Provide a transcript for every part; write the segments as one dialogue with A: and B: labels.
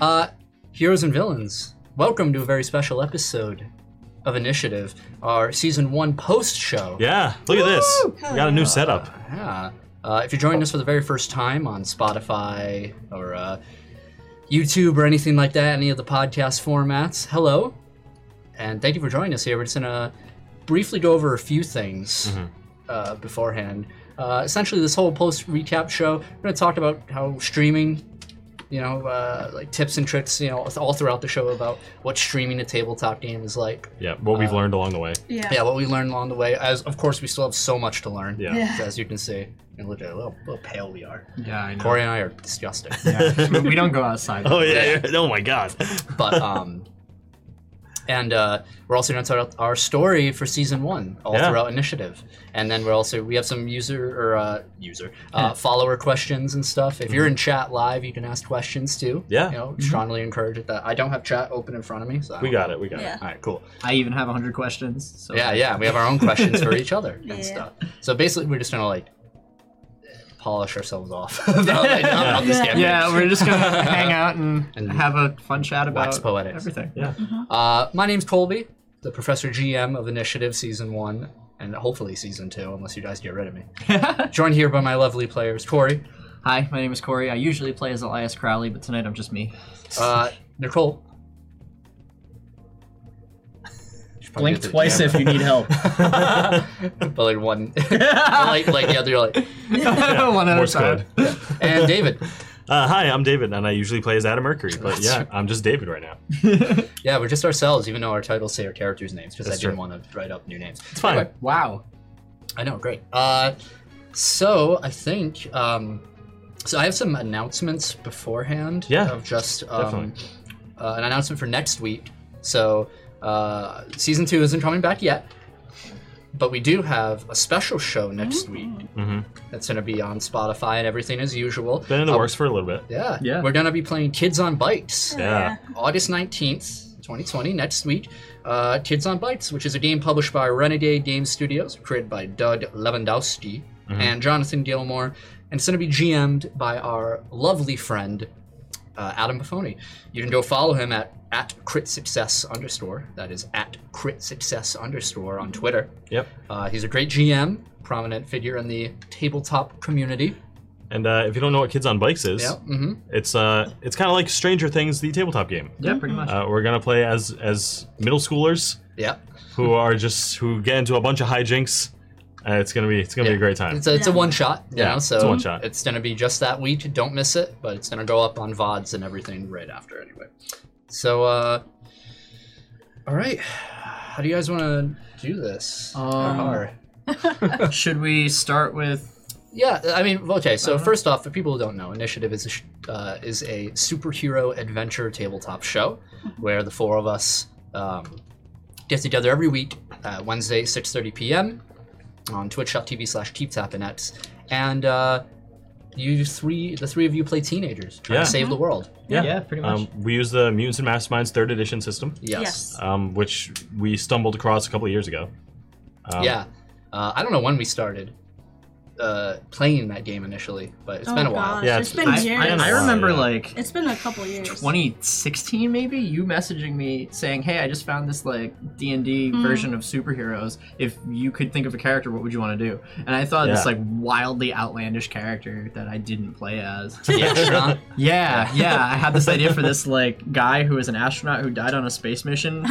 A: Uh, heroes and villains, welcome to a very special episode of Initiative, our season one post show.
B: Yeah, look at this. We got a new setup.
A: Yeah. Uh, if you're joining us for the very first time on Spotify or uh, YouTube or anything like that, any of the podcast formats, hello. And thank you for joining us here. We're just going to briefly go over a few things uh, beforehand. Uh, essentially, this whole post recap show, we're going to talk about how streaming, you know, uh, like tips and tricks, you know, all throughout the show about what streaming a tabletop game is like.
B: Yeah, what we've learned along the way.
C: Yeah.
A: Yeah, what we learned along the way. As of course, we still have so much to learn.
B: Yeah.
C: Yeah.
A: As you can see, and look at how little, little pale we are.
D: Yeah, I know.
A: Corey and I are disgusted.
D: Yeah. we we don't go outside.
B: Oh yeah. yeah. Oh my god.
A: but um, and uh, we're also going to tell our story for season one, all
B: Yeah.
A: throughout initiative, and then we're also we have some user or uh, user uh, follower questions and stuff. If you're in chat live, you can ask questions too.
B: Mm-hmm. Yeah. Mm-hmm.
A: You know, strongly encourage it. That I don't have chat open in front of me, so I
B: We
A: don't-
B: got it. We got
C: Yeah.
B: it.
A: All right, cool.
D: I even have 100 questions. So
A: Yeah, yeah. We have our own questions for each other
C: Yeah.
A: and stuff. So basically, we're just gonna like polish ourselves off about, like, about this
C: Yeah.
A: game.
D: Yeah, we're just going to hang out and,
A: And
D: have a fun chat about
A: wax poetics.
D: everything.
B: Yeah.
A: Uh, my name's Colby, the Professor GM of Initiative Season 1, and hopefully Season 2, unless you guys get rid of me. Joined here by my lovely players, Corey,
D: Hi, my name is Corey. I usually play as Elias Crowley, but tonight I'm just me.
A: uh, Nicole.
E: Blink twice if you need help.
A: But like one, like like the other, like,
D: One at a
B: Morse
D: time.
B: code.
A: and David.
B: Uh, hi, I'm David, and I usually play as Adam Mercury, but yeah, I'm just David right now.
A: Yeah, we're just ourselves, even though our titles say our characters' names, because I
B: That's
A: didn't
B: true.
A: want to write up new names.
B: It's fine.
D: Wow.
A: I know, great. Uh, so I think um, so. I have some announcements beforehand.
B: Yeah,
A: of just um,
B: definitely.
A: uh, an announcement for next week. So uh, season two isn't coming back yet, but we do have a special show next week
B: hmm
A: that's going to be on Spotify and everything as usual.
B: Been in the
A: Uh,
B: works for a little bit.
A: Yeah,
D: Yeah.
A: We're going to be playing Kids on Bikes.
B: Yeah.
A: August 19th, 2020, next week, uh, Kids on Bites, which is a game published by Renegade Game Studios, created by Doug Lewandowski and Jonathan Gilmore, and it's going to be GM'd by our lovely friend, uh, Adam Buffoni. You can go follow him at, at crit success underscore. That is at crit success underscore on Twitter.
B: Yep.
A: Uh, he's a great GM, prominent figure in the tabletop community.
B: And uh, if you don't know what Kids on Bikes is,
A: Yeah. hmm
B: it's uh, it's kind of like Stranger Things, the tabletop game.
D: Yeah, pretty much.
B: Uh, we're gonna play as as middle schoolers
A: Yeah.
B: who are just who get into a bunch of hijinks. Uh, it's gonna be it's gonna be a great time.
A: It's a, it's a
C: Yeah.
A: one shot, you
B: Yeah,
A: know, so
B: it's a one shot.
A: it's gonna be just that week. Don't miss it, but it's gonna go up on VODs and everything right after anyway. So uh all right. How do you guys wanna do this?
D: Um,
A: Or-
E: Uh,
D: Should we start with.
A: yeah, uh, I mean, okay. So
C: Uh-huh.
A: first off, for people who don't know, Initiative is a, sh- uh, is a superhero adventure tabletop show
C: Hmm.
A: where the four of us um, get together every week, uh, Wednesday, 6:30 p.m. on twitch.tv slash keeptappinets. And uh, you three, the three of you play teenagers trying
B: Yeah.
A: to
C: Mm-hmm.
A: save the world.
B: Yeah.
D: Yeah, pretty much.
B: Um, we use the Mutants and Masterminds third edition system,
A: Yes. Uh,
C: Yes.
B: um, which we stumbled across a couple of years ago. Um,
A: yeah. Uh, I don't know when we started uh, playing that game initially, but it's
C: Oh
A: been a
C: gosh,
A: while.
B: Yeah,
C: it's
B: it's-
C: been
D: I,
C: years.
D: I, I remember,
B: Yeah.
D: like,
C: It's been a couple years.
D: 2016 maybe you messaging me saying hey i just found this like d&d version of superheroes if you could think of a character what would you want to do and i thought of this
B: Yeah.
D: like wildly outlandish character that i didn't play as
A: The astronaut.
D: yeah yeah i had this idea for this like guy who was an astronaut who died on a space mission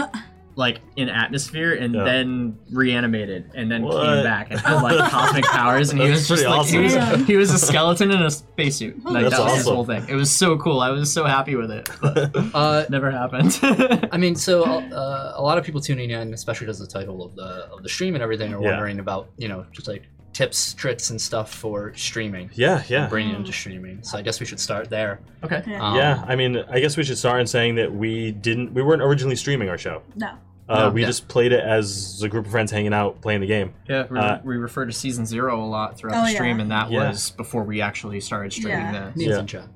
D: like in atmosphere and
B: Yeah.
D: then reanimated and then
B: What?
D: came back and had like cosmic powers and he
B: That's
D: was just
B: pretty
D: like he,
C: awesome.
D: was, he was a skeleton in a spacesuit like
B: That's
D: that was his
B: awesome.
D: whole thing it was so cool i was so happy with it but-
A: uh,
D: Never happened.
A: I mean, so uh, a lot of people tuning in, especially because of the title of the of the stream and everything, are
B: Yeah.
A: wondering about you know just like tips, tricks, and stuff for streaming,
B: Yeah, yeah.
A: bringing into streaming. So I guess we should start there.
D: okay.
C: Yeah.
A: Um,
B: yeah, I mean, I guess we should start in saying that we didn't, we weren't originally streaming our show.
C: no.
B: Uh,
D: No,
B: we
D: yeah.
B: just played it as a group of friends hanging out, playing the game.
D: Yeah, we,
B: Uh,
D: we refer to season zero a lot throughout
C: Oh,
D: the stream,
C: yeah.
D: and that
B: Yeah.
D: was before we actually started streaming
C: Yeah.
D: the.
A: Needs
B: Yeah.
A: and chat.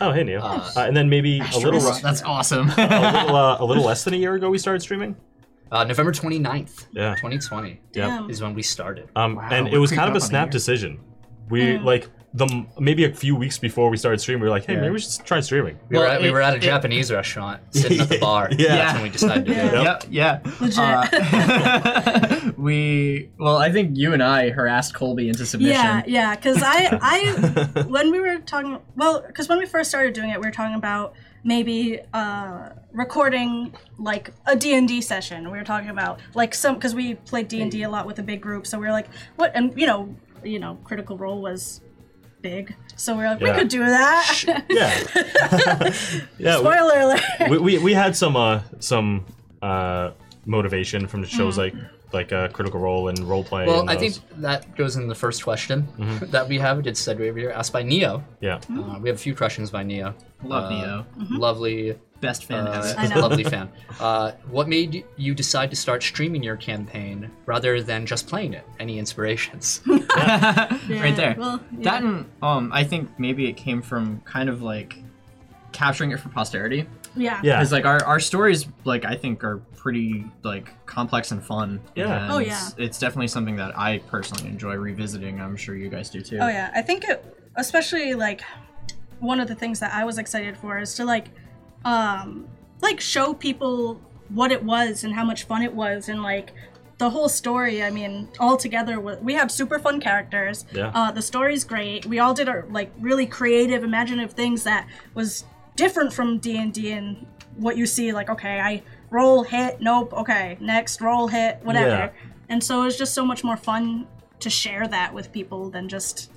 B: Oh, hey, Neil.
A: Uh,
B: Uh, and then maybe a little,
D: Asterisk. That's awesome.
B: a little, uh, a little less than a year ago, we started streaming.
A: Uh, November 29th,
B: Yeah.
A: 2020
B: Yep.
C: Damn.
A: is when we started.
B: Um,
D: Wow,
B: and it
D: we're
B: was
D: creeping
B: kind of a
D: up on a
B: snap
D: year.
B: decision. We like the m- maybe a few weeks before we started streaming, we were like, hey,
E: Yeah.
B: maybe we should try streaming.
A: We, were
D: Well,
A: at, we
D: it-
A: were at a
D: it-
A: Japanese restaurant, sitting at the bar.
B: Yeah.
A: That's when we decided to do it.
D: Yeah, yeah.
C: Legit.
D: Uh, we
E: Well, I think you and I harassed Colby into submission.
C: Yeah, yeah. Because I, I, when we were talking, well, because when we first started doing it, we were talking about maybe uh, recording like a D&D session. We were talking about like some because we played D&D a lot with a big group, so we were like, what? And you know, you know, Critical Role was big, so we were like,
B: Yeah.
C: we could do that.
B: Yeah. yeah. we-
C: Spoiler alert.
B: we, we, we had some uh some uh motivation from the
C: Mm.
B: shows like like uh, Critical Role and role play.
A: Well,
B: and
A: I
B: those.
A: think that goes in the first question
B: Mm-hmm.
A: that we have. Did segue over here? Asked by Neo.
B: yeah.
A: Uh, we have a few questions by Neo.
D: love
A: Uh,
D: Neo.
A: Lovely,
D: Best fan
A: uh,
C: I
D: ever.
C: know.
A: lovely fan. Uh, what made you decide to start streaming your campaign rather than just playing it? Any inspirations?
C: Yeah,
D: right there.
C: Well, yeah.
D: That and um, I think maybe it came from kind of like capturing it for posterity.
C: yeah.
B: Yeah.
D: Because like our, our stories like I think are pretty like complex and fun.
B: Yeah.
D: And
C: Oh,
D: It's, it's definitely something that I personally enjoy revisiting. I'm sure you guys do too.
C: Oh yeah, I think it, especially like one of the things that I was excited for is to like um like show people what it was and how much fun it was and like the whole story, I mean, all together wa- we have super fun characters.
B: Yeah.
C: Uh the story's great. We all did our like really creative imaginative things that was different from D&D and what you see like okay, I roll hit, nope, okay, next roll hit, whatever.
B: Yeah.
C: And so it was just so much more fun to share that with people than just,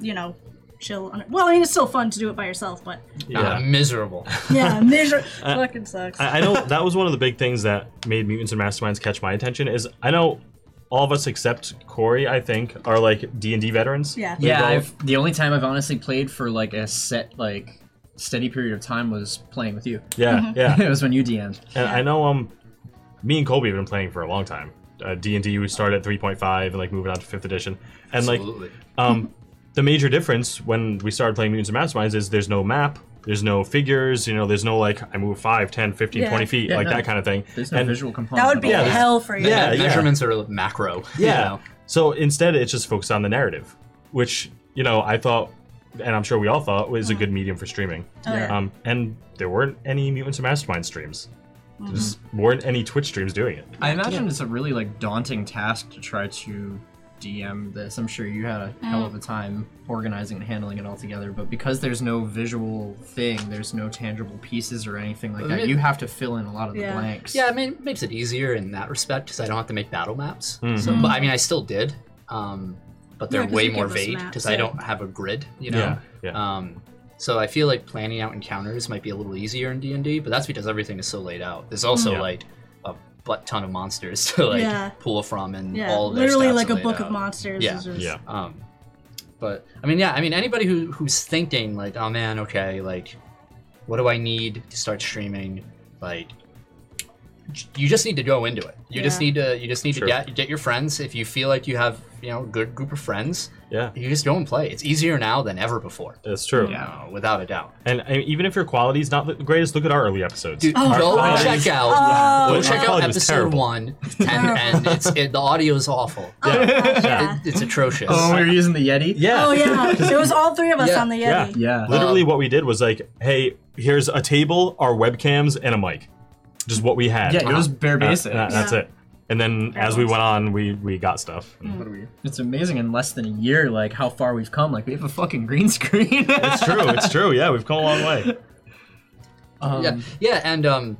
C: you know, chill. On it. Well, I mean, it's still fun to do it by yourself, but
A: Ah, miserable.
C: yeah, measure fucking sucks.
B: Uh, I, I know that was one of the big things that made mutants and masterminds catch my attention. Is I know all of us except Corey, I think, are like D and D veterans.
C: yeah.
D: Yeah,
B: both-
D: I've, the only time I've honestly played for like a set like steady period of time was playing with you.
B: Yeah,
C: Mm-hmm.
B: yeah.
D: it was when you DM'd.
B: And I know um, me and Colby have been playing for a long time. Uh, D and D we started at 3.5 and like moving on to fifth edition, and like
A: Absolutely.
B: um, the major difference when we started playing Mutants and Masterminds is there's no map, there's no figures, you know, there's no like I move 5, 10, 15,
C: Yeah.
B: 20 feet,
D: Yeah,
B: like
D: no.
B: that kind of thing.
D: There's no
B: And-
D: visual component.
C: That would be
D: at all.
B: Yeah.
C: hell for you.
B: Yeah,
A: And
B: yeah.
A: Measurements are macro. you
B: Yeah.
A: know?
B: So instead, it's just focused on the narrative, which you know I thought, and I'm sure we all thought, was a good medium for streaming.
C: Uh-huh. Oh, yeah.
B: Um, and there weren't any Mutants and Mastermind streams.
C: Mm-hmm.
B: There just weren't any Twitch streams doing it.
D: I imagine it's a really like daunting task to try to DM this. I'm sure you had
C: Mm.
D: a hell of a time organizing and handling it all together, but because there's no visual thing, there's no tangible pieces or anything like that.
A: mean-
D: You have to fill in a lot of the
C: Yeah.
D: blanks.
A: Yeah, I mean, it makes it easier in that respect because I don't have to make battle maps. So,
B: Mm-hmm.
A: but I mean, I still did, um, but they're
C: Yeah, 'cause
A: way
C: you
A: more
C: give us
A: vague
C: maps,
A: because
C: yeah.
A: I don't have a grid. You know.
B: Yeah, yeah.
A: Um, so I feel like planning out encounters might be a little easier in D and D, but that's because everything is so laid out. There's also
B: Yeah.
A: like a butt ton of monsters to like
C: Yeah.
A: pull from, and
C: Yeah,
A: all of their
C: literally
A: stats
C: like
A: are
C: a
A: laid
C: book of
A: out.
C: monsters.
A: Yeah,
C: is just,
B: Yeah.
A: Um, but I mean, yeah, I mean, anybody who who's thinking like, oh man, okay, like, what do I need to start streaming? Like, j- you just need to go into it. You just
C: Yeah.
A: need to you just need
B: Sure.
A: to get get your friends. If you feel like you have you know a good group of friends,
B: Yeah,
A: you just go and play. It's easier now than ever before,
B: that's true.
D: Yeah.
A: uh, without a doubt.
B: And I mean, even if your quality's not the greatest, look at our early episodes.
A: Dude,
C: Oh,
A: go
C: God.
A: check out
C: Oh,
A: go
B: Well,
A: check out
B: Apologies,
A: episode
B: terrible.
A: one, and, and it's it, the audio is awful.
C: oh, yeah.
A: It, it's atrocious.
D: Um,
E: Oh, we were using the Yeti.
C: Oh yeah, it was all three of us
A: Yeah,
C: on the
B: yeah.
C: Yeti.
E: Yeah.
B: Literally,
D: Um,
B: what we did was like, hey, here's a table, our webcams, and a mic. Just what we had.
D: Yeah, it was bare
B: Uh,
D: basic.
B: that- that's
C: Yeah.
B: it. And then as we went on, we we got stuff.
C: Hmm.
E: It's amazing in less than a year, like how far we've come. Like
D: We have a fucking green screen.
B: It's true. It's true. Yeah, we've come a long way.
D: um,
A: yeah, yeah, and um,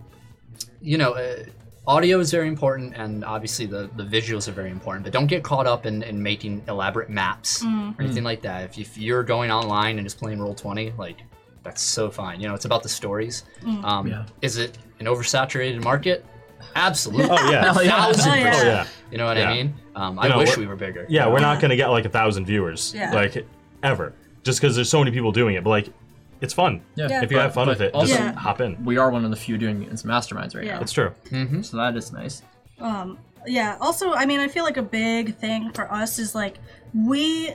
A: you know, uh, audio is very important, and obviously the the visuals are very important. But don't get caught up in, in making elaborate maps or anything like that. If, if you're going online and just playing roll twenty, like that's so fine. You know, it's about the stories. Um,
D: Yeah.
A: Is it an oversaturated market? Absolutely.
B: Oh yeah.
D: Hell yeah.
A: Thousand
C: Oh, yeah.
B: Oh
A: percent.
B: yeah.
A: You know what
B: Yeah.
A: I mean? Um, I
B: know,
A: wish
B: we're-
A: we were bigger.
B: Yeah, we're not gonna get like a thousand viewers,
C: Yeah.
B: like ever, just because there's so many people doing it. But like, it's fun.
C: Yeah.
B: If you have fun
D: But
B: with it,
D: also-
B: just
C: Yeah.
B: hop in.
D: we are one of the few doing it's masterminds right
C: Yeah.
B: It's true.
D: now, so that is nice.
C: um yeah also i mean i feel like a big thing for us is like we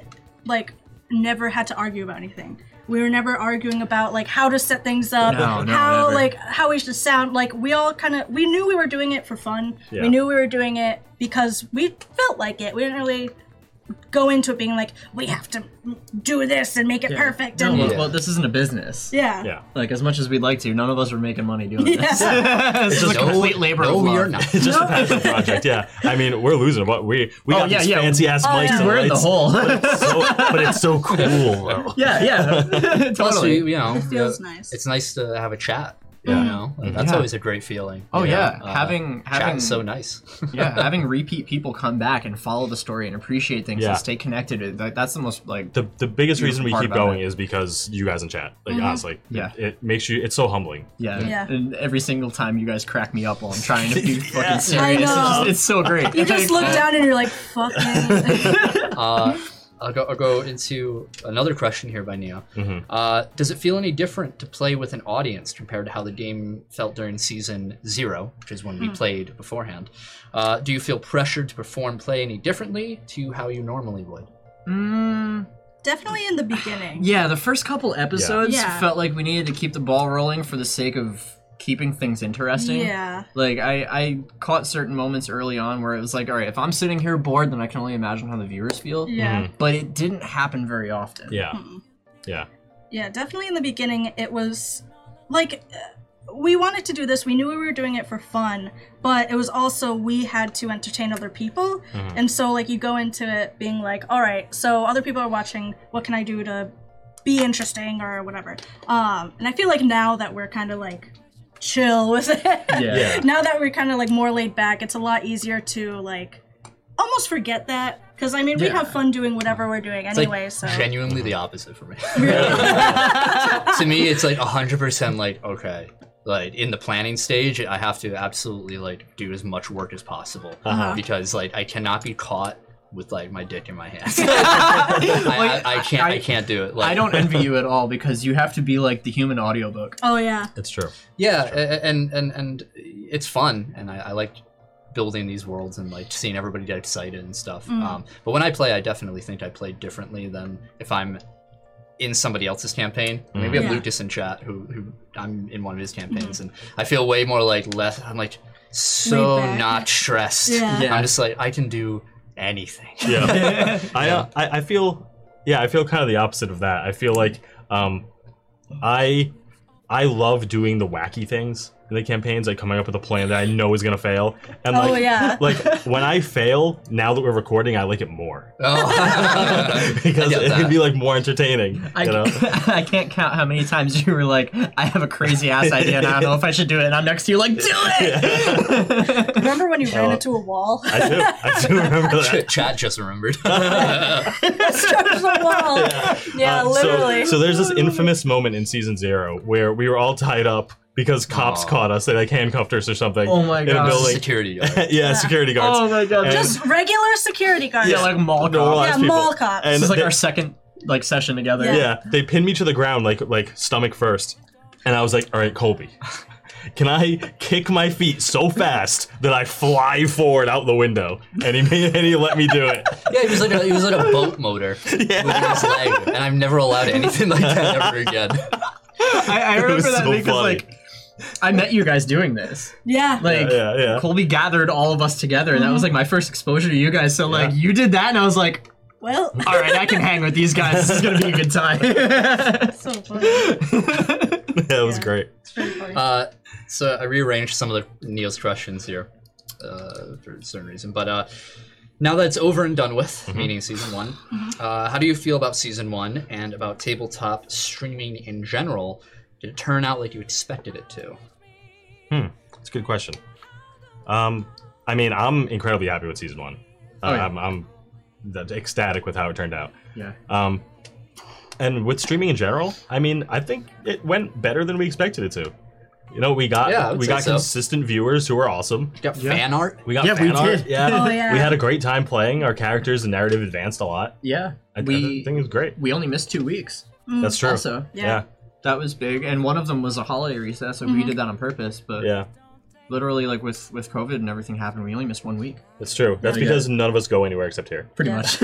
C: like never had to argue about anything we were never arguing about like how to set things up
D: No, no,
C: how
D: never.
C: like how we should sound like we all kind of we knew we were doing it for fun
B: Yeah.
C: we knew we were doing it because we felt like it we didn't really go into it being like, we have to do this and make it perfect.
D: No,
C: And
D: well,
A: Yeah.
D: well, this isn't a business.
C: yeah.
B: Yeah.
D: Like as much as we'd like to, none of us are making money doing this. it's just
A: No,
D: a complete labor
A: no,
D: of love.
A: you're not.
B: It's just a passion project. Yeah. I mean, we're losing, but we we
D: Oh,
B: got
D: yeah,
B: these
D: yeah.
B: fancy ass mics.
C: yeah.
B: and
D: We're in the
B: lights,
D: hole.
B: so- but it's so cool. though.
D: yeah, yeah, totally.
A: Plus, you, you know,
C: It feels
A: uh,
C: nice. Mm-hmm.
A: It's nice to have a chat.
B: Yeah.
A: You know, Like, that's
D: Yeah.
A: always a great feeling.
D: Oh
A: you know?
D: yeah,
A: Uh,
D: having
A: chat
D: having
A: is so nice.
D: yeah, having repeat people come back and follow the story and appreciate things
B: Yeah.
D: and stay connected. it- That, that's the most like
B: The the biggest reason we
D: Part
B: keep
D: about
B: going is because you guys in chat. Like
C: Mm-hmm.
B: honestly,
D: Yeah.
B: it, it makes you. It's so humbling.
D: yeah.
C: Yeah.
D: And every single time you guys crack me up while I'm trying to be fucking serious.
C: I
D: It's,
C: know.
D: just, it's so great. Uh,
C: You just look down and you're like, fucking.
A: uh, I'll, go, I'll go into another question here by Neo.
D: Mm-hmm.
B: Mhm.
A: Uh, does it feel any different to play with an audience compared to how the game felt during season zero, which is when
C: Hmm.
A: we played beforehand? Uh, do you feel pressured to perform play any differently to how you normally would?
D: Mm,
C: Definitely in the beginning.
D: yeah, the first couple episodes
C: Yeah.
D: felt like we needed to keep the ball rolling for the sake of keeping things interesting.
C: Yeah.
D: Like I, I caught certain moments early on where it was like, all right, if I'm sitting here bored, then I can only imagine how the viewers feel.
C: Yeah.
D: But it didn't happen very often.
B: Mm-hmm. Yeah.
C: Mhm.
B: Mm-hmm. Yeah.
C: Yeah, definitely in the beginning, it was like uh, we wanted to do this. We knew we were doing it for fun, but it was also we had to entertain other people. And so, like, you go into it being like, all right, so other people are watching. What can I do to be interesting or whatever? Um, and I feel like now that we're kind of like chill with it,
B: Yeah.
C: now that we're kind of like more laid back, it's a lot easier to like almost forget that. Because I mean, we
D: Yeah.
C: have fun doing whatever we're doing
A: It's like
C: anyway. so
A: genuinely the opposite for me. to me, it's like hundred percent like okay, like in the planning stage, I have to absolutely like do as much work as possible
C: Uh-huh.
A: because like I cannot be caught with like my dick in my hand. I, I, I can't. I,
D: I-
A: can't do it. Like,
D: I don't envy you at all because you have to be like the human audiobook.
C: oh yeah,
B: It's true.
A: Yeah, a- a- and and and it's fun, and I, I like building these worlds and like seeing everybody get excited and stuff.
C: Mm.
A: Um, but when I play, I definitely think I play differently than if I'm in somebody else's campaign. I mean, we have
C: Mm. Yeah. Mm-hmm.
A: Lucas in chat who who I'm in one of his campaigns, and I feel way more like less. I'm like so
C: Laid back.
A: not stressed.
C: Yeah.
D: Yeah.
A: I'm just like I can do anything.
B: Yeah. I, uh, I I feel yeah I feel kind of the opposite of that. I feel like um I I love doing the wacky things in the campaigns, like coming up with a plan that I know is gonna fail, and
C: oh
B: like
C: yeah.
B: like when I fail now that we're recording, I like it more
A: Oh.
B: because
A: get
B: it can
A: that.
B: be like more entertaining.
D: I,
B: you know?
D: I can't count how many times you were like, I have a crazy ass idea and I don't know if I should do it. And I'm next to you, like, do it!
C: Remember when you ran
B: Oh.
C: into a wall?
B: I do I do remember that.
A: Chat just remembered.
C: Stretched the wall.
B: Uh,
C: Yeah,
B: so-
C: literally.
B: So, there's this infamous moment in season zero where we were all tied up because cops
A: Aw.
B: caught us. They like handcuffed us or something.
D: Oh my
B: in a
D: gosh.
B: building.
A: Security. guard.
B: yeah, security guards.
D: oh my god.
B: And-
C: just regular security guards.
D: yeah, Oh, like mall
B: No,
D: cop.
B: like-
C: yeah,
B: people.
C: mall cops.
B: And-
D: This is like
B: they-
D: our second like session together.
C: Yeah.
B: yeah, they pinned me to the ground like like stomach first, and I was like, all right, Colby. Can I kick my feet so fast that I fly forward out the window? And he made, and he let me do it.
A: Yeah, he was like a, he was like a boat motor moving his leg, and I'm never allowed anything like that ever again.
D: I, I remember
B: was
D: that
B: so
D: because
B: funny.
D: like I met you guys doing this.
C: yeah.
D: Like
B: Yeah, yeah.
D: Colby gathered all of us together, and that was like my first exposure to you guys. So like you did that, and I was like,
C: well,
D: all right, I can hang with these guys. This is gonna be a good time.
C: so funny.
B: That was
C: Yeah.
B: great.
C: It's pretty funny.
A: Uh, so I rearranged some of the Neil's questions here uh, for a certain reason, but uh, now that it's over and done with, meaning season one, uh, how do you feel about season one and about tabletop streaming in general? Did it turn out like you expected it to?
B: It's a good question. Um, I mean, I'm incredibly happy with season one. Uh,
D: Oh, yeah.
B: I'm, I'm th- ecstatic with how it turned out.
D: yeah.
B: Um, and with streaming in general, I mean, I think it went better than we expected it to. You know, we got
A: Yeah, I would
B: we
A: say
B: got
A: so.
B: consistent viewers who were awesome.
A: You got fan art.
B: We got
D: Yeah,
B: fan
D: we
B: art.
D: did.
B: Yeah.
C: Oh, yeah.
B: we had a great time playing. Our characters and narrative advanced a lot.
D: Yeah.
B: I,
D: We
B: I think it was great.
D: we only missed two weeks.
C: Mm,
B: That's true.
D: Also,
B: yeah,
C: Yeah.
D: that was big, and one of them was a holiday recess, so we
C: Mhm.
D: did that on purpose. But
B: yeah,
D: literally, like with with COVID and everything happened, we only missed one week.
B: that's true. That's
D: Yeah.
B: because none of us go anywhere except here.
D: Pretty
C: Yeah.
D: much.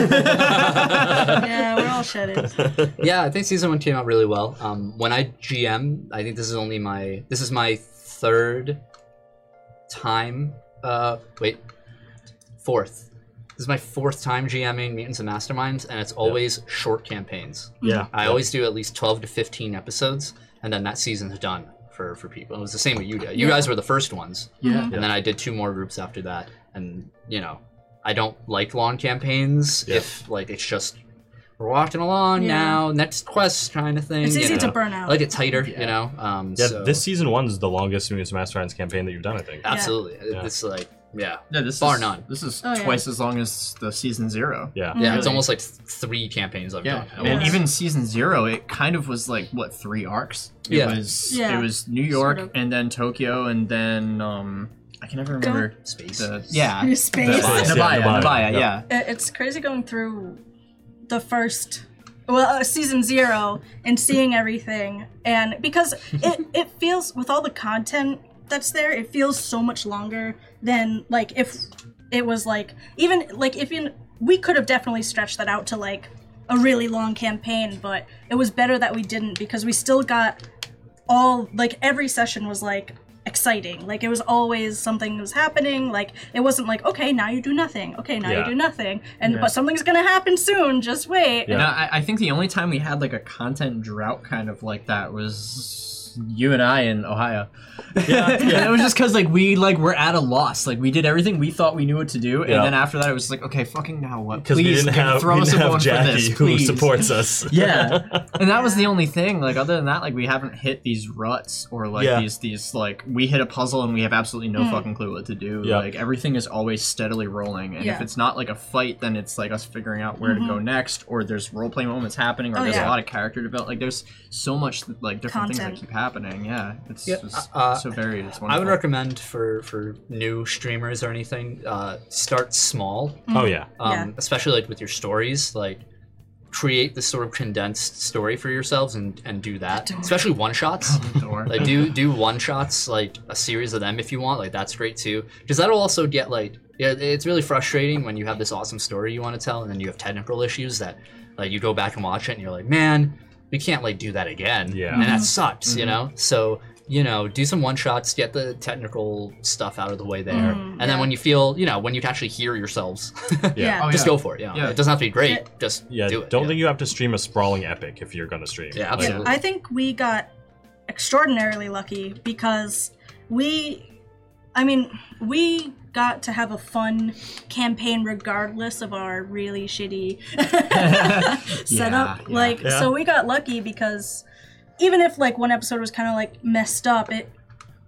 C: yeah, we're all shut-ins.
A: yeah, I think season one came out really well. Um, when I GM, I think this is only my this is my third time. Uh, wait, fourth This is my fourth time GMing Mutants and Masterminds, and it's always short campaigns.
B: Yeah.
A: I always do at least 12 to 15 episodes, and then that season's done for, for people. It was the same with you guys. You guys were the first ones,
D: Yeah.
A: and then I did two more groups after that. And, you know, I don't like long campaigns
B: Yeah.
A: if, like, it's just we're walking along
C: Yeah.
A: now, next quest kind of thing.
C: It's
A: you
C: easy
A: know.
C: to burn
A: I
C: out.
A: like it tighter, you know? Um,
B: Yeah,
A: so-
B: this season one is the longest Mutants and Masterminds campaign that you've done, I think.
A: Absolutely.
B: Yeah.
A: It's like, yeah.
C: Mm-hmm.
D: No, this
A: Bar
D: is,
A: none.
D: This is
C: Oh, yeah.
D: twice as long as the season zero.
B: Yeah.
A: Yeah, it's
D: Really?
A: almost like th- three campaigns I've
D: Yeah,
A: done.
D: and
C: Yeah.
D: even season zero, it kind of was like what three arcs? It
A: Yeah.
D: was
C: Yeah.
D: it was New York
C: Sort of.
D: and then Tokyo and then um I can never
C: Don't-
D: remember
A: Space.
D: the yeah
C: Your space.
B: That's
C: It,
B: nice.
D: Nabaya
B: Yeah, Nabaya,
D: Nabaya
B: yeah.
D: yeah
C: it's crazy going through the first, well, uh, season zero and seeing everything, and because it it feels with all the content that's there, it feels so much longer than like if it was like even like if in we could have definitely stretched that out to like a really long campaign, but it was better that we didn't because we still got all like every session was like exciting. Like it was always something was happening. Like it wasn't like okay now you do nothing. Okay now
B: Yeah.
C: you do nothing. And but something's gonna happen soon. Just wait.
B: Yeah.
D: No, I, I think the only time we had like a content drought kind of like that was you and I in Ohio. Yeah, it was just because like we like were at a loss. Like we did everything we thought we knew what to do, and
B: Yeah.
D: then after that, it was like, okay, fucking now what?
B: Because we
D: Please,
B: didn't
D: can you
B: have,
D: throw
B: we
D: us
B: didn't
D: a
B: have
D: bone
B: Jackie
D: for this,
B: who
D: please.
B: supports us.
D: Yeah, and that was the only thing. Like other than that, like we haven't hit these ruts or like
B: Yeah.
D: these these like we hit a puzzle and we have absolutely
C: Hmm.
D: no fucking clue what to do.
B: Yeah.
D: Like everything is always steadily rolling, and if
C: Yeah. Mm-hmm.
D: it's not like a fight, then it's like us figuring out where to go next, or there's role play moments happening, or
C: Oh,
D: there's
C: yeah.
D: a lot of character development. Like there's so much like different things
C: Content.
D: that keep happening. Yeah, it's
A: Yeah,
D: just
A: uh,
D: so varied. It's
A: I
D: wonderful.
A: would recommend for for new streamers or anything, uh, start small,
B: Oh, yeah.
A: um,
C: Yeah.
A: especially like with your stories. Like, create this sort of condensed story for yourselves and and do that. Especially one shots.
D: Door.
A: like do do one shots like a series of them if you want like that's great too because that'll also get like yeah it's really frustrating when you have this awesome story you want to tell and then you have technical issues that like you go back and watch it and you're like man we can't like do that again
B: Yeah.
A: and that sucks you know so you know do some one shots get the technical stuff out of the way there
C: Mhm,
A: and then when you feel you know when you can actually hear yourselves
B: Yeah.
D: Oh,
A: just
D: yeah.
A: go for it you know?
D: Yeah.
A: it doesn't have to be great just
B: Yeah,
A: do it you
B: don't
A: know?
B: think you have to stream a sprawling epic if you're going to stream.
A: Yeah,
B: Like,
C: Yeah, I think we got extraordinarily lucky because we, I mean, we got to have a fun campaign regardless of our really shitty setup.
D: yeah.
C: Like,
B: Yeah.
C: so we got lucky because even if like one episode was kind of like messed up, it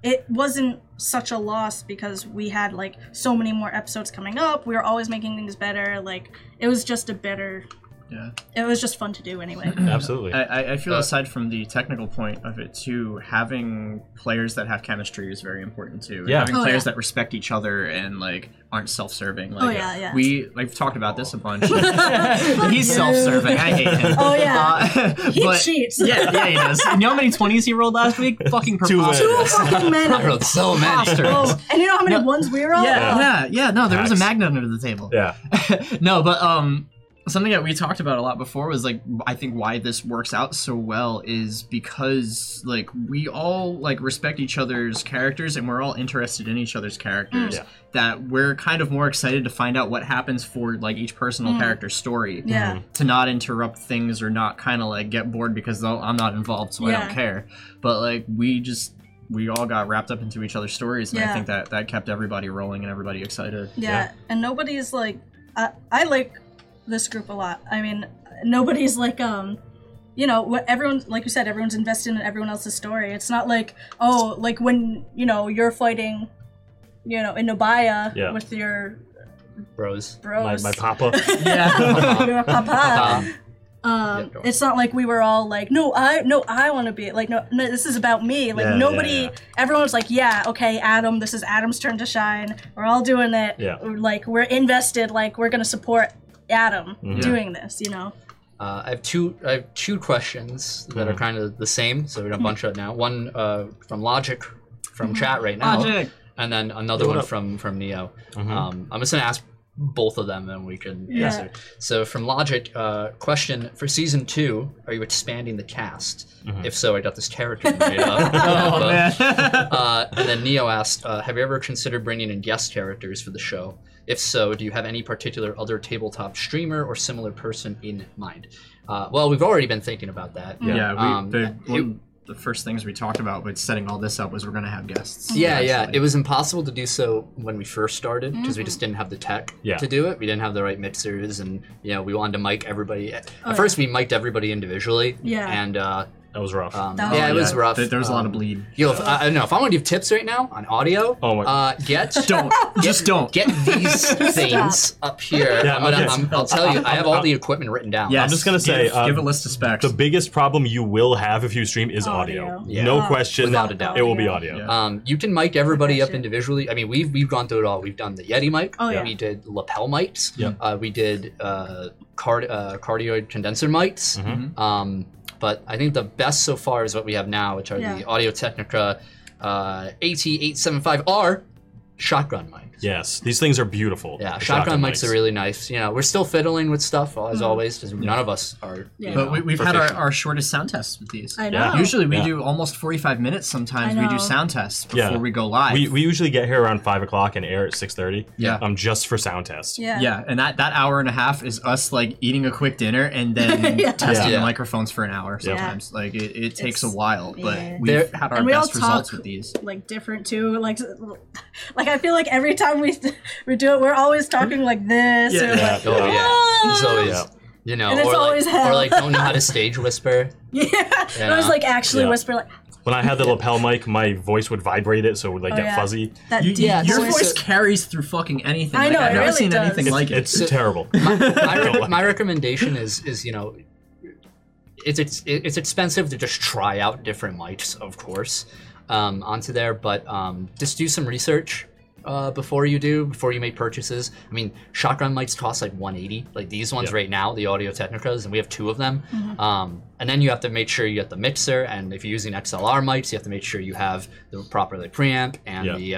C: it wasn't such a loss because we had like so many more episodes coming up. We were always making things better. Like, it was just a better.
D: Yeah.
C: It was just fun to do anyway.
B: Absolutely.
D: I, I- I feel
A: Uh,
D: aside from the technical point of it too, having players that have chemistry is very important too. And
B: Yeah.
D: Having
C: Oh,
D: players
C: yeah. Oh,
D: that respect each other and like aren't self-serving. Like,
C: yeah, yeah.
D: We like talked about this a bunch. He's self-serving. I hate him.
C: Oh, yeah.
D: Uh,
C: He
D: but-
C: cheats.
D: Yeah, yeah, he does. You know how many twenties he rolled last week? Fucking
B: Two
D: preposterous.
C: Two fucking men.
A: I wrote so many.
D: Preposterous.
C: And you know how many ones we were on?
D: Yeah, yeah, yeah. No, there was a
B: Facts.
D: magnet under the table.
B: yeah.
D: no, but um, something that we talked about a lot before was like I think why this works out so well is because like we all like respect each other's characters and we're all interested in each other's characters.
C: Mm.
B: Yeah.
D: That we're kind of more excited to find out what happens for like each personal character's story.
C: Mm. Yeah.
B: Mm-hmm.
D: To not interrupt things or not kind of like get bored because though I'm not involved, so I
C: Yeah.
D: don't care. But like we just. We all got wrapped up into each other's stories, and I
C: Yeah.
D: think that that kept everybody rolling and everybody excited.
C: Yeah,
B: Yeah.
C: and nobody's like, I, I like this group a lot. I mean, nobody's like, um, you know, what everyone, like you said, everyone's invested in everyone else's story. It's not like, oh, like when you know you're fighting, you know, in Nobaya
B: Yeah.
C: with your
A: bros
B: My,
C: bros.
B: my papa.
D: Yeah.
C: Your papa. Um,
A: Yeah, go on.
C: it's not like we were all like, no, I, no, I want to be like, no, no, this is about me. Like
B: Yeah,
C: nobody,
B: yeah, yeah.
C: everyone was like, yeah, okay, Adam, this is Adam's turn to shine. We're all doing it.
B: Yeah.
C: We're, Like we're invested. Like we're gonna support Adam
B: Mhm.
C: doing this. You know.
A: Uh, I have two. I have two questions that
D: Hmm.
A: are kind of the same, so we don't bunch out now. One uh, from Logic, from chat right now,
D: Logic.
A: and then another
B: Yo, what
A: one
B: up? Mm-hmm.
D: Hmm.
A: Uh, from from Neo. Um, I'm just gonna ask both of them and we can
C: Yeah.
A: answer. So from Logic, uh, question for season two: Are you expanding the cast?
B: Mhm.
A: If so, I got this character made up.
D: Mm-hmm. Oh,
A: But,
D: man.
A: Uh, and then Neo asked, uh, "Have you ever considered bringing in guest characters for the show? If so, do you have any particular other tabletop streamer or similar person in mind?" Uh, well, we've already been thinking about that.
C: Yeah.
D: yeah, we,
A: Um,
D: the,
A: it-
D: one of the first things we talked about with setting all this up was we're going to have guests.
A: Yeah, yeah.
D: actually.
A: It was impossible to do so when we first started because
C: Mm-hmm.
A: we just didn't have the tech
B: Yeah.
A: to do it. We didn't have the right mixers, and you know, we wanted to mic everybody. At
C: Oh, yeah.
A: first, we mic'd everybody individually.
C: Yeah.
A: And uh,
B: That was rough.
A: um,
C: That
A: yeah, it was
C: was-
A: rough.
D: There, there was a lot of
A: Um,
D: bleed.
A: Yo, if, I, I don't know if I want to give tips right now on audio.
B: Oh my-
A: Uh, get
D: Don't. just don't.
A: get these things up here.
B: Yeah,
A: I'm gonna,
B: okay.
A: I'm, I'll tell you, I have all the equipment written down.
D: Yes,
B: I'm just gonna say,
D: give,
B: um,
D: give a list of specs.
B: the biggest problem you will have if you stream is audio.
C: Audio.
A: Yeah.
B: No
C: Uh,
B: question.
A: Without a doubt.
B: It will be audio.
D: Yeah.
A: Um, you can mic everybody
C: Okay,
A: up
C: sure.
A: individually. I mean, we've we've gone through it all. We've done the Yeti mic.
C: Oh, yeah.
A: We did lapel mics.
B: Yep.
A: Uh, we did uh, card uh, cardioid condenser mics.
B: Mhm.
A: Um, but I think the best so far is what we have now, which are
C: Yeah.
A: the Audio Technica uh, AT875R shotgun mics.
B: Yes. These things are beautiful.
A: Yeah,
B: The
A: shotgun, mics are really nice. You know, we're still fiddling with stuff as always because none of us are.
C: Mm-hmm. Yeah.
A: you
D: but
A: know,
D: we, we've had our,
A: professional.
D: our shortest sound tests with these.
C: I
B: Yeah.
C: know.
D: Usually we
B: Yeah.
D: do almost 45 minutes sometimes.
C: I
D: We do
C: know.
D: sound tests before
B: Yeah.
D: we go live.
B: We, we usually get here around five o'clock and air at six thirty.
D: Yeah.
B: Um, just for sound test.
C: Yeah.
D: yeah, and that, that hour and a half is us like eating a quick dinner and then
C: Yeah.
D: testing
A: Yeah.
D: the microphones for an hour
B: Yeah.
D: sometimes. Like it, it takes a
C: It's-
D: while, but
C: yeah.
D: we've
A: There-
D: had our
C: And we all
D: best results
C: talk-
D: with these.
C: Like different too. Like, like I feel like every time we we do it, we're always talking like this.
D: Yeah.
C: Or
B: Yeah.
C: Like,
A: Oh yeah, it's
C: "Ah!"
A: always
B: Yeah.
A: you know,
C: And it's
A: or
C: always
A: like, or
C: hell.
A: like don't know how to stage whisper.
C: Yeah. And I was like actually
B: Yeah.
C: whisper like
B: When I had the lapel mic, my voice would vibrate it, so it would like
C: Oh,
B: get
C: yeah.
B: fuzzy.
C: that
D: You-
C: deep
A: Yeah,
D: your
A: it's-
D: voice
A: so-
D: carries through fucking anything.
C: I
D: Like,
C: know,
D: I've
C: it
D: never
C: really
D: seen
C: does.
D: anything like it.
B: It's terrible.
A: my,
B: Don't
A: re-
B: like
A: my recommendation is is you know it's, it's it's expensive to just try out different mics of course um, onto there but um, just do some research uh, before you do before you make purchases i mean shotgun mics cost like 180 like these ones
B: Yeah.
A: right now the audio technicas and we have two of them
C: Mm-hmm.
A: um, and then you have to make sure you get the mixer and if you're using xlr mics you have to make sure you have the proper like, preamp and
B: Yeah.
A: the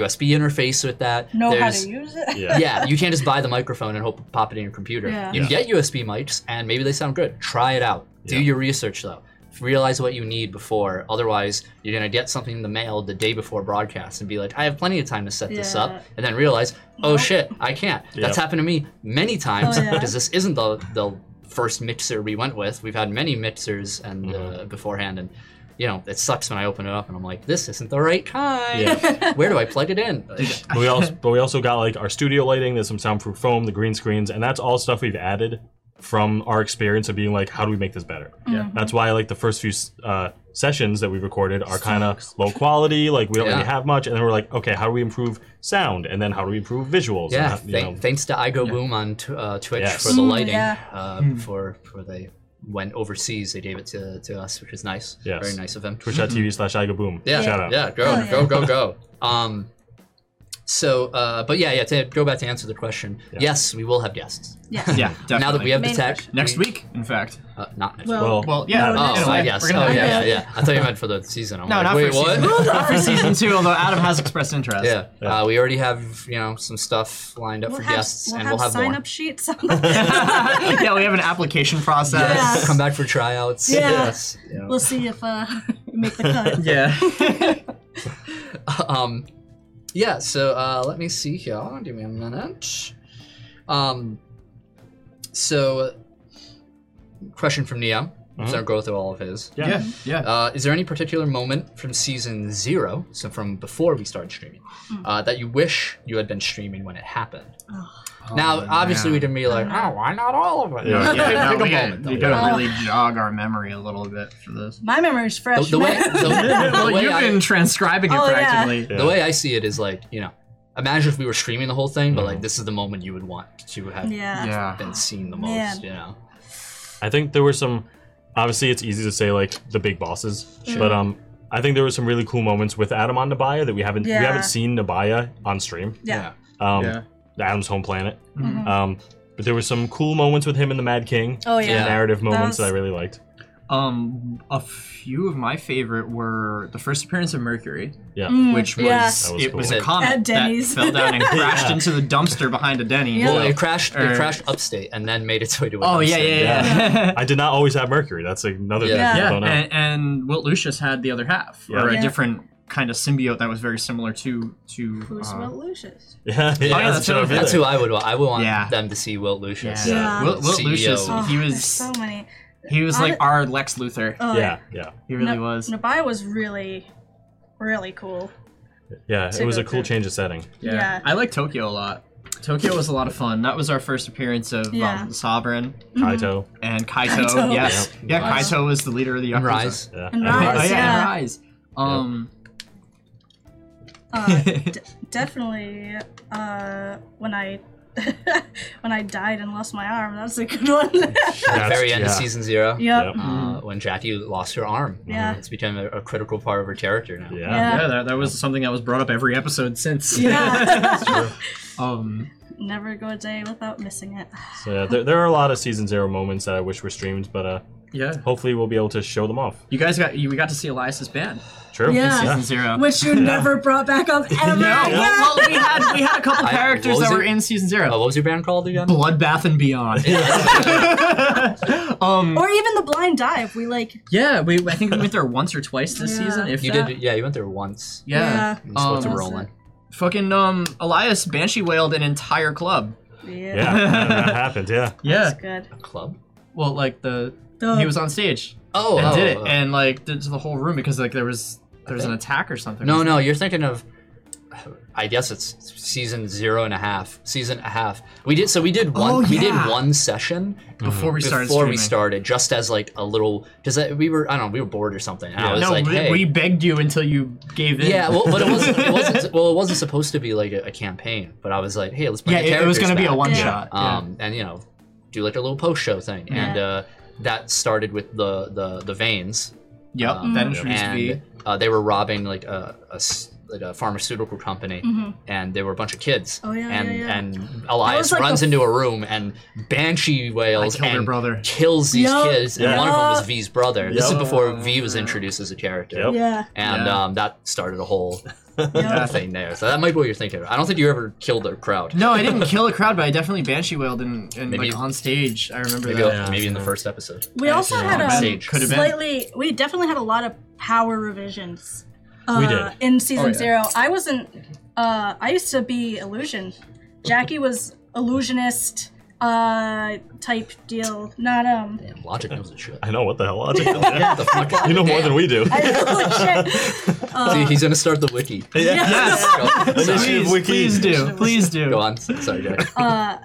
A: uh, usb interface with that
C: know
A: There's-
C: how to use it.
B: Yeah.
A: yeah, you can't just buy the microphone and hope pop it in your computer.
C: Yeah.
A: You get USB mics, and maybe they sound good. Try it out. Do
B: Yeah.
A: your research though. Realize what you need before. Otherwise, you're gonna get something in the mail the day before broadcast and be like, "I have plenty of time to set this
C: Yeah.
A: up," and then realize, "Oh
C: Nope.
A: shit, I can't." That's
B: Yeah.
A: happened to me many times
C: Oh, yeah.
A: because this isn't the the first mixer we went with. We've had many mixers and uh, beforehand, and you know it sucks when I open it up and I'm like, "This isn't the right kind." Where do I plug it in?
B: But we also but we also got like our studio lighting, there's some soundproof foam, the green screens, and that's all stuff we've added from our experience of being like, how do we make this better?
D: Yeah.
B: That's why like the first few uh, sessions that we recorded are kind of low quality, like we don't
A: Yeah.
B: really have much, and then we're like, okay, how do we improve sound, and then how do we improve visuals?
A: Yeah,
B: and, how- you
A: thank-
B: know.
A: thanks to Igo Boom on tw- uh, Twitch
B: Yes. Hmm.
A: for the
C: Mm,
A: lighting.
C: yeah.
A: Uh, Before before they went overseas, they gave it to, to us, which is nice.
B: Yes.
A: Very nice of them.
B: Twitch.tv slash Igaboom.
A: Yeah,
B: Shout out.
A: yeah, go,
C: Oh, yeah.
A: go, go, go. Um, so, uh, but yeah, yeah. To go back to answer the question, yes, we will have guests.
C: Yes.
D: yeah, definitely.
A: Now that we have the
C: Main
A: tech,
C: question.
D: next
A: we-
D: week, in fact.
A: uh, not next.
C: Well,
B: Well,
D: Well, yeah.
C: No,
A: week.
D: in a
A: Oh,
D: way,
A: I
D: we're
A: guess.
D: gonna
A: Oh,
D: have
A: yeah,
D: guests.
A: yeah. I thought you meant for the season. I'm
D: No,
A: like,
D: not
A: wait,
D: for
A: what?
D: season. not for season two. Although Adam has expressed interest.
A: Yeah, Uh, we already have you know some stuff lined up
C: we'll
A: for
C: have,
A: guests,
C: we'll
A: and
C: have
A: we'll have
C: sign
A: more.
C: up sheets. On the-
D: yeah, we have an application process.
C: Yeah.
A: Come back for tryouts.
C: Yeah.
A: Yes. Yeah.
C: we'll see if uh, we make the cut.
D: Yeah.
A: um yeah so uh let me see here give me a minute um so question from neo I'm just gonna go through all of his
B: Yeah.
D: yeah, yeah.
A: uh, is there any particular moment from season zero so from before we started streaming
C: Hmm.
A: uh, that you wish you had been streaming when it happened
D: Oh,
A: Oh, now obviously we didn't be like oh why not all of it
B: Yeah.
A: Pick-
D: Yeah,
A: pick a
D: no, we gotta,
A: moment, though.
D: we gotta
C: Yeah.
D: really jog our memory a little bit for this.
C: My memory's fresh.
A: The- the way-
C: man.
A: the-
D: well,
A: way
D: you've
A: I-
D: been transcribing it
C: Oh, yeah.
D: practically.
B: Yeah.
A: "Ah, The way I see it is like, you know, imagine if we were streaming the whole thing, but like this is the moment you would want to have
C: yeah.
D: Yeah.
A: been seen the most,
C: Man.
A: you know.
B: I think there were some. Obviously, it's easy to say like the big bosses, but um, I think there were some really cool moments with Adam on Nabaya that we haven't we
C: Yeah.
B: haven't seen Nabaya on stream.
C: Yeah.
B: Um,
D: Yeah.
B: Adam's home planet.
D: Mhm.
A: Mm-hmm.
B: Um, but there were some cool moments with him and the Mad King.
C: Mm-hmm. Oh yeah.
A: Yeah.
B: Narrative moments
C: was-
B: that I really liked.
D: Um, a few of my favorite were the first appearance of Mercury,
B: Yeah.
C: Mm.
D: which was
C: yeah.
B: That was
D: it was
B: cool.
D: a comet
C: At Denny's.
D: that fell down and crashed
B: Yeah.
D: into the dumpster behind a Denny's.
C: Yeah.
A: Well,
D: So-
A: it crashed.
D: Or-
A: It crashed upstate and then made its way to.
D: Oh yeah,
A: Wisconsin.
D: yeah,
B: Yeah.
D: yeah. yeah.
B: I did not always have Mercury. That's another
A: Yeah.
B: thing
C: Yeah.
B: people don't know.
D: and, and Wilt Lucius had the other half,
B: Yeah.
D: or a
C: Yeah.
D: different kind of symbiote that was very similar to to.
C: Who's
D: uh,
C: Will Lucius?
B: yeah, yeah,
D: yeah,
B: that's
D: that's
B: what
D: what
B: I
D: I'm-
A: That's who I would. want. I would want
D: Yeah.
A: them to see Wilt Lucius. uh,
C: Yeah. Yeah.
D: Wilt, Wilt
A: CEO.
D: Lucius,
A: Oh,
D: he
C: Ah, There's
D: was
C: so many.
D: he was like our Lex Luthor.
C: Oh,
B: yeah, yeah,
D: He really
C: No-
D: was.
C: Nabaya was really, really cool.
B: yeah. It
C: Super
B: was a cool
C: cool.
B: change of setting.
C: Yeah.
D: I like Tokyo a lot. Tokyo was a lot of fun. That was our first appearance of
C: Yeah.
D: um, Sovereign
C: Mm-hmm.
B: Kaito.
D: and Kaito.
C: Kaito.
D: Yes, yeah,
C: Rise.
D: Kaito was the leader of the Yakuza.
A: And Rise.
B: Yeah.
C: And
D: Oh, yeah,
C: Rise,
D: and
C: yeah.
D: Rise. Um,
C: Uh, d- definitely. Uh, when I when I died and lost my arm, that's a good one. yep.
A: At the
B: That's-
A: very end of
B: yeah.
A: season zero,
B: Yep.
C: Mm.
A: uh,
D: Mm-hmm.
A: when Jackie lost her arm, Uh,
C: Yeah.
A: it's become a, a critical part of her character now.
B: Yeah.
C: Yeah.
D: yeah, that, that was something that was brought up every episode since.
C: Yeah.
D: um,
C: Never go a day without missing it.
B: So yeah, there, there are a lot of season zero moments that I wish were streamed, but uh,
D: yeah.
B: hopefully we'll be able to show them off.
D: You guys got you we got to see Elias's band.
B: True.
C: Yeah.
D: Season zero.
C: Which you never brought back up ever
D: No, well, well, we had we had a couple
A: I-
D: characters
A: what was
D: that were
A: it?
D: in season
A: Uh,
D: zero.
A: what was your band called again?
D: Bloodbath and Beyond. um,
C: Or even the blind dive. We like.
D: yeah, we I think we went there once or twice this
C: Yeah.
D: season. If
A: you
D: that.
A: did. Yeah, you went there once.
D: Yeah.
A: I'm supposed
D: Um,
A: to roll in.
D: Fucking um, Elias Banshee wailed an entire club.
C: Yeah.
B: Yeah, that happened. Yeah.
D: Yeah.
C: That's good.
A: A club.
D: Well, like the
C: The-
D: he was on stage
A: Uh, Oh,
D: and
A: oh,
D: did it,
A: oh.
D: and like did to the whole room because like there was there was an attack or something.
A: No, no, you're thinking of. I guess it's season zero and a half. Season a half. We did so. We did one.
D: Oh,
A: We did
D: yeah.
A: one session
D: Before we started.
A: before we
D: streaming.
A: started, just as like a little because we were I don't know we were bored or something. And I was
D: No,
A: like,
D: we,
A: hey,
D: we begged you until you gave in.
A: yeah, well, but it wasn't, it wasn't. Well, it wasn't supposed to be like a, a campaign. But I was like, hey, let's bring
D: yeah,
A: the
D: it, it was
A: characters
D: gonna be a
A: back.
D: one
C: Yeah.
D: shot. yeah.
A: um, and you know, do like a little post show thing, and
C: Yeah.
A: uh, that started with the the the veins,
D: Yep,
A: um,
D: that introduced
A: and
D: me.
A: uh, they were robbing like a, a s- like a pharmaceutical company, and they were a bunch of kids.
C: Mm-hmm. Oh, yeah,
A: and
C: yeah, yeah.
A: and
C: That
A: Elias
C: was like
A: runs
C: the-
A: into a room and banshee wails
D: I killed her
A: and
D: brother.
A: kills these
C: Yup.
A: kids, and
B: Yeah.
A: one of them was V's brother. This is
B: Yup.
A: before V was introduced as a character.
B: Yup.
C: Yeah.
A: And
D: Yeah.
A: um, that started a whole
C: Yeah.
A: thing there. So that might be what you're thinking. of. I don't think you ever killed a crowd.
D: No, I didn't kill a crowd, but I definitely banshee wailed and, and
A: Maybe-
D: like on stage. I remember
A: Maybe, uh,
D: that.
A: maybe in the first episode.
C: We also had
A: on
C: um,
A: stage.
D: Could have been.
C: slightly. We definitely had a lot of power revisions. Uh,
B: We did.
C: in season
D: Oh, yeah.
C: zero. I wasn't. Uh, I used to be illusion. Jackie was illusionist uh, type deal. Not um.
A: Damn, logic knows its shit.
B: I know what the hell. I'll take that.
A: What the fuck?
B: You know more than we do.
C: Holy shit.
A: See, he's gonna start the wiki. Go, sorry.
B: Initiative
D: Please,
B: wiki.
D: please do, please do.
A: Go on. Sorry, Jack.
C: uh,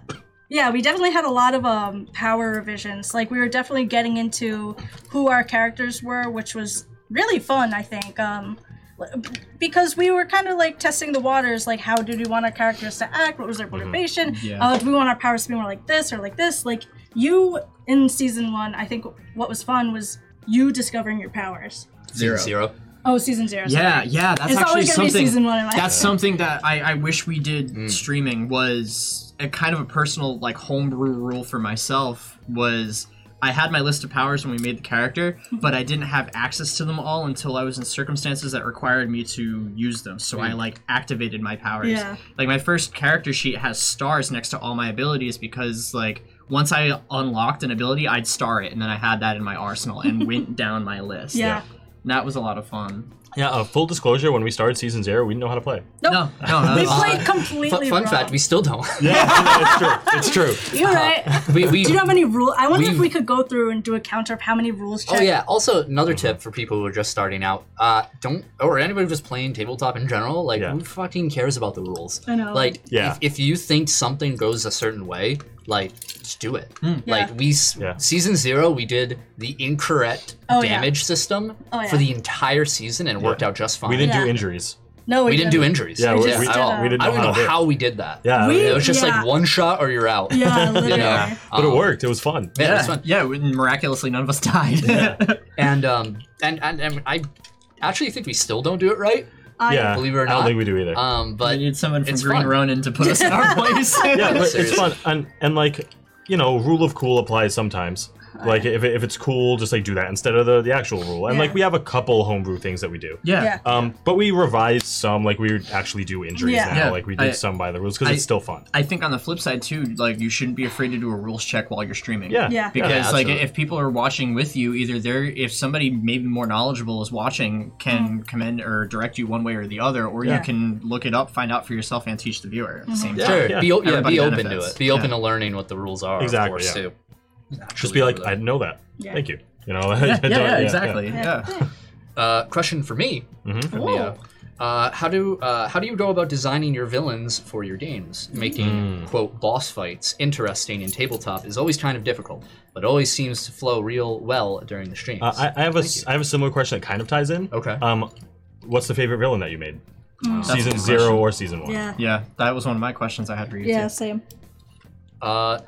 C: yeah, we definitely had a lot of um, power revisions. Like we were definitely getting into who our characters were, which was really fun. I think um, l- because we were kind of like testing the waters. Like, how did we want our characters to act? What was their motivation?
D: Mm-hmm. Yeah.
C: Uh, do we want our powers to be more like this or like this? Like you in season one, I think what was fun was you discovering your powers.
A: Zero. Zero.
C: Oh, season zero. sorry.
D: Yeah, yeah, that's
C: It's
D: actually
C: always gonna be
D: something.
C: season one in my-
D: that's something that I, I wish we did streaming was a kind of a personal like homebrew rule for myself was I had my list of powers when we made the character,
C: Mm-hmm.
D: but I didn't have access to them all until I was in circumstances that required me to use them. So I like activated my powers.
C: Yeah.
D: Like my first character sheet has stars next to all my abilities because like once I unlocked an ability, I'd star it, and then I had that in my arsenal and went down my list.
C: Yeah.
D: And that was a lot of fun.
B: Yeah. Uh, full disclosure: when we started season zero, we didn't know how to play.
C: Nope.
D: No, no, no.
C: Oh. We
D: that's-
C: played
A: Fun,
C: completely
A: fun
C: wrong.
A: fact: we still don't.
B: Yeah, it's true. It's true.
C: You're right.
A: We, we,
C: Do you know how many rules? I wonder
A: We've-
C: if we could go through and do a counter of how many rules.
A: Oh
C: check-
A: yeah. Also, another tip for people who are just starting out: uh, don't, or anybody just playing tabletop in general. Like,
B: Yeah.
A: who fucking cares about the rules?
C: I know.
A: Like,
B: Yeah.
A: if, if you think something goes a certain way, like, just do it. Like
C: Yeah.
A: we, s
B: Hmm. Yeah.
A: season zero, we did the incorrect
C: Oh, yeah.
A: damage system
C: Oh, yeah.
A: for the entire season and it worked out just fine.
B: We didn't
C: Yeah.
B: do injuries.
C: No,
A: We didn't do injuries.
B: Yeah,
C: We
B: we,
C: just
B: we,
C: did a-
B: we didn't know,
A: I don't
B: how,
A: know
B: to do it.
A: how we did that.
B: Yeah.
C: We-
A: It was just
C: Yeah.
A: like one shot or you're out.
C: Yeah, literally.
A: Yeah.
B: But it
A: Um,
B: worked. It was fun.
A: Man, it was
D: Yeah,
A: fun.
D: yeah. we- Miraculously, none of us died.
A: And um, and, and and I actually think we still don't do it right.
C: I-
B: yeah.
A: believe it or
B: I
A: not.
B: don't think we do either.
A: Um,
D: I
A: but
D: need someone from
A: It's
D: Green
A: fun.
D: Ronin to put us in our place.
B: yeah, but it's
A: Seriously.
B: fun. And, and like, you know, rule of cool applies sometimes. Like if, it- if it's cool, just like do that instead of the, the actual rule. And like
C: Yeah.
B: we have a couple homebrew things that we do.
D: Yeah.
C: Yeah.
B: Um, but we revised some. Like we actually do injuries
C: Yeah.
B: now.
D: Yeah.
B: Like we did
D: I-
B: some by the rules because
D: I-
B: it's still fun.
D: I think on the flip side too, like you shouldn't be afraid to do a rules check while you're streaming.
B: Yeah.
C: Yeah.
D: Because
E: Yeah,
D: like
E: absolutely.
D: if people are watching with you, either they're if somebody maybe more knowledgeable is watching
C: Mm-hmm.
D: can commend or direct you one way or the other, or
B: Yeah.
D: you can look it up, find out for yourself, and teach the viewer at
C: Mm-hmm.
D: the same
B: Yeah.
D: time.
A: Sure. Be, o- yeah,
D: Everybody
A: be open to
D: benefits.
A: it. Be open to learning what the rules are. Of
B: Exactly,
A: course,
B: yeah.
A: too.
B: Just
A: Actually
B: be like,
A: do
B: I
A: that.
B: know that.
C: Yeah.
B: Thank you. You know.
E: Yeah,
B: I don't-
E: yeah, yeah,
B: yeah,
E: exactly. Yeah.
D: Yeah.
A: Uh, question for me.
B: Mhm.
A: from Mia. Uh, how do uh, how do you go about designing your villains for your games? Making
B: Hmm.
A: quote boss fights interesting in tabletop is always kind of difficult, but always seems to flow real well during the streams.
B: Uh, I, I have a s- I have a similar question that kind of ties in.
A: Okay.
B: Um, what's the favorite villain that you made?
D: Hmm.
B: Season
D: That's a good
B: zero
D: question.
B: or season one?
C: Yeah.
D: Yeah, that was one of my questions I had for you.
C: Yeah.
D: Too.
C: Same.
A: Uh,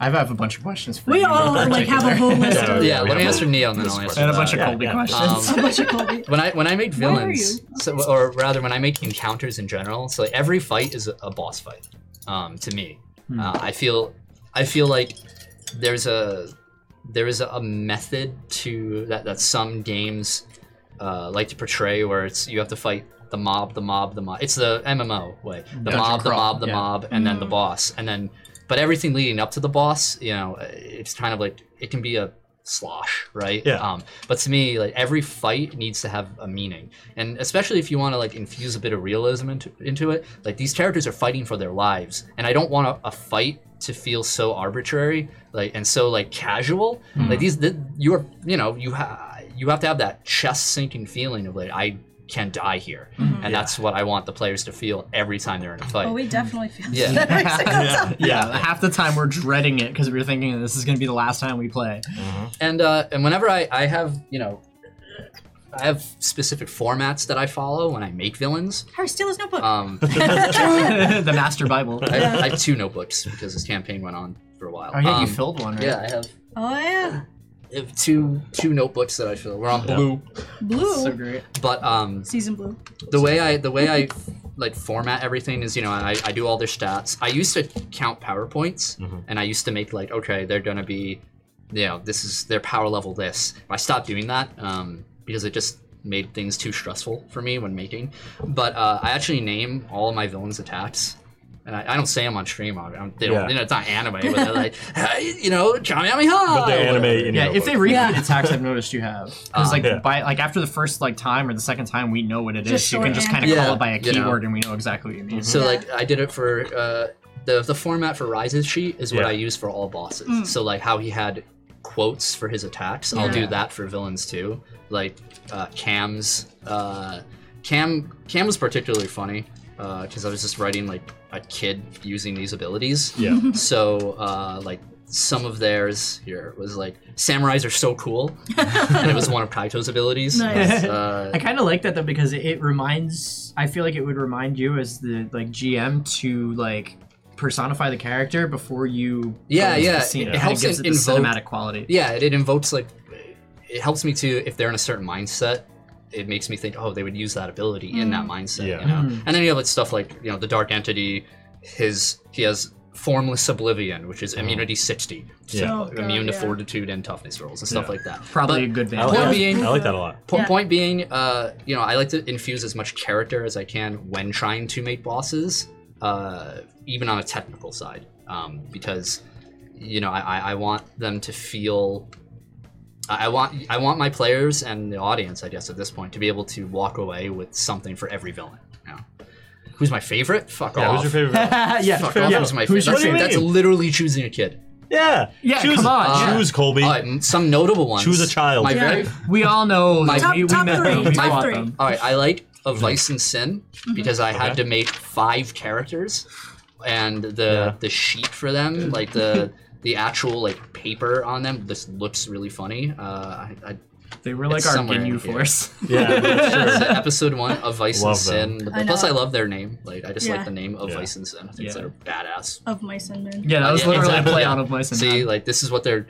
D: I have a bunch of questions for
C: We
D: you. in
C: all like have a
D: particular.
C: whole list
B: Oh, Yeah.
C: of
A: yeah,
B: we
A: let me
B: have
A: answer Neil and then I'll answer.
D: and a bunch of
B: Yeah,
D: Colby
B: yeah.
D: questions.
A: Um,
C: a bunch of Colby.
A: when I when I make
C: Why are
A: villains,
C: you?
A: so, or rather when I make encounters in general, so like, every fight is a, a boss fight. Um, to me,
D: Hmm.
A: uh, I feel I feel like there's a there is a, a method to that that some games uh, like to portray where it's you have to fight the mob, the mob, the mob. It's the MMO way: the
D: Dungeon
A: mob, the
D: crawl,
A: mob, the
D: yeah.
A: mob, and
C: Mm.
A: then the boss, and then but everything leading up to the boss, you know, it's kind of like it can be a slosh, right?
B: Yeah.
A: Um, but to me, like every fight needs to have a meaning, and especially if you want to like infuse a bit of realism into, into it, like these characters are fighting for their lives, and I don't want a, a fight to feel so arbitrary, like and so like casual. Like these, th you're you know you ha- you have to have that chest sinking feeling of like I can die here, and that's what I want the players to feel every time they're in a fight.
C: Oh, we definitely feel
A: Yeah.
C: that every single time.
D: yeah, half the time we're dreading it because we were thinking this is going to be the last time we play.
A: and uh, and whenever I, I have you know I have specific formats that I follow when I make villains.
C: Harry steal his notebook.
A: Um,
D: the Master Bible.
A: I, I have two notebooks because this campaign went on for a while.
D: Oh yeah,
A: Um,
D: you filled one, right?
A: Yeah, I have,
C: oh yeah,
A: I have two two notebooks that I fill. We're on blue,
C: blue
D: So great.
A: but um,
C: season blue.
A: the way I the way I like format everything is you know I, I do all their stats. I used to count power points
B: Mm-hmm.
A: and I used to make like okay they're gonna be you know this is their power level this. I stopped doing that um, because it just made things too stressful for me when making. But uh, I actually name all of my villains attacks. And I, I don't say them on stream. I don't, they don't,
B: Yeah.
A: you know, it's not anime, but they're like, "Hey, you know, Kamehameha.
B: But they anime in
D: Yeah,
B: your
D: if they
B: book.
D: repeat
C: Yeah.
D: attacks, I've noticed you have because like
B: Yeah.
D: by like after the first like time or the second time, we know what it is.
C: Just
D: you can just kind
C: shorthand.
D: of
A: Yeah,
D: call it by a
A: you know. Mm-hmm.
D: keyword, and we know exactly what you mean.
A: So
C: Yeah.
A: like I did it for uh, the the format for Rise's sheet is what
B: Yeah.
A: I use for all bosses.
C: Mm.
A: So like how he had quotes for his attacks, I'll do
D: Yeah.
A: that for villains too. Like uh, Cam's uh, Cam Cam was particularly funny because I was just writing like a kid using these abilities.
B: Yeah.
C: Mm-hmm.
A: So uh, like some of theirs here was like samurais are so cool, and it was one of Kaito's abilities.
C: Nice.
A: Uh,
D: I kind of like that though because it, it reminds. I feel like it would remind you as the like GM to like personify the character before you.
A: Yeah,
D: go into
A: yeah,
D: The scene.
A: it
D: kinda
A: helps
D: gives
A: in-
D: it the
A: invoke-
D: cinematic quality.
A: yeah it, it invokes like it helps me to if they're in a certain mindset it makes me think oh they would use that ability in that mindset
B: Yeah.
A: you know and then you have like stuff like you know the dark entity his he has formless oblivion which is
B: Oh.
A: immunity 60 so
B: Yeah.
C: Oh, God,
A: immune to
C: yeah.
A: fortitude and toughness rolls and stuff
B: Yeah.
A: like that
D: Probably
A: But-
D: a good
B: I
D: band.
B: like,
A: Point
B: that.
A: being-
B: I like that a lot.
A: Po-
C: Yeah.
A: Point being, uh, you know, I like to infuse as much character as I can when trying to make bosses, uh, even on a technical side, um, because you know I, I, I want them to feel. I I want I want my players and the audience, I guess, at this point, to be able to walk away with something for every villain. You know? Who's my favorite? Fuck
B: Yeah,
A: off!
B: who's Oh, your favorite? villain?
D: yeah,
A: Fuck
D: fair
A: off!
D: enough.
A: Who's my
D: Who's
A: favorite?
D: your
A: That's, that's
B: favorite?
A: literally choosing a kid.
B: yeah.
D: Yeah,
B: Choose,
D: come on, yeah.
B: Choose Colby.
A: All right, m- some notable ones.
B: Choose a child.
A: My
C: Yeah.
A: very
D: We all know.
A: My-
D: that
A: Top-
D: we, we
C: top
D: met them,
C: three,
D: we
C: top
D: fought
C: three.
D: them.
A: All right, I like of Vice and Sin
C: Mm-hmm.
A: because I had to make five characters, and the
B: Yeah.
A: the sheet for them, like the the actual like paper on them, this looks really funny. Uh, I, I,
D: They were like
A: It's
D: our
A: somewhere in
D: Ginyu
A: here.
D: force.
B: Yeah. that's
A: it's
B: true.
A: episode one of Vice and
B: Love
A: Sin.
B: them.
A: The-
C: I
A: plus,
C: know.
A: I love their name. Like, I just
C: Yeah.
A: like the name of
B: Yeah.
A: Vice and Sin. I think
D: Yeah.
A: they're badass.
C: of mice and men.
D: Yeah, that was
A: Yeah,
D: literally
A: exactly.
D: a play
A: Yeah.
D: on of mice and
A: See,
D: men.
A: like this is what they're.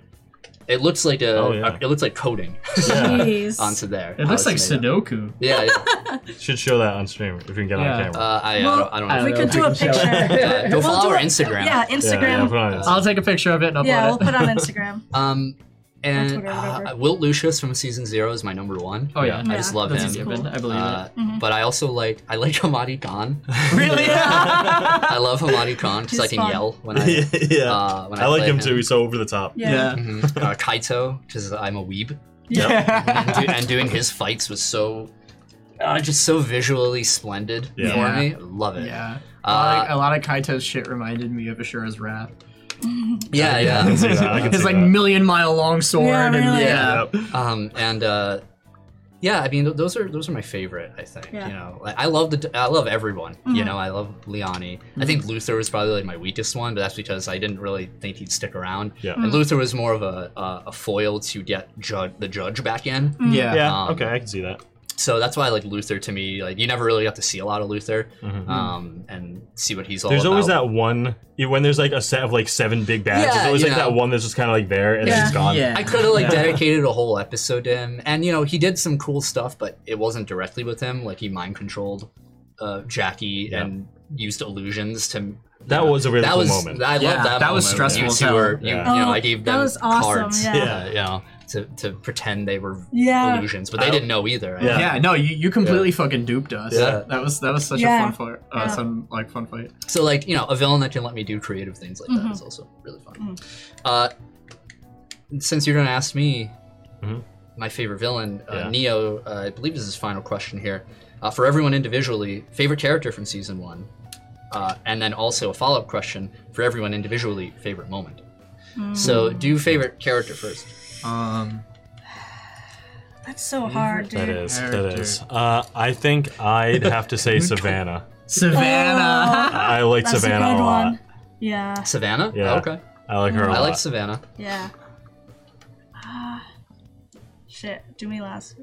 A: It looks like a.
B: Oh, yeah.
A: It looks like coding
C: Jeez.
A: onto there.
D: It looks like
A: Sudoku.
D: Sudoku.
A: Yeah. yeah.
B: Should show that on stream if we can get
D: Yeah.
B: on camera.
A: Uh, I, I
C: Well,
A: don't. I don't
D: I
A: know.
C: we
D: don't
C: could
D: know
C: do a
D: if we can show it.
C: picture.
A: Yeah, go
C: We'll
A: follow
C: do
A: our
C: a-
A: Instagram.
C: Yeah,
B: yeah, yeah, put
C: Instagram.
B: on it.
D: I'll take a picture of it and upload
C: Yeah, we'll
D: it.
C: put it on Instagram.
A: Um, and
C: Twitter or whatever.
A: uh, Wilt Lucius from season zero is my number one.
D: Oh, yeah.
A: I just
C: Yeah.
A: love
D: That's
A: him.
D: a given.
C: cool.
D: I believe
A: Uh,
C: Mm-hmm.
A: But I also like I like Hamadi Khan.
D: it. Really? yeah.
A: I love Hamadi Khan because
C: He's
A: I can
C: fun.
A: yell when I
B: yeah,
A: uh, when I,
B: I like
A: play
B: him, too. He's so over the top.
C: Yeah.
A: Mhm. Uh, Kaito because I'm a weeb, and,
D: Yeah.
A: do- and doing his fights was so uh, just so visually splendid
B: Yeah.
A: for
D: Yeah.
A: me. Love it.
D: yeah. A lot,
A: Uh,
C: um,
D: of, a lot of Kaito's shit reminded me of Ashura's wrath.
A: yeah,
B: I can
A: yeah.
B: see that. I can
D: His
B: see
D: like
B: that.
D: million mile long sword.
C: Yeah,
D: and,
C: really.
D: yeah.
B: Yep.
A: um, and uh, yeah, I mean th- those are those are my favorite. I think
C: Yeah.
A: you know like, I love the d- I love everyone. You know I love Liani. I think Luther was probably like my weakest one, but that's because I didn't really think he'd stick around.
B: Yeah.
A: And Luther was more of a a, a foil to get judge, the judge back in.
C: Mm-hmm. Mm.
D: Yeah.
B: Yeah.
A: Um,
B: okay, I can see that.
A: So that's why like Luther to me like you never really got to see a lot of Luther
B: Mhm.
A: um, and see what he's all.
B: There's always
A: about.
B: that one you- when there's like a set of like seven big bads.
A: Yeah,
B: there's always
A: you
B: like that
A: know.
B: one that's just kind of like there and
C: Yeah.
B: then it's gone.
E: Yeah.
A: I could have like dedicated a whole episode to him, and you know he did some cool stuff, but it wasn't directly with him. Like he mind controlled uh, Jackie
B: Yeah.
A: and used illusions to.
B: That was a really
A: that
B: cool
A: was
B: moment.
A: I
D: Yeah,
A: love that.
D: that was
A: moment.
D: stressful
A: You
D: as
A: two
D: hell.
A: were, you,
B: Yeah.
A: you know,
C: Oh,
A: I gave
C: that
A: them
C: was awesome,
A: cards,
C: yeah.
A: uh, you know, to to pretend they were
C: Yeah.
A: illusions, but they didn't know either. I
B: Yeah.
A: think.
D: Yeah, no, you, you completely fucking duped us.
A: Yeah.
D: That was that was such
C: Yeah.
D: a fun fight. Uh,
C: Yeah.
D: Some like fun fight.
A: So like you know, a villain that can let me do creative things like
D: Mm-hmm.
A: that is also really fun. Uh, since you're gonna ask me,
B: Mhm.
A: my favorite villain, uh,
B: Yeah.
A: Neo, uh, I believe is his final question here. Uh, for everyone individually, favorite character from season one, uh, and then also a follow-up question for everyone individually, favorite moment. So
D: Mm.
A: do favorite character first.
D: Um,
C: Oh. That's so hard, dude.
B: That is. That
D: Character.
B: is. Uh, I think I'd have to say Savannah.
D: Savannah.
B: I like
C: That's
B: Savannah
C: a
B: a,
C: good
B: lot.
C: one. Yeah.
A: Savannah. Oh,
B: Yeah. Uh,
A: okay.
B: I like her a
A: I
B: lot.
A: like Savannah.
C: Yeah. Ah, Shit, do me last.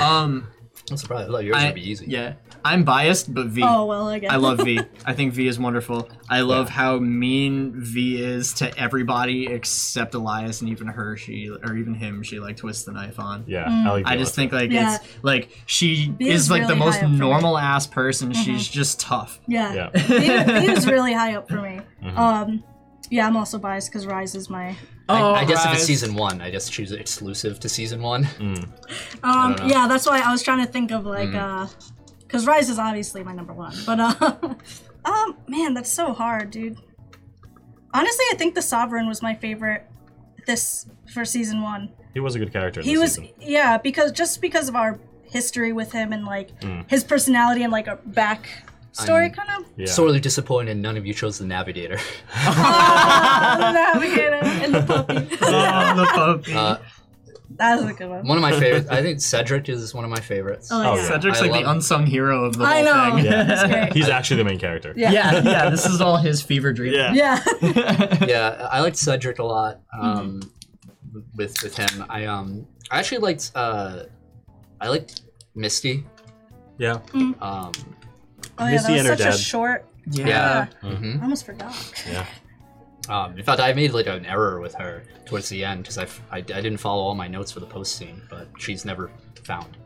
D: um,
A: I'm surprised. I thought yours
D: I-
A: would be easy.
D: yeah, I'm biased, but V. I
C: oh well, I guess.
D: love V. I think V is wonderful. I love how mean V is to everybody except Elias and even her. She or even him. She like twists the knife on.
B: yeah,
C: Mm.
B: I like.
D: I just
B: Violet.
D: think like
C: Yeah.
D: it's like she
C: V
D: is
C: is
D: like the
C: really
D: most
C: high up for me. Mm-hmm.
D: normal ass person. She's just tough.
C: Yeah.
B: Yeah. Mm-hmm.
C: he, he was really high up for me. Um, yeah, I'm also biased because Rise is my.
A: I, I guess if it's
D: Rise.
A: season one, I just choose it exclusive to season one.
B: Mm.
C: Um,
A: don't know.
C: yeah, that's why I was trying to think of like, uh, because Rise is obviously my number one, but uh, um, man, that's so hard, dude. Honestly, I think the Sovereign was my favorite this for season one.
B: he was a good character. In
C: he
B: this
C: was
B: season.
C: yeah because just because of our history with him and like his personality and like a back story kind of
B: Mm. Yeah.
A: Sorely disappointed none of you chose the navigator.
C: the navigator and the puppy
D: Oh, the puppy.
A: Uh,
C: that was a good one
A: One of my favorites. I think Cedric is one of my favorites.
C: oh,
B: Oh,
C: yeah.
B: yeah.
D: Cedric's
A: I
D: like
A: love-
D: the unsung hero of the
C: I
D: whole
C: know.
D: thing.
B: Yeah.
C: That's great.
B: He's actually the main character.
C: Yeah.
E: yeah, yeah, this is all his fever dream.
B: Yeah.
C: yeah
A: yeah, I liked Cedric a lot.
C: Mm-hmm.
A: Um, With with him, I um I actually liked uh I liked Misty.
B: Yeah.
A: Um,
C: oh yeah
B: Misty
C: that was
B: and her
C: such a
B: dad.
C: short
D: Uh,
A: yeah.
C: i almost forgot
B: Yeah.
A: mm-hmm. Um, in fact, I made like an error with her towards the end because I, f- I I didn't follow all my notes for the post scene, but she's never found.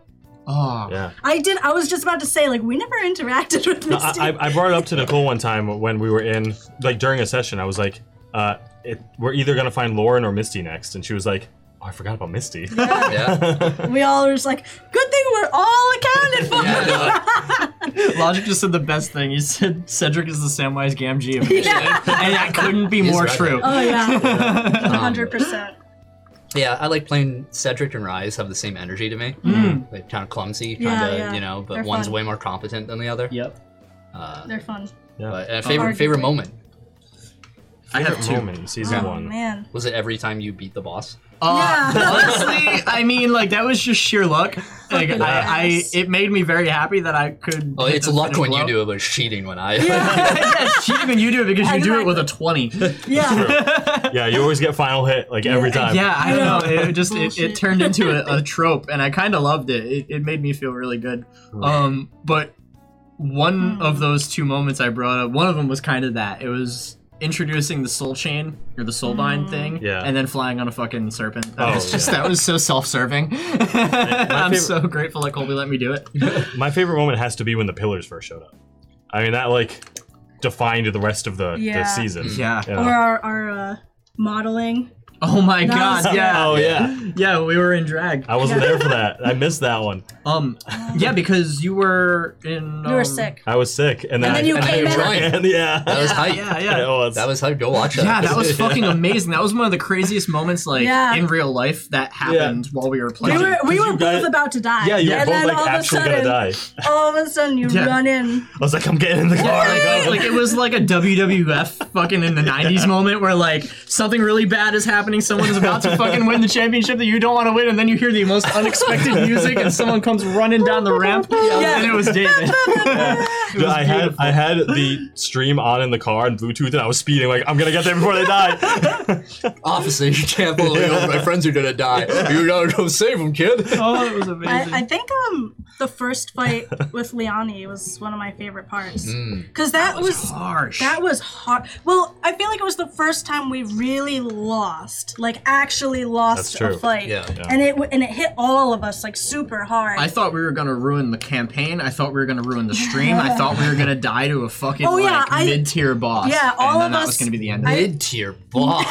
D: Oh,
B: Yeah.
C: i did i was just about to say like we never interacted with
B: No,
C: misty
B: I, I- I brought it up to Nicole one time when we were in, like during a session. I was like, uh, it, "We're either gonna find Lauren or Misty next," and she was like, "Oh, I forgot about Misty."
A: Yeah.
C: we all were just like good thing we're all accounted for
A: Yeah, no,
D: Logic just said the best thing. He said Cedric is the Samwise Gamgee of yeah. and that couldn't be
A: He's
D: more
A: right.
D: true.
C: oh yeah
A: Um,
C: 100%
A: Yeah, I like playing Cedric and Rise have the same energy to me. Like kind of clumsy, kind
C: Mm. Yeah,
A: of
C: yeah.
A: you know, but
C: They're
A: one's
C: fun.
A: way more competent than the other.
E: Yep.
A: Uh,
C: they're fun
A: but and favorite favorite moment
D: I have
B: Favorite
D: two.
B: moment in season
C: oh
B: one.
C: man
A: was it every time you beat the boss?
D: Uh,
C: Yeah.
D: honestly, I mean, like that was just sheer luck. Like
C: Fucking
D: I, I,
C: ass.
D: it made me very happy that I could.
A: Oh,
D: hit
A: it's
D: the
A: luck
D: finish
A: when you
D: blow.
A: do it, but it's cheating when I.
D: yeah, it's cheating when you do it because you do it with a twenty.
C: yeah
B: Yeah, you always get final hit like every time.
D: Yeah, I don't know. It just it,
C: Bullshit.
D: it turned into a, a trope, and I kind of loved it. it. It made me feel really good. Um, but
C: Hmm.
D: one of those two moments I brought up, one of them was kind of that. It was introducing the soul chain or the soul
C: Hmm.
D: bind thing,
B: Yeah.
D: and then flying on a fucking serpent. That
B: Oh,
D: was just
B: yeah.
D: that was so self-serving. I'm
B: favorite-
D: so grateful that Colby let me do it.
B: My favorite moment has to be when the pillars first showed up. I mean, that like defined the rest of the,
C: Yeah.
B: the season.
D: Yeah.
B: You know?
C: or our, our uh, modeling
D: Oh my
C: That
D: god,
C: was-
D: yeah.
B: Oh yeah,
D: Yeah, we were in drag.
B: I wasn't there for that. I missed that one.
D: Um, yeah, because you were in.
C: You were
D: um,
C: sick.
B: I was sick, and then,
C: And then you
B: I,
C: came
A: in.
B: and- yeah,
A: That was hype.
D: Uh, Yeah,
B: Yeah, it
D: yeah.
B: was.
A: That was hype. Go watch that.
D: Yeah, that was fucking amazing. That was one of the craziest moments, like
C: Yeah.
D: in real life, that happened while we were
C: We
D: playing.
C: were we
B: you
C: were both
B: guys-
C: about to die.
B: yeah, you were
C: and
B: both
C: then all
B: like
C: of a
B: actually
C: sudden,
B: gonna die.
C: All of a sudden, you
D: Yeah.
C: run in.
B: I was like, I'm getting in the car. I
D: like,
B: gotta
D: like, it was like a WWF fucking in the 90s moment where like something really bad is happening someone is about to fucking win the championship that you don't want to win and then you hear the most unexpected music and someone comes running down the ramp
C: Yeah.
D: and it was David
B: go. I had I had the stream on in the car and Bluetooth, and I was speeding. Like, I'm gonna get there before they die.
A: Officer, you can't pull me over. My friends are gonna die. You gotta go save them, kid.
D: oh it was amazing
C: I, I think um the first fight with Liani was one of my favorite parts
B: Mm.
C: because that, was
D: harsh
C: That was hard. Well, I feel like it was the first time we really lost, like actually
B: That's
C: lost a
B: true.
C: fight,
A: Yeah. Yeah.
C: and it w- and it hit all of us like super hard.
D: I thought we were gonna ruin the campaign. I thought we were gonna ruin the stream. I thought we were gonna die to a fucking
C: Oh, yeah,
D: like
C: I-
D: mid-tier boss.
C: Yeah, all
D: and then
C: of
D: that
C: us-
D: was gonna be the end. Of it.
A: Mid tier boss.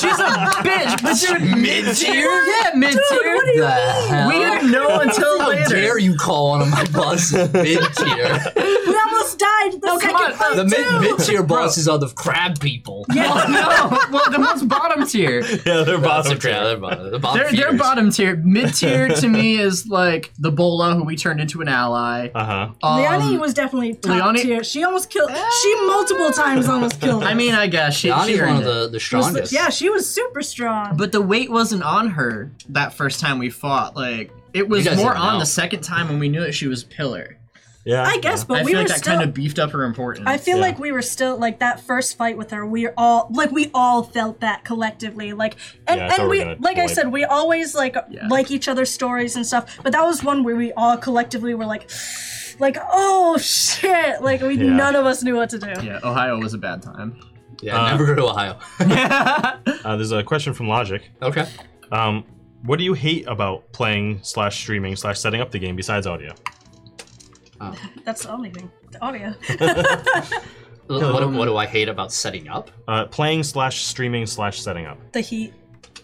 D: She's a bitch, but you're
A: Mid-tier?
D: Yeah, mid-tier.
C: what do you
A: The hell?
D: we didn't know until
A: How
D: later.
A: dare you call one of my bosses mid tier?
C: we almost died. The second
D: on,
C: fight
A: The
C: too.
A: mid tier bosses are the crab people.
D: Oh, no, well, the most bottom tier.
B: yeah, they're
A: That's
B: bottom
A: the crab.
B: tier.
A: They're bottom. The bottom
D: They're, they're
A: feeders.
D: bottom tier. Mid tier to me is like the Bola, who we turned into an ally.
B: Uh huh.
D: Um,
C: Liani was definitely top
D: Liani-
C: tier. She almost killed. She multiple times almost killed.
D: I
C: us.
D: mean, I guess she, she
A: Donnie's one
D: earned
A: of
D: it.
A: the, the
C: She was-
A: strongest.
C: yeah, she was super strong.
D: But the weight wasn't on her that first time we fought. Like it was
A: You guys
D: more
A: didn't
D: on
A: know.
D: the second time when we knew that she was pillar.
B: Yeah.
C: I guess, but
D: I
C: we
D: feel
C: were
D: like that
C: still.
D: kind of beefed up her importance.
C: I feel
B: Yeah.
C: like we were still like that first fight with her. We all like we all felt that collectively. Like and,
B: Yeah, I thought
C: and
B: we
C: we
B: were gonna
C: like I
B: collab.
C: said, we always like like each other's stories and stuff. But that was one where we all collectively were like, like oh shit! Like we
B: Yeah.
C: none of us knew what to do.
D: yeah, Ohio was a bad time.
A: Yeah, never go to Ohio.
B: Uh, there's a question from Logic.
A: okay.
B: Um, what do you hate about playing slash streaming slash setting up the game besides audio?
C: That's the only thing. The audio.
A: What, what, what do I hate about setting up?
B: Uh, playing slash streaming slash setting up.
C: the heat.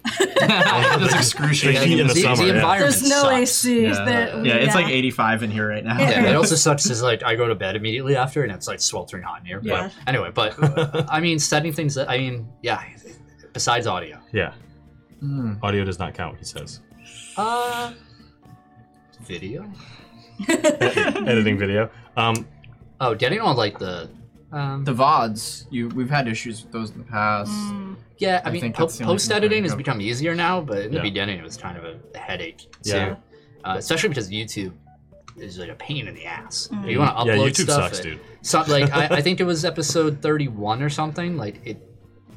D: That's
B: The
D: excruciating.
B: heat in the
A: the,
B: summer, yeah.
A: environment
C: There's no
A: sucks.
C: AC.
D: Yeah,
C: There-
D: yeah, it's like 85 in here right now.
A: Yeah, it also sucks is like I go to bed immediately after and it's like sweltering hot in here.
C: Yeah.
A: But anyway, but uh, I mean, setting things that I mean, yeah, besides audio.
B: Yeah.
D: Hmm.
B: Audio does not count, he says.
A: Uh, video?
B: Editing video. Um,
A: Oh, getting on like the. Um,
D: The VODs, you we've had issues with those in the past.
C: Mm.
A: yeah, I,
D: I
A: mean,
D: think
A: po-
D: that's the only
A: post editing
D: thing I
A: has
D: know.
A: become easier now, but in the
B: Yeah.
A: beginning it was kind of a headache too.
B: Yeah.
A: Uh, especially because YouTube is like a pain in the ass. If
B: Mm.
A: You want to
B: Yeah,
A: upload
B: YouTube
A: stuff,
B: sucks,
A: it-
B: dude.
A: So, like I, I think it was episode 31 or something. Like it,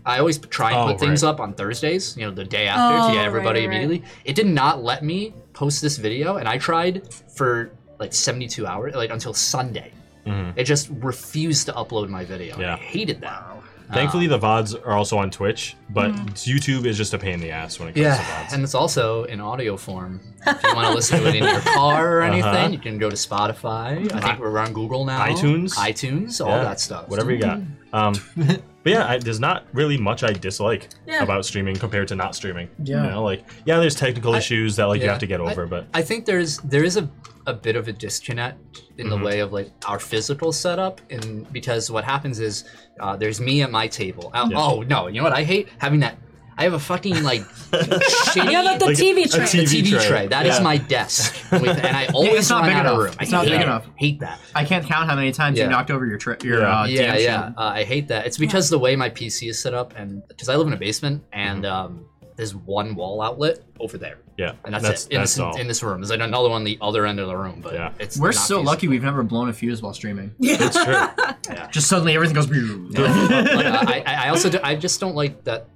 A: I always try and
B: Oh,
A: put things
B: right.
A: up on Thursdays. You know, the day after
C: Oh,
A: to get
C: right,
A: everybody
C: right, right.
A: immediately. It did not let me post this video, and I tried for like 72 hours, like until Sunday.
B: Mm-hmm.
A: It just refused to upload my video.
B: Yeah.
A: I hated that. Um,
B: Thankfully, the VODs are also on Twitch, but YouTube is just a pain in the ass when it comes to
A: Yeah,
B: VODs.
A: and it's also in audio form. If you want to listen to it in your car or
B: Uh-huh.
A: anything, you can go to Spotify. I think we're on Google now.
B: iTunes?
A: iTunes, all
B: Yeah,
A: that stuff.
B: Whatever you got. Um, but yeah, I, there's not really much I dislike
C: Yeah.
B: about streaming compared to not streaming.
D: Yeah.
B: You know, like, yeah, there's technical issues that like you
A: yeah.
B: have to get over, but
A: I think there's there is a, a bit of a disconnect in
D: Mm-hmm.
A: the way of like our physical setup, and because what happens is uh, there's me at my table. Oh, oh no, you know what I hate having that. I have a fucking like shitty
C: Yeah, but the
B: Like,
C: TV
B: a
C: tray.
B: TV
A: TV,
B: tray.
A: tray. That is
B: Yeah.
A: my desk, with, and I always
D: not
A: run
D: big
A: out of
D: enough.
A: room. I
D: It's not
A: hate
D: big
A: that.
D: enough.
A: Hate that.
D: I can't count how many times
A: Yeah.
D: you knocked over your tri- your
C: Oh,
B: Yeah.
D: uh,
A: yeah,
D: damn
A: yeah.
D: shit.
A: Uh, I hate that. It's because the way my PC is set up, and because I live in a basement, and
D: Mm-hmm.
A: um, there's one wall outlet over there,
B: yeah,
A: and that's, it. In,
B: That's
A: this,
B: all.
A: in this room, there's like another one the other end of the room, but
B: Yeah.
A: it's
D: We're
A: not
D: so
A: feasible.
D: lucky we've never blown a fuse while streaming.
B: It's true.
D: Just suddenly everything goes.
A: But, like, I, I- I also do, I just don't like that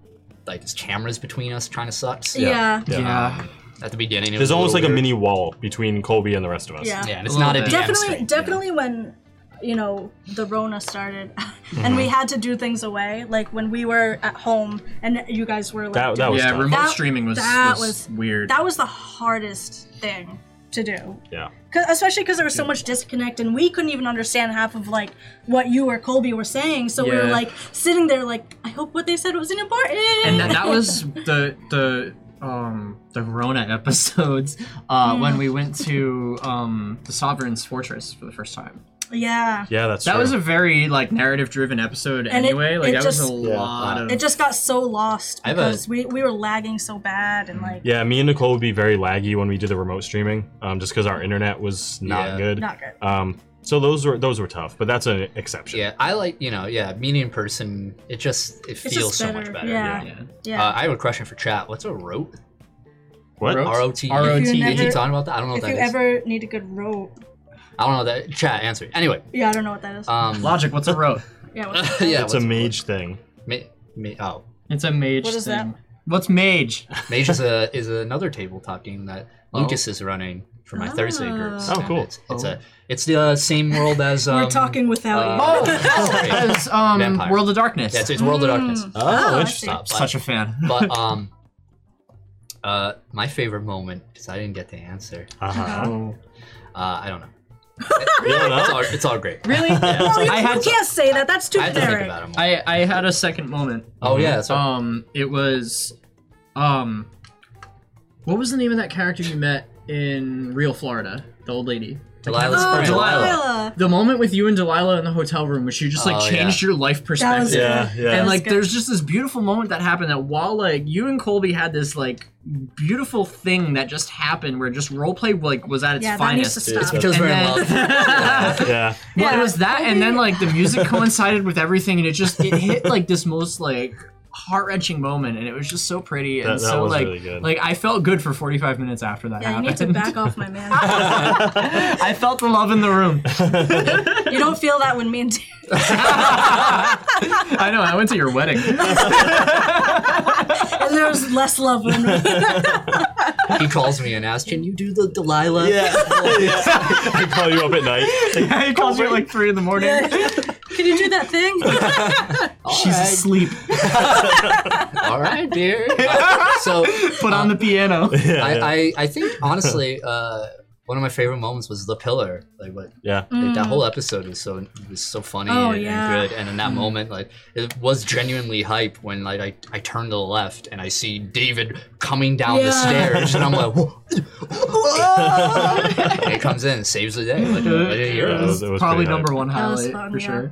A: like there's cameras between us kind of sucks.
C: yeah.
B: Yeah.
D: yeah.
A: At the beginning, it was
B: There's almost like
A: little
B: a
A: weird.
B: mini wall between Colby and the rest of us.
C: Yeah.
A: Yeah, and it's
D: A little
A: not a
D: bit.
A: DM
C: definitely
A: stream,
C: definitely when you know the rona started and we had to do things away like when we were at home and you guys were like
B: That- that
C: doing-
B: was
D: Yeah,
B: tough.
D: remote
C: That-
D: streaming was,
C: that
D: was
C: was-
D: weird.
C: that was the hardest thing to do.
B: Yeah.
C: 'Cause- especially because there was so much disconnect, and we couldn't even understand half of like what you or Colby were saying. So we were
D: Yeah.
C: like sitting there, like, I hope what they said wasn't important.
D: and that, that was the the um the Rona episodes uh,
C: Mm.
D: when we went to um the Sovereign's Fortress for the first time.
C: yeah.
B: Yeah, that's
D: That
B: true.
D: was a very like narrative driven episode
C: And it-
D: anyway. like
C: it
D: that was
C: just-
D: a
B: Yeah.
D: lot of
C: It just got so lost
D: I have a-
C: because we, we were lagging so bad and like
B: yeah, me and Nicole would be very laggy when we did the remote streaming, um, just because our internet was not
A: Yeah.
B: good.
C: not good.
B: Um, so those were those were tough, but that's an exception.
A: Yeah, I like you know, yeah, meeting in person. It just it
C: It's
A: feels
C: just
A: so much
C: better,
A: better.
C: yeah.
D: yeah.
C: Yeah.
A: Uh, I have a question for chat. What's a rope?
B: What?
D: Rope?
A: R O T.
D: R O
A: Did
D: T E.
C: If you
A: you
C: never-
A: talk about that? I don't know what
C: if
A: that
C: you
A: is.
C: ever need a good rope,
A: I don't know that. Chat answer. me. Anyway,
C: yeah, I don't know what that is.
A: um,
D: Logic, what's a rope?
C: yeah, what's-
A: yeah, what's-
B: It's a mage thing.
A: Ma- ma- oh,
D: It's a mage
C: What is that?
D: thing. What's mage?
A: Mage is a is another tabletop game that Lucas is running for my Thursday groups.
B: Oh,
A: and
B: cool.
A: It's, it's a it's the same world as um,
C: we're talking without
A: uh,
C: you.
B: Oh,
A: sorry. yeah,
D: As Oh, um
A: Vampire.
D: World of Darkness.
A: it's, it's World of Darkness.
C: Mm.
B: Oh,
C: I
B: interesting.
C: see.
A: Uh, but-
D: Such a fan.
A: But um, uh, my favorite moment because I didn't get the answer.
B: Uh-huh.
A: Uh, I don't know.
B: Yeah, no?
A: It's all, it's all great.
C: Really? Well, you,
D: I had
C: you
D: to-
C: can't say that. That's too
A: I had to think
C: generic.
A: about it. More.
D: I I had a second moment.
A: oh yeah, that's right.
D: Um, it was, um, what was the name of that character you met in Real Florida? The old lady.
A: Delilah
C: Oh,
A: Sprint.
D: Delilah.
C: Delilah.
D: The moment with you and Delilah in the hotel room, which you just like
A: Oh, yeah.
D: changed your life
C: That was
D: perspective.
B: Yeah,
C: good.
B: yeah.
D: And
C: That was
D: like,
C: good.
D: there's just this beautiful moment that happened that while like you and Colby had this like beautiful thing that just happened where just roleplay like was at its
C: yeah, that needs
D: finest.
C: to
B: Yeah.
C: stop.
A: Because
D: And
A: we're in
D: then-
A: love.
B: yeah.
D: Well,
C: Yeah,
D: it was that, and then like the music coincided with everything, and it just it hit like this most like heart wrenching moment, and it was just so pretty and
B: That- that
D: so
B: was
D: like
B: really good.
D: like I felt good for forty five minutes after that
C: Yeah, you need
D: happened.
C: to back off, my man.
D: I felt the love in the room.
C: you don't feel that when me and
D: I know. I went to your wedding.
C: and there was less love when we.
A: he calls me and asks, "Can you do the Delilah?"
B: Oh. Yeah. I call you up at night. Like,
D: I called you at like three in the morning.
C: Can you do that thing?
D: She's asleep.
A: All right, dear. so
D: Put on the piano.
B: yeah, yeah.
A: I, I I think honestly, uh, one of my favorite moments was the pillar. Like what
B: yeah.
A: Like, that whole episode was so was so funny
C: Mm. Oh,
A: and,
C: yeah.
A: and good. And in that moment, like it was genuinely hype when like I, I turn to the left and I see David coming down the
C: Yeah.
A: stairs and I'm like, "Whoa." and he comes in and saves the day. Like, I didn't hear
B: Yeah,
A: it.
B: it was- it was
D: uh, probably
B: pretty
D: number one
C: That was
D: highlight
C: fun,
D: for
C: yeah.
D: sure.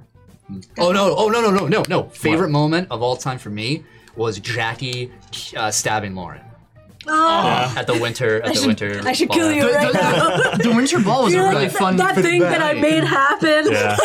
A: Oh no! Oh no! No! No! No! No! Favorite moment of all time for me was Jackie uh, stabbing Lauren
C: Oh,
A: at the winter at the winter.
C: I should
A: ball.
C: kill you right now.
D: The winter ball was a
C: You're like,
D: really
C: that,
D: fun.
C: that thing that I
A: Right.
C: made happen.
B: Yeah.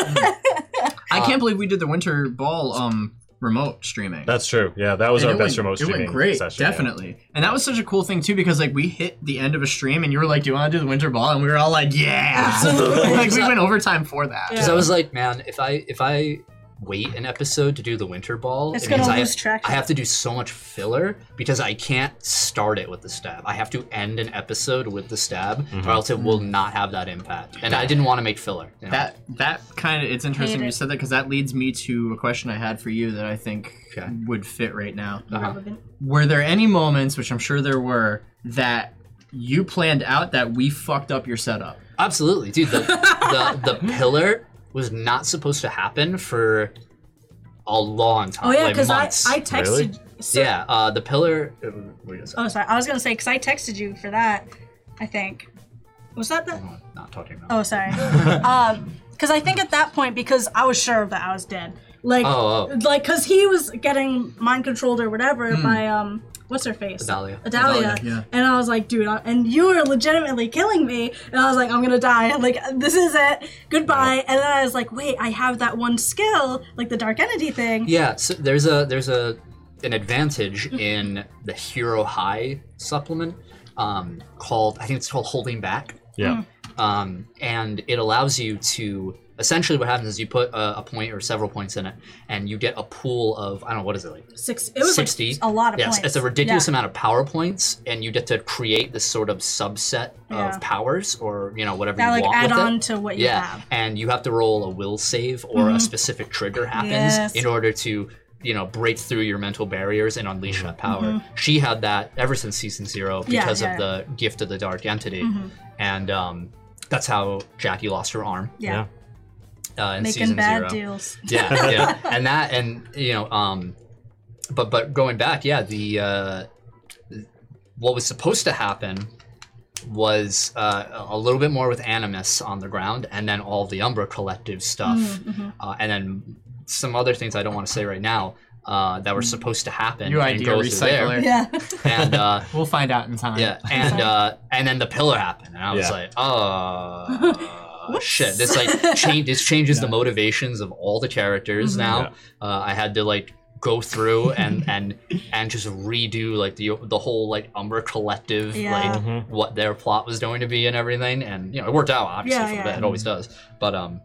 D: I can't believe we did the winter ball um remote streaming.
B: That's true. Yeah, that was
D: And
B: our best
D: went,
B: remote
D: It
B: streaming
D: went great,
B: session, yeah.
D: definitely. And that was such a cool thing too, because like we hit the end of a stream, and you were like, "Do you want to do the winter ball?" And we were all like, "Yeah!" Absolutely. like we went overtime for that.
C: Yeah.
A: Because I was like, man, if I if I wait an episode to do the winter ball,
C: It's
A: it
C: gonna
A: means I
C: lose
A: have,
C: track.
A: I have to do so much filler because I can't start it with the stab. I have to end an episode with the stab, or else it will not have that impact. And I didn't want to make filler. you know?
D: That that kind of it's interesting
C: Hate
D: you
C: it.
D: said that because that leads me to a question I had for you that I think
A: Okay.
D: would fit right now.
A: uh-huh.
C: Relevant.
D: Were there any moments, which I'm sure there were, that you planned out that we fucked up your setup?
A: absolutely, dude. The, the the pillar was not supposed to happen for a long time.
C: Oh yeah,
A: like
C: because I,
A: months.
C: I texted.
B: Really?
C: So,
A: yeah, uh, the pillar. uh, wait a second.
C: Oh, sorry. I was gonna say because I texted you for that. I think was that the.
A: I'm not talking about.
C: Oh, sorry. um, because I think at that point, because I was sure that I was dead. Like,
A: Oh, oh.
C: like, because he was getting mind controlled or whatever by um, what's her face?
A: Hmm. Adalia.
C: Adalia.
D: Adalia, yeah.
C: And I was like, dude, I, and you were legitimately killing me. And I was like, I'm gonna die. Like, this is it.
A: Oh.
C: Goodbye. And then I was like, wait, I have that one skill, like the dark entity thing.
A: Yeah, so there's a there's a an advantage
C: Hmm.
A: in the Hero High supplement um, called I think it's called Holding Back,
B: Yeah.
A: um, and it allows you to essentially what happens is you put a, a point or several points in it, and you get a pool of I don't know what is it like
C: Six. It was like,
A: 60
C: a lot of
A: yes,
C: points.
A: it's a ridiculous
C: Yeah.
A: amount of power points and you get to create this sort of subset
C: Yeah.
A: of powers or you know whatever
C: That
A: you
C: like
A: want
C: add
A: with it
C: on to what you
A: yeah
C: have.
A: and you have to roll a will save or a specific trigger happens
C: Mm-hmm. Yes.
A: in order to you know break through your mental barriers and unleash that power. She had that ever since season zero
C: Mm-hmm. Yeah,
A: because
C: yeah,
A: of the gift of the dark entity,
C: Mhm.
A: and um, that's how Jackie lost her arm
C: Yeah.
B: Yeah.
A: uh, in
C: Making
A: season
C: bad
A: zero.
C: deals.
A: yeah yeah and that and you know um but but going back yeah the uh what was supposed to happen was uh, a little bit more with animus on the ground and then all the umbra collective stuff
C: Mhm,
A: uh, and then some other things i don't want to say right now uh, that were supposed to happen
D: You
A: and
D: idea
A: go through there.
D: recycler.
C: Yeah.
A: and uh
D: We'll find out in time.
A: yeah, and uh, and then the pillar happened, and I was
B: Yeah.
A: like, oh shit! This like change. This changes the motivations of all the characters
C: Mhm.
A: now. Uh, I had to like go through and and and just redo like the the whole like Umbra collective
C: Yeah.
A: like
B: Mhm.
A: what their plot was going to be and everything, and you know it worked out obviously
C: Yeah,
A: for the
C: yeah.
A: bit. It always does, but um,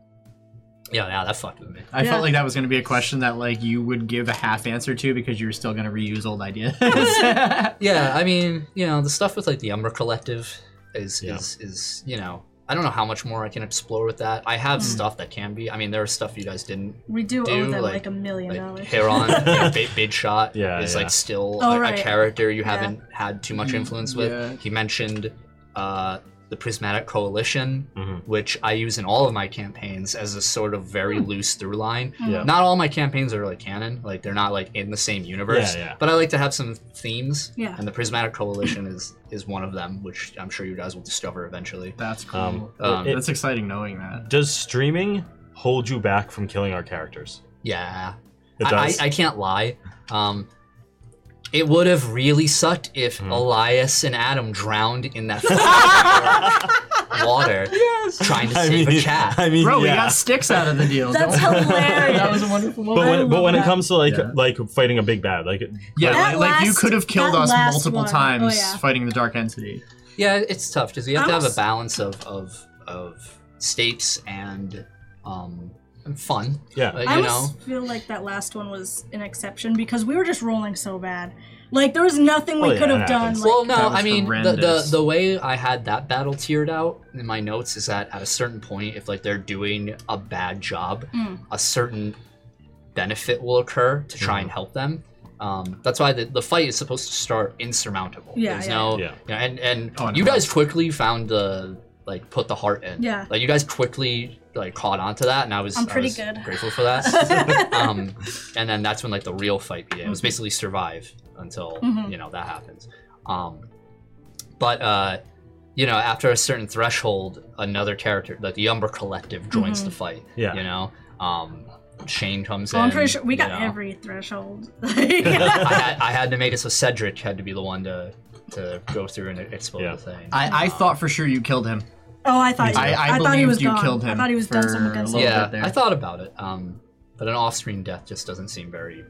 A: yeah, yeah, that fucked with me.
D: I
C: Yeah.
D: felt like that was going to be a question that like you would give a half answer to because you were still going to reuse old ideas.
A: Yeah, I mean, you know, the stuff with like the Umbra Collective is
B: Yeah.
A: is is you know, I don't know how much more I can explore with that. I
C: Hmm.
A: have stuff that can be. I mean, there's stuff you guys didn't.
C: We do,
A: Do,
C: owe them like,
A: like-
C: a million
A: Like
C: dollars.
A: Heron, big, big shot
B: Yeah, Mm-hmm.
A: is
B: yeah.
A: like still
C: Oh,
A: a,
C: right.
A: a character you
C: Yeah.
A: haven't had too much influence with.
D: Yeah.
A: He mentioned uh, the Prismatic Coalition,
B: Mhm.
A: which I use in all of my campaigns as a sort of
C: Hmm.
A: very loose through line.
C: Mm-hmm.
B: Yeah.
A: Not all my campaigns are like canon, like they're not like in the same universe.
B: Yeah, yeah.
A: But I like to have some themes.
C: Yeah.
A: And the Prismatic Coalition is is one of them, which I'm sure you guys will discover eventually.
D: That's cool.
B: Um,
A: Um,
B: it-
D: That's exciting knowing that.
B: Does streaming hold you back from killing our characters?
A: Yeah.
B: It
A: I, I,
B: does.
A: I can't lie. Um it would have really sucked if
B: Hmm.
A: Elias and Adam drowned in that fucking water trying to
B: I
A: save
B: mean,
A: a cat.
B: I mean,
D: Bro, we
B: yeah.
D: got sticks out of the deal.
C: That's
D: Don't-
C: hilarious.
D: that was a wonderful moment.
B: but
C: I
B: when, but
C: love
B: when it
C: that.
B: comes to like
D: Yeah.
B: like fighting a big bad, like
A: Yeah,
C: That
D: like, like, you
C: last-
D: could have killed
C: that
D: us
C: last
D: multiple
C: one. Oh,
D: times
C: yeah.
D: fighting the dark entity.
A: Yeah, it's tough because you have
C: I
A: to have a
C: was-
A: balance of of of stakes and um and fun.
B: Yeah.
A: Uh, you
C: I always
A: know.
C: feel like that last one was an exception because we were just rolling so bad. Like there was nothing we
B: Well, yeah,
C: could
B: it
C: have done.
B: happens.
C: Like,
A: well, no,
D: that was
A: I mean the, the
D: horrendous.
A: the way I had that battle tiered out in my notes is that at a certain point, if like they're doing a bad job,
C: Mm.
A: a certain benefit will occur to try
D: Mm.
A: and help them. Um, that's why the, the fight is supposed to start insurmountable.
C: Yeah,
A: There's
C: yeah,
A: no,
B: yeah.
A: you know, and and
D: Oh, no.
A: you guys quickly found the like put the heart in.
C: Yeah.
A: like you guys quickly like caught onto that, and I was
C: I'm
A: I
C: pretty
A: was
C: good.
A: grateful for that. um, and then that's when like the real fight began. It
C: Mm-hmm.
A: was basically survive until
C: Mhm.
A: you know that happens. Um, but uh, you know, after a certain threshold, another character like the Umber Collective joins
C: Mhm.
A: the fight.
B: Yeah.
A: you know, um, Shane comes
C: well,
A: in.
C: I'm pretty sure we
A: you
C: got
A: know.
C: every threshold.
A: I had, I had to make it so Cedric had to be the one to to go through and explode
B: Yeah.
A: the thing.
D: I, I thought for sure you killed him.
C: Oh, I thought
D: I-
C: he,
D: I
C: thought he
D: believed
C: was
D: you
C: gone.
D: killed
C: I
D: him
C: thought he was done. Someone
D: for
C: against
D: a little
C: him.
A: yeah,
D: bit there.
A: I thought about it, um, but an off-screen death just doesn't seem very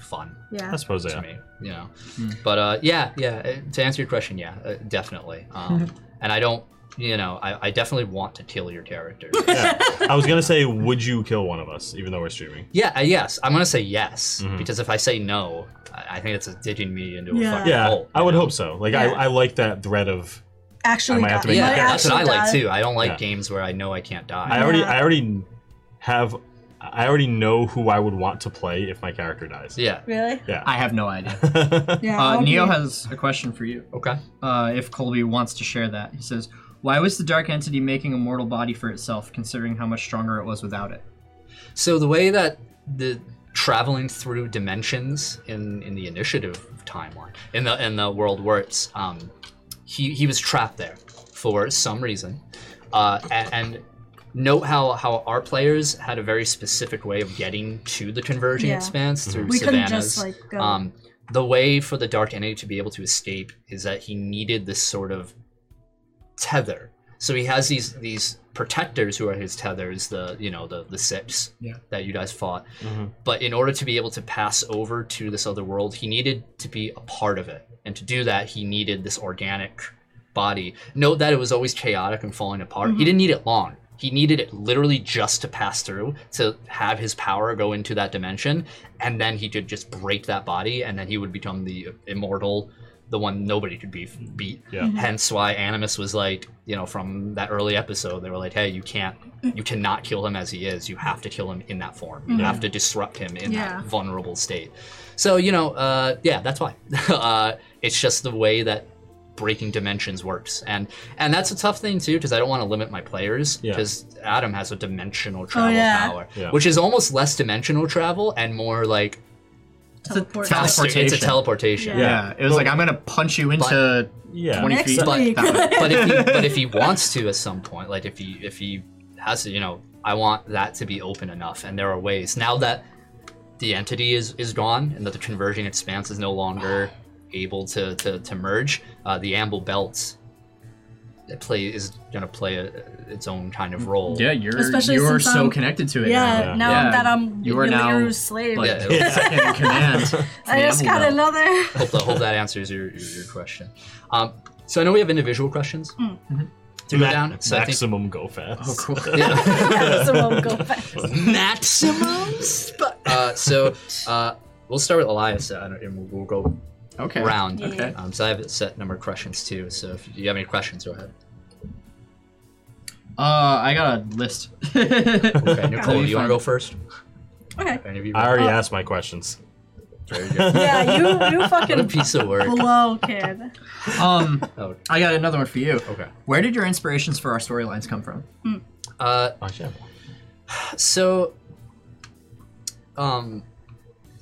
A: fun
C: Yeah.
B: I suppose yeah.
A: to me, you know. But uh, yeah, yeah. uh, To answer your question, yeah, uh, definitely. Um, and I don't, you know, I, I definitely want to kill your character.
B: Yeah. I was gonna say, would you kill one of us, even though we're streaming?
A: yeah, uh, yes, I'm gonna say yes
B: Mhm.
A: because if I say no, I, I think it's digging me into a
C: Yeah.
A: fucking
B: Yeah,
A: hole.
B: I
A: you
B: would
A: know?
B: hope so. Like,
C: Yeah.
B: I, I like that thread of.
C: Actually,
B: I might have
C: got
B: to
C: it.
B: make
A: Yeah,
B: that
C: Might
A: that's what I
C: actually uh,
A: like
C: got it.
A: too. I don't like
B: Yeah.
A: games where I know I can't die.
B: I already,
C: Yeah.
B: I already have, I already know who I would want to play if my character dies.
A: yeah.
C: Really?
B: Yeah.
D: I have no idea.
C: Yeah.
D: Uh,
C: okay.
D: Neo has a question for you.
A: Okay.
D: Uh, if Colby wants to share that, he says, "Why was the dark entity making a mortal body for itself, considering how much stronger it was without it?"
A: So the way that the traveling through dimensions in in the initiative timeline in the in the world works, um, he he was trapped there for some reason, uh, and. and Note how, how our players had a very specific way of getting to the converging
C: Yeah.
A: expanse through
C: We couldn't
A: savannas.
C: just like go.
A: Um, the way for the dark entity to be able to escape is that he needed this sort of tether. So he has these these protectors who are his tethers, the you know the the six
D: Yeah.
A: that you guys fought.
C: Mm-hmm.
B: Mhm.
A: But in order to be able to pass over to this other world, he needed to be a part of it, and to do that, he needed this organic body. Note that it was always chaotic and falling apart. He didn't need it long. He needed it literally just to pass through, to have his power go into that dimension, and then he could just break that body, and then he would become the immortal the one nobody could be beat.
B: Yeah. Mhm.
A: Hence why Animus was like, you know, from that early episode, they were like, hey, you can't, you cannot kill him as he is. You have to kill him in that form. You
C: Mhm.
A: have to disrupt him in
C: Yeah.
A: that vulnerable state. So you know, uh, yeah, that's why. uh, it's just the way that breaking dimensions works, and and that's a tough thing too because I don't want to limit my players
B: Yeah.
A: because Adam has a dimensional travel
C: Oh, yeah.
A: power,
B: Yeah.
A: which is almost less dimensional travel and more like
C: Teleport.
D: Teleport.
A: It's
D: Teleportation.
A: a teleportation.
C: Yeah.
D: Yeah, it was like I'm gonna punch you into
B: Yeah.
D: 20
C: Next
D: feet.
C: week.
D: That way.
A: but if he, but if he wants to at some point, like if he if he has to, you know, I want that to be open enough, and there are ways now that the entity is is gone and that the converging expanse is no longer able to to, to merge. Uh, the amble belt that play is gonna play a, its own kind of role.
E: Yeah, you're
C: Especially
E: you're
C: since
E: so
C: I'm-
E: connected to it.
C: Yeah,
B: Yeah.
C: now
E: Yeah.
C: that I'm
D: You are now,
C: Yuliru's slave,
A: Like,
D: Yeah.
A: it'll-
E: now. In command.
C: I just got
D: Amble
C: another.
A: hope that, hope that answers your, your, your question. Um, so I know we have individual questions to go
B: Ma-
A: down. So I think
B: maximum go fast.
E: Oh, cool.
C: so won't go fast.
A: maximum spot. Uh, so uh, we'll start with Elias, uh, and we'll, we'll go
D: Okay.
A: round.
C: Yeah. Okay.
A: Um, so I have a set number of questions too. So if you have any questions, go ahead.
D: Uh, I got a list.
A: Okay, Nicole,
D: That'd
A: do
D: be
A: you want to
D: fine.
A: go first?
C: Okay.
A: Any of you?
B: I
C: Oh.
B: already asked my questions.
A: There you go.
C: Yeah, you you
A: What a
C: fucking
A: piece of work.
C: blow, kid.
D: Um,
A: Oh,
D: I got another one for you.
A: okay.
D: Where did your inspirations for our storylines come from?
A: Uh,
B: Oh, yeah.
A: so um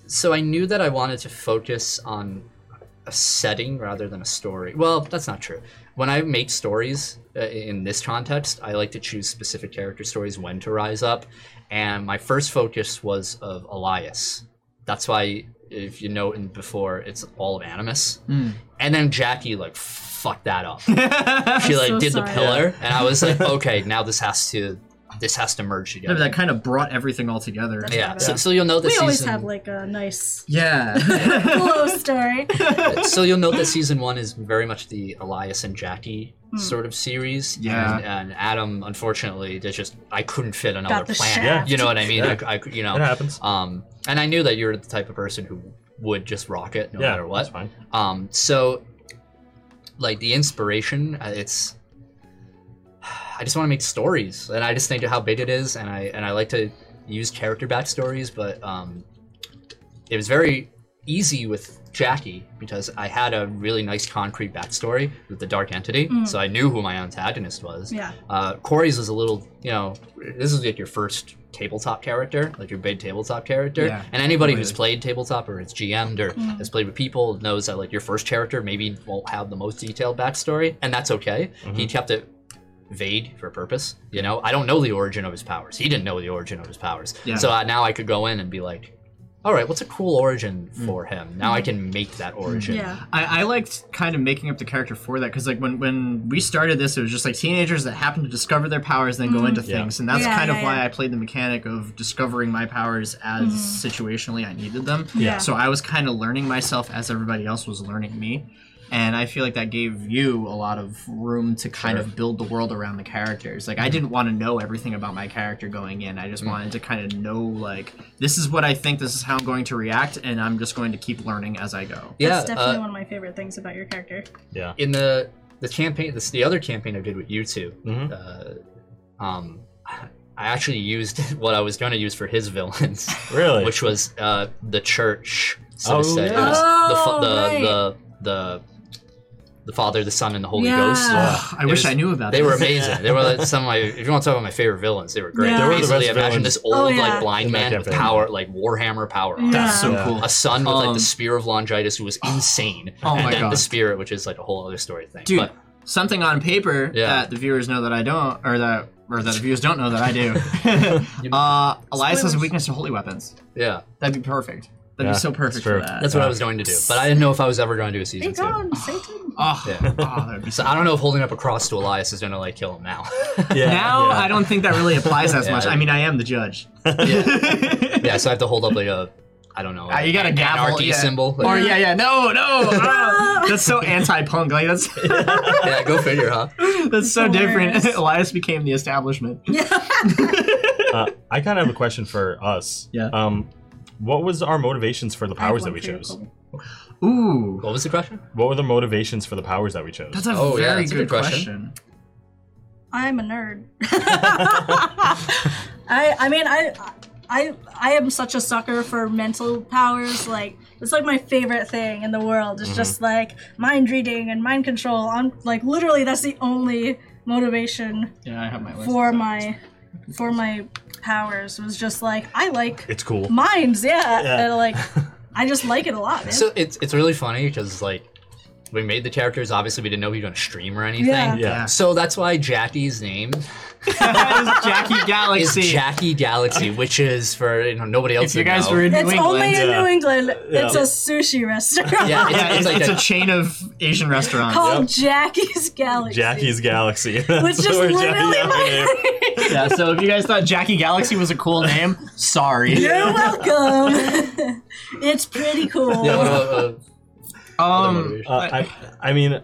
A: so i knew that i wanted to focus on a setting rather than a story well that's not true when i make stories uh, in this context i like to choose specific character stories when to rise up and my first focus was of elias that's why if you know in before it's all of animus
C: Hmm.
A: and then jackie like fucked that up she like
C: so
A: did the
C: sorry.
A: pillar and i was like okay now this has to this has to merge together
D: Yeah, but that kind of brought everything all together.
A: yeah,
C: about
A: so,
C: it.
A: so you'll know that
C: We always
A: season.
C: have like a nice
D: Yeah.
C: blow story.
A: so you'll note that season one is very much the Elias and Jackie
C: Hmm.
A: sort of series.
D: Yeah.
A: and, and Adam, unfortunately, there's just I couldn't fit another
C: Got the
A: planet.
C: shaft.
A: You know what I mean?
B: Yeah.
A: I, I, you
B: It
A: know,
B: happens.
A: um, and I knew that you're the type of person who would just rock it no
B: yeah,
A: matter
B: That's
A: what.
B: fine.
A: Um, so, like the inspiration, uh, it's. I just want to make stories, and I just think of how big it is, and I and I like to use character backstories, but um, it was very easy with Jackie because I had a really nice concrete backstory with the Dark Entity, so I knew who my antagonist was.
C: Yeah.
A: Uh, Corey's was a little, you know, this is like your first tabletop character, like your big tabletop character.
D: Yeah.
A: And anybody who's played tabletop or has GM'd or
C: Mm.
A: has played with people knows that like your first character maybe won't have the most detailed backstory, and that's okay.
D: Mm-hmm.
A: He kept it vague for a purpose. You know, I don't know the origin of his powers. He didn't know the origin of his powers.
D: Yeah.
A: So uh, now I could go in and be like, all right, what's a cool origin
D: Mm.
A: for him? Now I can make that origin.
C: Yeah.
D: I, I liked kind of making up the character for that because like when when we started this, it was just like teenagers that happen to discover their powers, then go into
B: Yeah.
D: things, and that's
C: Mm-hmm. Yeah,
D: kind
C: yeah,
D: of why
C: yeah. Mm-hmm.
D: I played the mechanic of discovering my powers as situationally I needed them.
C: Yeah.
D: So I was kind of learning myself as everybody else was learning me. And I feel like that gave you a lot of room to kind of build the world around the characters. Like I didn't want to know everything about my character going in. I just wanted to kind of know like this is what I think, this is how I'm going to react, and I'm just going to keep learning as I go.
A: Yeah,
C: That's definitely
A: uh,
C: one of my favorite things about your character.
B: Yeah.
A: in the the campaign this the other campaign I did with you 2 uh, um I actually used what I was going to use for his villains,
B: Really?
A: which was uh, the church. So
B: Oh,
A: to say. It
B: yeah.
A: was the, fa-
C: Oh,
A: the,
C: right.
A: the the the Father, the Son, and the Holy
C: Yeah.
A: Ghost.
B: Yeah.
D: I wish I knew about
A: They
D: this.
A: were amazing. They were like some of my. If you want to talk about my favorite villains, they were great.
C: Yeah. They were the
A: Basically,
B: best
A: imagine
B: villains.
A: this old
C: Oh, yeah.
A: like blind
B: In that
A: man with
B: campaign.
A: power, like Warhammer power. on.
C: Yeah.
D: That's so
B: Yeah.
D: cool.
A: A son with like
D: Um,
A: the spear of Longitis, who was insane,
D: Oh
A: and
D: my
A: then the
D: God.
A: spirit, which is like a whole other story thing.
D: Dude,
A: But-
D: something on paper
A: Yeah.
D: that the viewers know that I don't or that or that the viewers don't know that I do. uh, Elias has a
C: Spoilers.
D: weakness to holy weapons.
A: yeah.
D: That'd be perfect. That'd
B: Yeah,
D: be so perfect
B: that's
D: for
B: true.
D: that.
A: That's what I was going to do, but I didn't know if I was ever going to do a season
C: Be
A: two.
C: gone, Satan.
D: Oh,
A: Yeah.
D: oh, that'd be so-
A: So I don't know if holding up a cross to Elias is gonna like kill him now.
B: yeah.
D: now
B: yeah.
D: I don't think that really applies as
A: Yeah.
D: much. I mean, I am the judge.
A: yeah, so I have to hold up like a, I don't know,
D: Uh, you got a gavel,
A: anarchy
D: yeah.
A: symbol.
D: Or
A: Like,
D: yeah, yeah, no, no, ah, that's so anti-punk. Like that's
A: yeah, go figure, huh?
D: that's so different.
C: Hilarious.
D: Elias became the establishment.
B: Uh, I kind of have a question for us.
D: Yeah.
B: Um, what was our motivations for the
C: I have
B: powers that
C: one
B: we
C: for you,
B: chose?
C: Colby.
D: Ooh,
A: What was the question?
B: What were the motivations for the powers that we chose?
D: that's a
A: Oh,
D: very
A: yeah, that's a good
D: good,
A: question.
D: question.
C: I'm a nerd. I I mean I I I am such a sucker for mental powers. Like it's like my favorite thing in the world. It's just like mind reading and mind control. On like literally that's the only motivation
D: Yeah, I have my list.
C: for my for my powers was just like I like
B: It's cool.
C: minds, yeah.
B: Yeah.
C: And like I just like it a lot. man.
A: So it's it's really funny because like we made the characters. Obviously, we didn't know we were gonna stream or anything.
C: Yeah.
B: yeah.
A: So that's why Jackie's name
D: That is Jackie
A: is
D: Galaxy.
A: Jackie Galaxy, which is for you know nobody else.
D: if you
A: would
D: guys
A: know.
D: were in New
C: it's
D: England,
C: only in
B: yeah.
C: New England.
B: Yeah.
C: It's a sushi restaurant
A: yeah, it's,
D: yeah,
A: it's
D: it's,
A: like
D: it's
A: that.
D: a chain of Asian restaurants.
C: called Jackie's Galaxy.
B: Jackie's Galaxy.
C: Which
B: That's
C: just
B: where Jackie
C: literally
B: got her name.
C: my
D: yeah, so if you guys thought Jackie Galaxy was a cool name, sorry.
C: You're welcome. it's pretty cool.
A: Yeah, what about, uh, other
D: Um,
A: motivation?
B: Uh, I, I mean,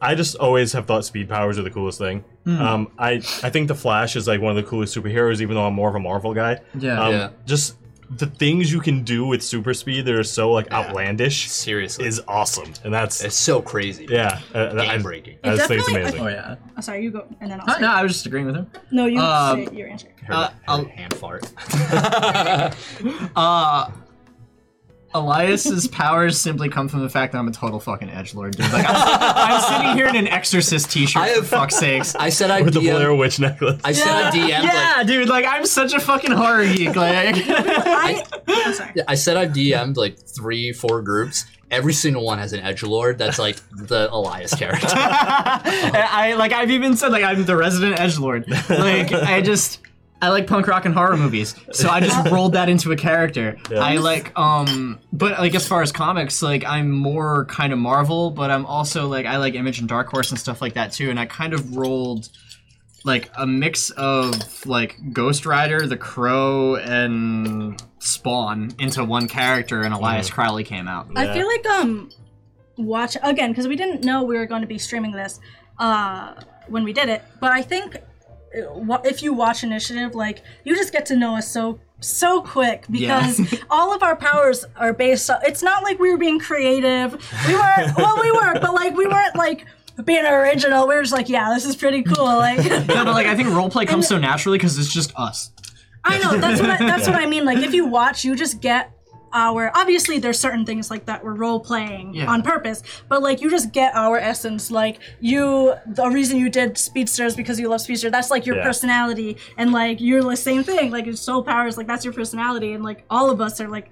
B: I just always have thought speed powers are the coolest thing. Um, I I think the Flash is like one of the coolest superheroes, even though I'm more of a Marvel guy.
D: yeah.
B: Um,
A: Yeah.
B: Just the things you can do with super speed that are so like outlandish
A: seriously,
B: is awesome, and that's
A: it's so crazy.
B: yeah, uh, that- I-
A: game breaking.
B: I just think it's
C: Definitely-
B: amazing.
D: oh yeah.
C: Oh, sorry, you go, and then I'll.
D: Uh,
C: say.
D: no, I was just agreeing with him.
C: No, you
D: Um,
C: say your answer.
A: Heard,
D: Uh,
A: heard
D: I'll-
A: a hand fart.
D: Uh, Elias's powers simply come from the fact that I'm a total fucking edge lord, dude. Like, I'm, I'm sitting here in an Exorcist T-shirt.
A: I have-
D: for fuck's sakes.
A: I said I
B: With the Blair
A: DM.
B: Witch necklace.
A: I said I DM.
D: yeah, dude. Like, I'm such a fucking horror geek. Like,
C: I, am sorry.
A: Yeah, I said I've DM'd like three, four groups. Every single one has an edge lord that's like the Elias character.
D: I like. I've even said like I'm the resident edge lord. Like, I just. I like punk rock and horror movies, so I just rolled that into a character. I like, um, but like as far as comics, like I'm more kind of Marvel, but I'm also like I like Image and Dark Horse and stuff like that too. And I kind of rolled like a mix of like Ghost Rider, The Crow, and Spawn into one character, and Elias Crowley came out.
C: I feel like um, watch again because we didn't know we were going to be streaming this, uh, when we did it. But I think uh, wa- if you watch Initiative, like you just get to know us so so quick because all of our powers are based. on... It's not like we were being creative. We weren't. well, we were, but like we weren't like being original. We were just like, yeah, this is pretty cool. Like.
D: No, but like I think roleplay comes so naturally because it's just us.
C: I know that's what I, that's what I mean. Like if you watch, you just get our obviously there's certain things like that we're role playing
D: Yeah.
C: on purpose, but like you just get our essence. Like you, the reason you did Speedster is because you love Speedster. That's like your
B: Yeah.
C: personality, and like you're the same thing. Like it's soul powers. Like that's your personality, and like all of us are like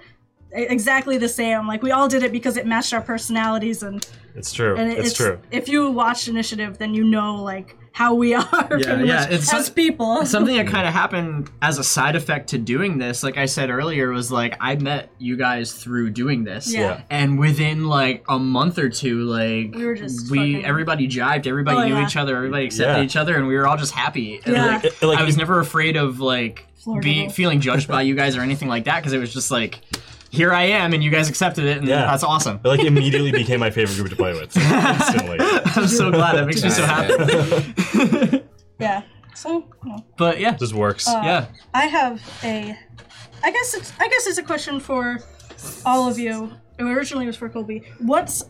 C: e- exactly the same. Like we all did it because it matched our personalities, and
B: It's true.
C: and
B: it's, true.
C: If you watch Initiative, then you know like how we are pretty
D: yeah,
C: much
D: it's
C: as
D: some-
C: people.
D: Something that kind of happened as a side effect to doing this, like I said earlier, was like I met you guys through doing this.
C: Yeah. Yeah.
D: And within like a month or two, like
C: We were just
D: we-
C: fucking-
D: everybody jived, everybody
C: Oh,
D: knew
C: yeah.
D: each other, everybody accepted
B: Yeah.
D: each other, and we were all just happy. And,
C: Yeah.
D: like,
B: It- like,
D: I was never afraid of like
C: Floor
D: being
C: level.
D: feeling judged by you guys or anything like that because it was just like, here I am, and you guys accepted it, and
B: Yeah.
D: that's awesome.
B: it, like immediately became my favorite group to play with. Instantly.
D: I'm so glad that makes me so happy.
C: yeah. So. You know.
D: But yeah,
B: Just works.
C: Uh,
D: yeah.
C: I have a. I guess it's. I guess it's a question for all of you. It originally was for Colby. What's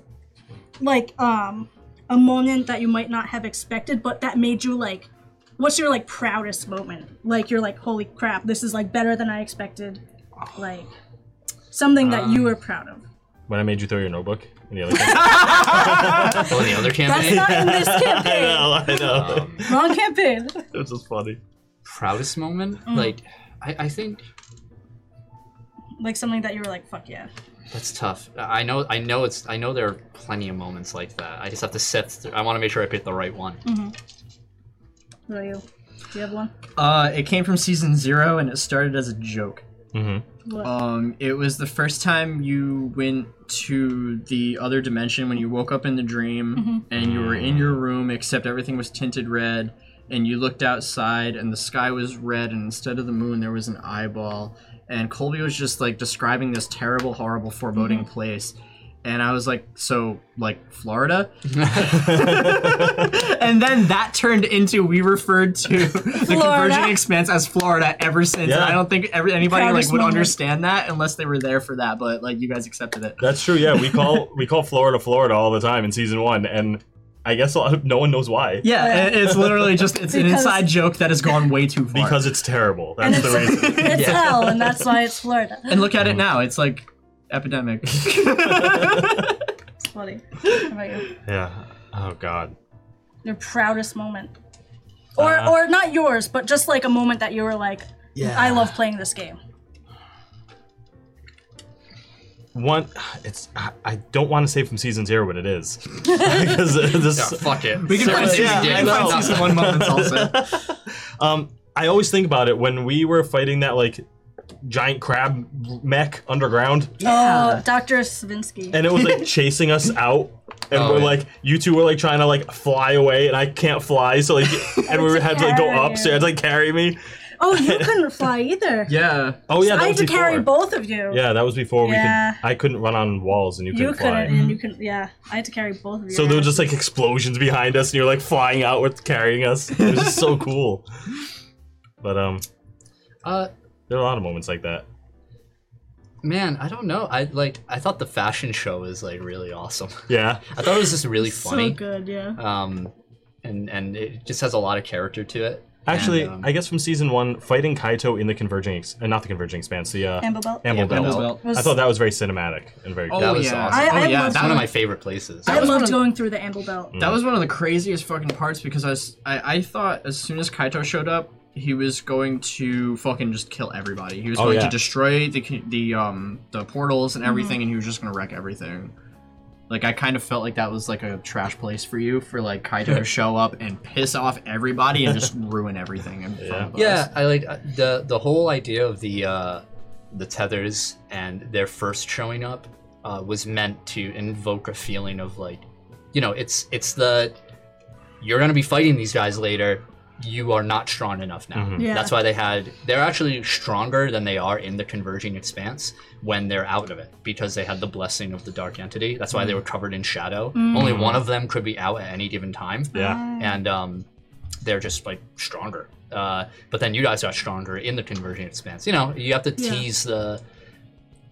C: like um a moment that you might not have expected, but that made you like. What's your like proudest moment? Like you're like, holy crap, this is like better than I expected. Like something that you were proud
B: Um,
C: of.
B: when I made you throw your notebook in the other.
A: On the other
C: That's
A: campaign, Um,
C: not in this
B: I
C: campaign.
B: know. I know. Um,
C: Wrong campaign.
B: It's just funny.
A: proudest moment.
C: Mm.
A: Like, I, I think
C: Like something that you were like, fuck yeah.
A: that's tough. I know, I know it's, I know there are plenty of moments like that. I just have to sift. Through. I want to make sure I pick the right one.
C: Mm-hmm. What about you? Do you have one?
D: Uh, it came from season zero, and it started as a joke.
B: hmm
C: What?
D: Um, it was the first time you went to the other dimension when you woke up in the dream and you were in your room, except everything was tinted red. And you looked outside, and the sky was red, and instead of the moon, there was an eyeball. And Colby was just like describing this terrible, horrible, foreboding place. And I was like, so like Florida? and then that turned into we referred to the converging expanse as Florida ever since. And
B: Yeah.
D: I don't think every, anybody like
C: Proudest
D: would
C: moment.
D: understand that unless they were there for that. But like you guys accepted it.
B: That's true. Yeah, we call we call Florida Florida all the time in season one, and I guess a lot of, no one knows why.
D: Yeah,
C: Oh, Yeah.
D: it- it's literally just it's an
C: Because-
D: inside joke that has gone way too far.
B: because it's terrible.
C: And
B: That's
C: it's,
B: the reason.
C: it's L, and that's why it's Florida.
D: and look at
A: Mm-hmm.
D: it now, it's like epidemic.
C: It's funny. How about you?
B: Yeah. Oh God.
C: Your proudest moment, or
B: Uh,
C: or not yours, but just like a moment that you were like, I love playing this game.
B: One, it's I, I don't want to say from season zero what it is because this.
A: Yeah, fuck it.
D: we can
A: Sorry,
D: find
A: you
D: season,
A: did,
D: we can
A: but
D: find
A: not-
D: season one moments also.
B: Um, I always think about it when we were fighting that like giant crab mech underground,
C: Oh, Doctor Svinsky.
B: and it was like chasing us out. And
A: Oh,
B: we're
A: yeah.
B: like, you two were like trying to like fly away, and I can't fly, so like, and we had to like go
C: Carry
B: up, so you had to like carry me.
C: oh, you couldn't fly either.
D: Yeah.
B: Oh yeah, that
C: I had
B: was
C: to
B: before.
C: carry both of you.
B: Yeah, that was before
C: Yeah.
B: we could. I couldn't run on walls, and you couldn't
C: you
B: fly.
C: couldn't, and you couldn't. Yeah, I had to carry both of you.
B: So there were just like explosions behind us, and you're like flying out with carrying us. It was just so cool. But um,
A: Uh,
B: there are a lot of moments like that.
A: man, I don't know. I like. I thought the fashion show was like really awesome.
B: Yeah,
A: I thought it was just really
C: so
A: funny.
C: good. Yeah.
A: um, and and it just has a lot of character to it.
B: actually,
A: And, um,
B: I guess from season one, fighting Kaito in the converging, ex- uh, not the converging expanse, the uh,
C: Amber Belt.
B: Amble
A: Yeah,
B: Belt.
A: Amble
D: Belt.
C: Was-
B: I thought that was very cinematic and very.
D: Oh,
A: that was
D: yeah.
A: awesome.
C: I- I
D: oh yeah,
C: loved
A: It's
D: that
A: one of
D: was
A: my favorite places.
C: I
D: was one
C: loved
D: of-
C: going through the Amble Belt.
B: Hmm.
D: That was one of the craziest fucking parts because I, s- I- I thought as soon as Kaito showed up, he was going to fucking just kill everybody. He was
B: Oh,
D: going
B: yeah.
D: to destroy the c- the um the portals
A: Mm-hmm.
D: and everything, and he was just gonna wreck everything. Like I kind of felt like that was like a trash place for you for like Kaito to show up and piss off everybody and just ruin everything. In front
B: Yeah.
D: of us.
A: Yeah, I like uh, the the whole idea of the uh, the tethers and their first showing up uh, was meant to invoke a feeling of like, you know, it's it's the you're gonna be fighting these guys later. You are not strong enough now.
B: Mhm.
C: Yeah.
A: That's why they had. They're actually stronger than they are in the converging expanse when they're out of it because they had the blessing of the dark entity. That's why they were covered in shadow.
C: Mm.
A: Only one of them could be out at any given time
B: yeah.
A: and um, they're just like stronger. Uh, but then you guys got stronger in the conversion expanse. You know, you have to
C: Yeah.
A: tease the.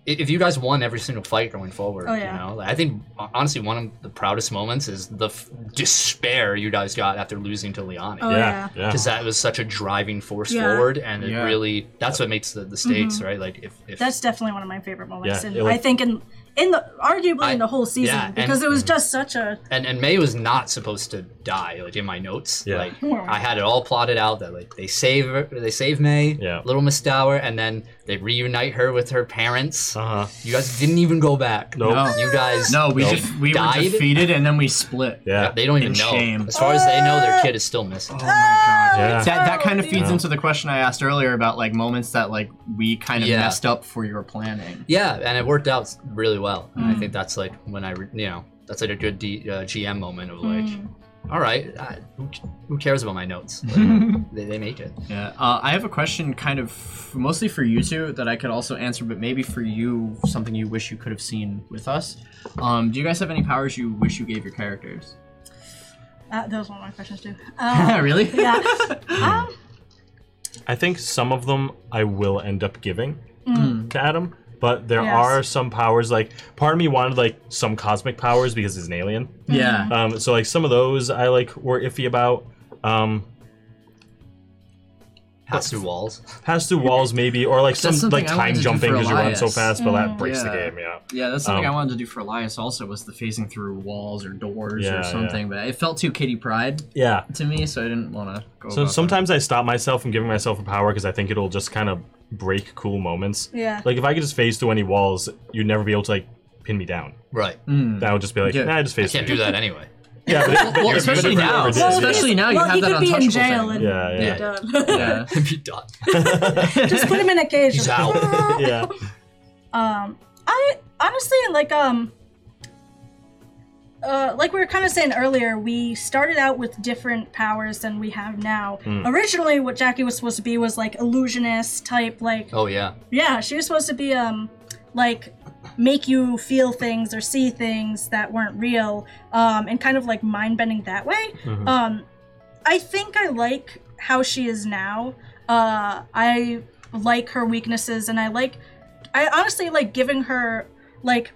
A: i- If you guys won every single fight going forward,
C: Oh, yeah.
A: you know, Like, I think hon- honestly one of the proudest moments is the f- despair you guys got after losing to Liani.
C: Oh,
B: yeah, yeah,
A: Because that was such a driving force
C: Yeah.
A: forward, and it
D: Yeah. Mm-hmm.
A: really that's what makes the, the stakes, right? Like if, if
C: That's definitely one of my favorite moments,
B: Yeah,
C: and
B: it was-
C: I think in in the arguably
A: I-
C: in the whole season
A: yeah, and-
C: because it was just such a
A: and and May was not supposed to die. Like in my notes,
B: Yeah.
A: like
C: Yeah.
A: I had it all plotted out that like they save her, they save May,
B: Yeah.
A: little Miss Dower, and then they reunite her with her parents.
B: Uh
D: uh-huh.
B: huh.
A: You guys didn't even go back.
B: Nope.
D: No.
A: You guys,
D: No, we
A: Nope.
D: just we
A: Died?
D: were defeated and then we split.
B: Yeah.
A: they don't even
D: In
A: know.
D: shame.
A: As far as they know, their kid is still missing.
D: Oh
B: Ah.
D: my god.
B: Yeah.
D: That, that
A: Oh,
D: kind of feeds
B: Yeah.
D: into the question I asked earlier about like moments that like we kind of
A: Yeah.
D: messed up for your planning.
A: Yeah, and it worked out really well. And I think that's like when I, re- you know, that's like a good D, uh, GM moment of like, all right, I, who, who cares about my notes? Like, they, they make it.
D: Yeah, uh, I have a question, kind of f- mostly for you two, that I could also answer, but maybe for you, something you wish you could have seen with us. Um, do you guys have any powers you wish you gave your characters?
C: Uh, that, that was one of my questions too. Um,
D: really?
C: yeah, um,
B: I think some of them I will end up giving
D: Hmm.
B: to Adam, but there
C: Mm. Yes.
B: are some powers. Like part of me wanted like some cosmic powers because he's an alien.
C: Mm-hmm.
D: Yeah.
B: Um, so like some of those I like were iffy about. Um,
A: Pass through walls.
B: pass through walls maybe, or like some
D: That's something
B: like
D: I wanted
B: time
D: to do
B: jumping
D: for
B: because you run so
D: Elias.
B: fast, but
C: Mm-hmm.
B: that breaks the
D: Yeah. Oh,
B: game. Yeah.
D: Yeah, that's something
B: Um,
D: I wanted to do for Elias also was the phasing through walls or doors
B: Yeah,
D: or
B: yeah.
D: something, but it felt too Kitty Pride
B: Yeah.
D: to me, so I didn't want to go.
B: So
D: about
B: sometimes I stop myself from giving myself a power because I think it'll just kind of break cool moments.
C: yeah.
B: Like if I could just phase through any walls, you'd never be able to like pin me down.
A: Right.
D: that. Mm.
B: That would just be like,
D: Yeah.
B: nah, I just
A: I
B: phase
A: can't
B: through.
A: do that anyway.
B: Yeah, but, it- but
A: Well,
B: you're-
A: especially
B: but it
A: now.
B: never did,
D: Well,
B: yeah.
D: especially now you
C: well,
D: have
C: he
D: that
C: could be in
D: untouchable
C: jail
D: thing.
C: and
B: Yeah,
C: be
B: yeah.
C: done.
D: Yeah.
A: Be done.
C: just put him in a cage.
A: He's out.
B: yeah.
C: Um, I honestly like um, uh, like we were kind of saying earlier, we started out with different powers than we have now. Originally, what Jackie was supposed to be was like illusionist type, like
A: Oh yeah.
C: yeah, she was supposed to be um, like make you feel things or see things that weren't real, um, and kind of like mind bending that way.
B: Mhm.
C: Um, I think I like how she is now. Uh, I like her weaknesses, and I like, I honestly like giving her like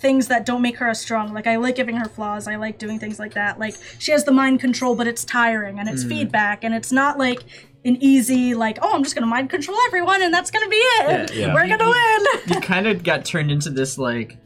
C: things that don't make her as strong. Like I like giving her flaws. I like doing things like that. Like she has the mind control, but it's tiring and it's
B: Hmm.
C: feedback, and it's not like an easy like oh I'm just gonna mind control everyone and that's gonna be it.
B: Yeah, yeah.
C: We're gonna win.
D: You kind of got turned into this like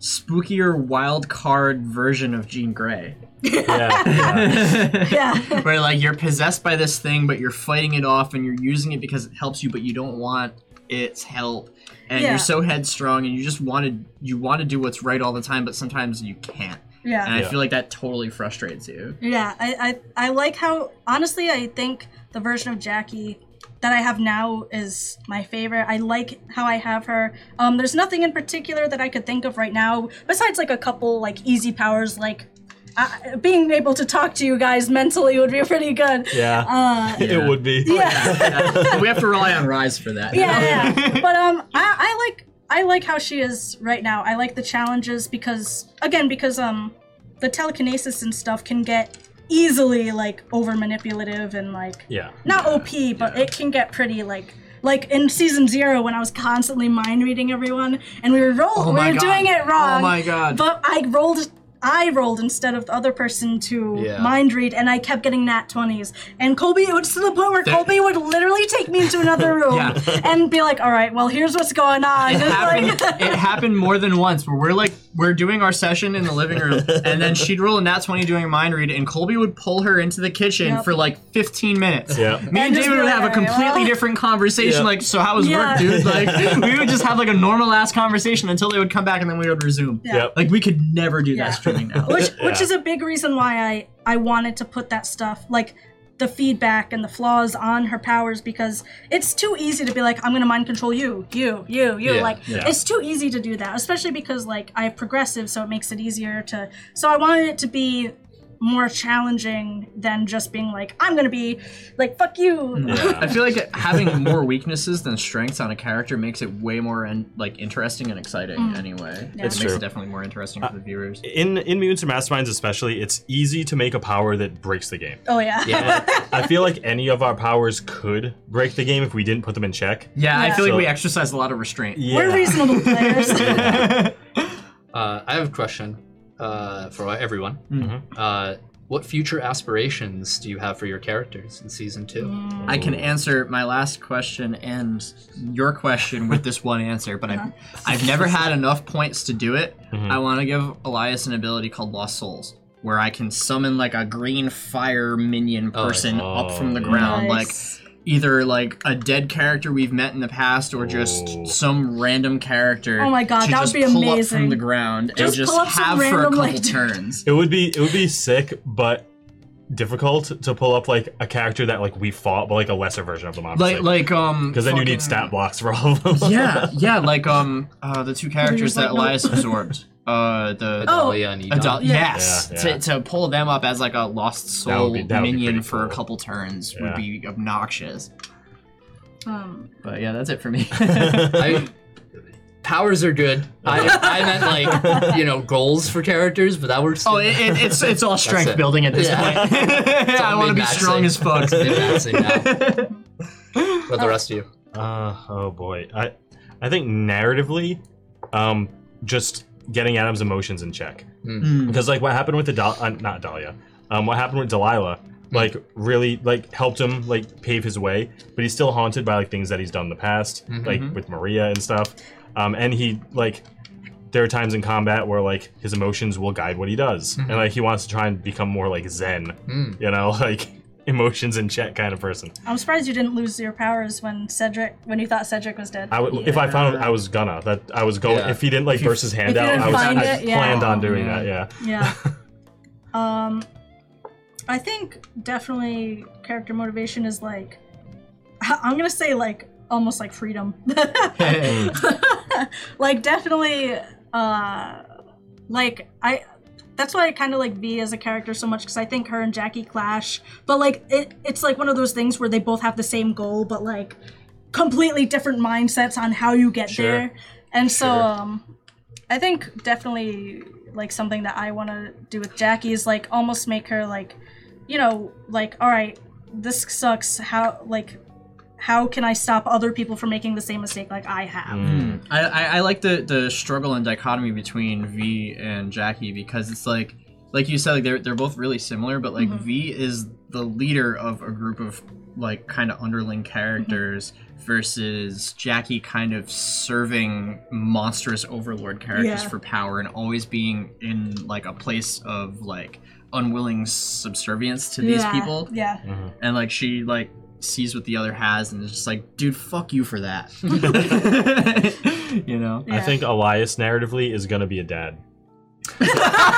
D: spookier wild card version of Jean Grey.
B: yeah, yeah.
C: yeah.
D: Where like you're possessed by this thing, but you're fighting it off, and you're using it because it helps you, but you don't want its help, and
C: Yeah.
D: you're so headstrong, and you just wanted you want to do what's right all the time, but sometimes you can't,
C: Yeah.
D: and
B: Yeah.
D: I feel like that totally frustrates you.
C: Yeah, I, I I like how honestly I think the version of Jackie that I have now is my favorite. I like how I have her. Um, there's nothing in particular that I could think of right now besides like a couple like easy powers like uh, being able to talk to you guys mentally would be pretty good.
B: Yeah.
C: Uh,
B: It would be.
C: yeah.
D: we have to rely on Rise for that.
C: yeah, yeah. but um, I, I like I like how she is right now. I like the challenges because again, because um, the telekinesis and stuff can get easily like over manipulative and like
B: Yeah.
C: not OP, but it can get pretty like. Like in season zero, when I was constantly mind reading everyone, and we were roll,
D: Oh
C: we
D: my
C: were
D: God.
C: doing it wrong.
D: Oh my God.
C: But I rolled, I rolled instead of the other person to
A: Yeah.
C: mind read, and I kept getting nat twenties. And Colby, it was to the point where Colby would literally take me into another room
D: Yeah.
C: and be like, "All right, well, here's what's going on."
D: It
C: It's
D: happened,
C: like-
D: it happened more than once where we're like we're doing our session in the living room and then she'd roll a nat 20 doing a mind read and colby would pull her into the kitchen
C: Yep.
D: for like 15 minutes
B: Yeah.
D: me
C: And
D: and
C: just
D: david
C: be
D: would
C: like,
D: have
C: "All
D: a
C: right,
D: completely
C: well."
D: different conversation
B: Yeah.
D: like so how was
C: Yeah.
D: work dude like we would just have like a normal ass conversation until they would come back and then we would resume
C: Yeah.
B: Yep.
D: like we could never do
C: Yeah.
D: that streaming now
C: which which
B: Yeah.
C: is a big reason why I I wanted to put that stuff like the feedback and the flaws on her powers because it's too easy to be like I'm gonna mind control you you you you
A: Yeah,
C: like
B: yeah.
C: it's too easy to do that especially because like I have progressive so it makes it easier to so I wanted it to be more challenging than just being like I'm gonna be like fuck you
D: I feel like having more weaknesses than strengths on a character makes it way more in, like interesting and exciting.
C: Mm.
D: Anyway, it
C: It's
D: makes
B: true.
D: it definitely more interesting for the viewers.
B: In in mutants and masterminds especially, it's easy to make a power that breaks the game.
C: oh yeah
B: I feel like any of our powers could break the game if we didn't put them in check.
D: Yeah, I
C: Yeah.
D: feel like
B: So-
D: we exercise a lot of restraint.
C: we're reasonable players
A: Uh, I have a question uh, for everyone. Uh, what future aspirations do you have for your characters in season two?
C: Mm.
D: I can answer my last question and your question with this one answer, but
C: Uh-huh.
D: I've, I've never had enough points to do it.
B: Mm-hmm. Hmm.
D: I want to give Elias an ability called Lost Souls, where I can summon like a green fire minion
A: Oh,
D: person up from the
B: nice.
D: ground, like
C: Nice.
D: either like a dead character we've met in the past or just
B: Ooh.
D: some random character.
C: Oh my God,
D: to
C: that would
D: just
C: be
D: pull Up
C: amazing.
D: from the ground
C: Just
D: and just
C: pull up some
D: have for a
C: random,
D: couple
C: like-
D: turns.
B: It would be it would be sick, but difficult to pull up like a character that like we fought, but like a lesser version of them, obviously.
D: Like like um
B: because then you need
D: fucking-
B: stat blocks for all of them.
D: yeah, yeah, like um uh, the two characters
C: like,
D: that
C: nope.
D: Elias absorbed. Uh the
A: Adalia and Edom?
D: adult
C: Yeah.
D: yes.
B: Yeah, yeah.
D: To to pull them up as like a lost
B: That
D: soul
B: would be- that would be
D: minion
B: pretty
D: for a
B: cool.
D: couple turns would
B: Yeah.
D: be obnoxious.
C: um,
D: But yeah, that's it for me.
A: I, powers are good. I, I meant like you know goals for characters, but that works.
D: oh,
A: too.
D: it, it, it's it's all strength
A: it.
D: building at this
A: Yeah.
D: point. I want to be
A: mid-maxing.
D: strong as fuck.
A: It's mid-maxing now. But the rest of you,
B: Uh, oh boy, I I think narratively, um, just getting Adam's emotions in check because like what happened with the Dal- uh, not Dahlia, um, what happened with Delilah, like really like helped him like pave his way, but he's still haunted by like things that he's done in the past, like with Maria and stuff, um, and he like. There are times in combat where like his emotions will guide what he does, and like he wants to try and become more like Zen,
A: Hmm,
B: you know, like emotions in check kind of person.
C: I'm surprised you didn't lose your powers when Cedric when you thought Cedric was dead.
B: I w- If I found I was gonna, that I was going.
A: Yeah.
B: If he didn't like burst his hand
C: you
B: out,
C: didn't
B: I was
C: find
B: I
C: it, yeah.
B: planned on doing
D: Yeah.
B: that. Yeah.
C: Yeah. um, I think definitely character motivation is like, I'm gonna say like almost like freedom. like definitely, uh, like I. That's why I kind of like V as a character so much because I think her and Jackie clash. But like it, it's like one of those things where they both have the same goal, but like completely different mindsets on how you get
B: Sure.
C: there. And so um, I think definitely like something that I want to do with Jackie is like almost make her like, you know, like all right, this sucks. How like how can I stop other people from making the same mistake like I have?
B: Mm.
D: I, I, I like the, the struggle and dichotomy between V and Jackie because it's like like you said like they're they're both really similar but like
C: Mhm.
D: V is the leader of a group of like kind of underling
C: Mm-hmm.
D: characters versus Jackie kind of serving monstrous overlord characters
C: Yeah.
D: for power and always being in like a place of like unwilling subservience to these
C: Yeah,
D: people
C: Yeah.
B: Mhm.
D: and like she like sees what the other has and is just like dude fuck you for that you know
B: I
C: yeah.
B: think Elias narratively is gonna be a dad.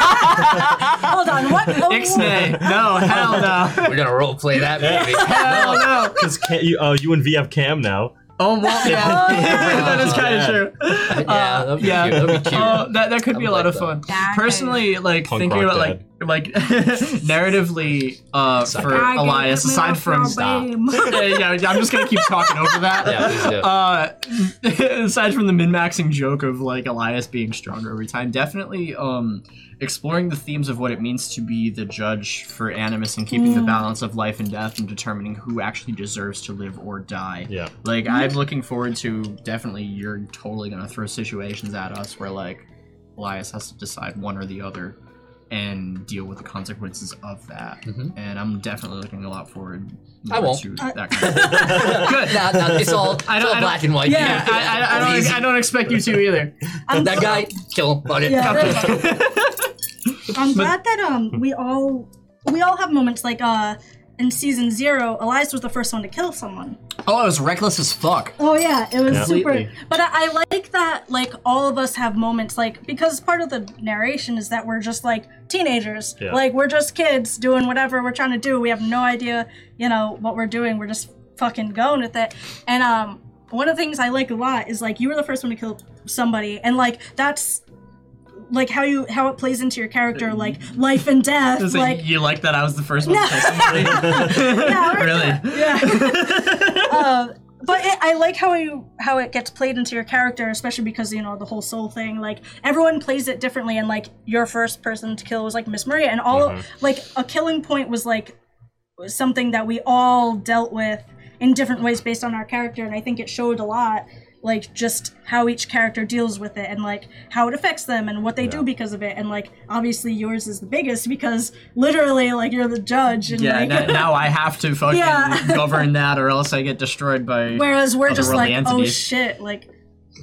C: Hold on. What? oh,
D: Ixnay. No, hell no.
A: We're gonna role play that movie.
D: Hell no.
B: Because you, uh, you and V have Cam now.
D: Oh, well, yeah.
C: Oh, yeah.
D: that is kind
B: Yeah.
D: of true. Uh,
A: yeah, that'd be
D: yeah.
A: cute. That'd be cute.
D: Oh, that, that could be a lot
A: like
D: of
A: that.
D: fun.
C: Yeah, I
D: Personally, like
B: Punk
D: thinking
B: rock
D: about like like narratively uh, for
C: I get
D: Elias,
C: me
D: aside
C: off
D: from
C: your beam.
D: yeah, yeah, yeah, I'm just gonna keep talking over that.
A: Yeah, please do.
D: Uh, aside from the min-maxing joke of like Elias being stronger every time, definitely um, exploring the themes of what it means to be the judge for Animus and keeping the balance of life and death and determining who actually deserves to live or die.
B: Yeah.
D: Like
A: Mm.
D: I'm looking forward to definitely you're totally gonna throw situations at us where like Elias has to decide one or the other and deal with the consequences of that.
A: Mhm.
D: And I'm definitely looking a lot forward
A: I
D: more
A: won't.
D: to that kind of Good.
A: Nah, nah, it's all, it's
D: I don't-
A: all
D: I don't-
A: black and white.
D: Yeah, I, I, I don't
A: Easy.
D: I don't expect you to either.
C: I'm
A: that guy, kill him. Fuck it.
C: Yeah, I'm glad that um we all we all have moments like uh in season zero, Elias was the first one to kill someone.
D: Oh, it was reckless as fuck.
C: Oh yeah, it was
B: Yeah.
C: super.
D: Completely.
C: But I, I like that like all of us have moments like because part of the narration is that we're just like teenagers,
B: Yeah.
C: like we're just kids doing whatever we're trying to do. We have no idea, you know, what we're doing. We're just fucking going with it. And um, one of the things I like a lot is like you were the first one to kill somebody, and like that's like how you how it plays into your character, like life and death,
D: It's like,
C: like
D: you like that I was the first one to kill somebody?
C: yeah,
D: really?
C: yeah. uh, but it, I like how you how it gets played into your character, especially because you know the whole soul thing. Like everyone plays it differently, and like your first person to kill was like Miss Maria, and all
D: Mm-hmm.
C: like a killing point was like was something that we all dealt with in different ways based on our character, and I think it showed a lot. Like just how each character deals with it, and like how it affects them, and what they do because of it, and like obviously yours is the biggest because literally like you're the judge, and
D: Yeah,
C: like,
D: now, now I have to fucking
C: Yeah.
D: govern that or else I get destroyed by
C: Whereas we're just
D: Otherworldly
C: like, oh
D: entities.
C: shit, like,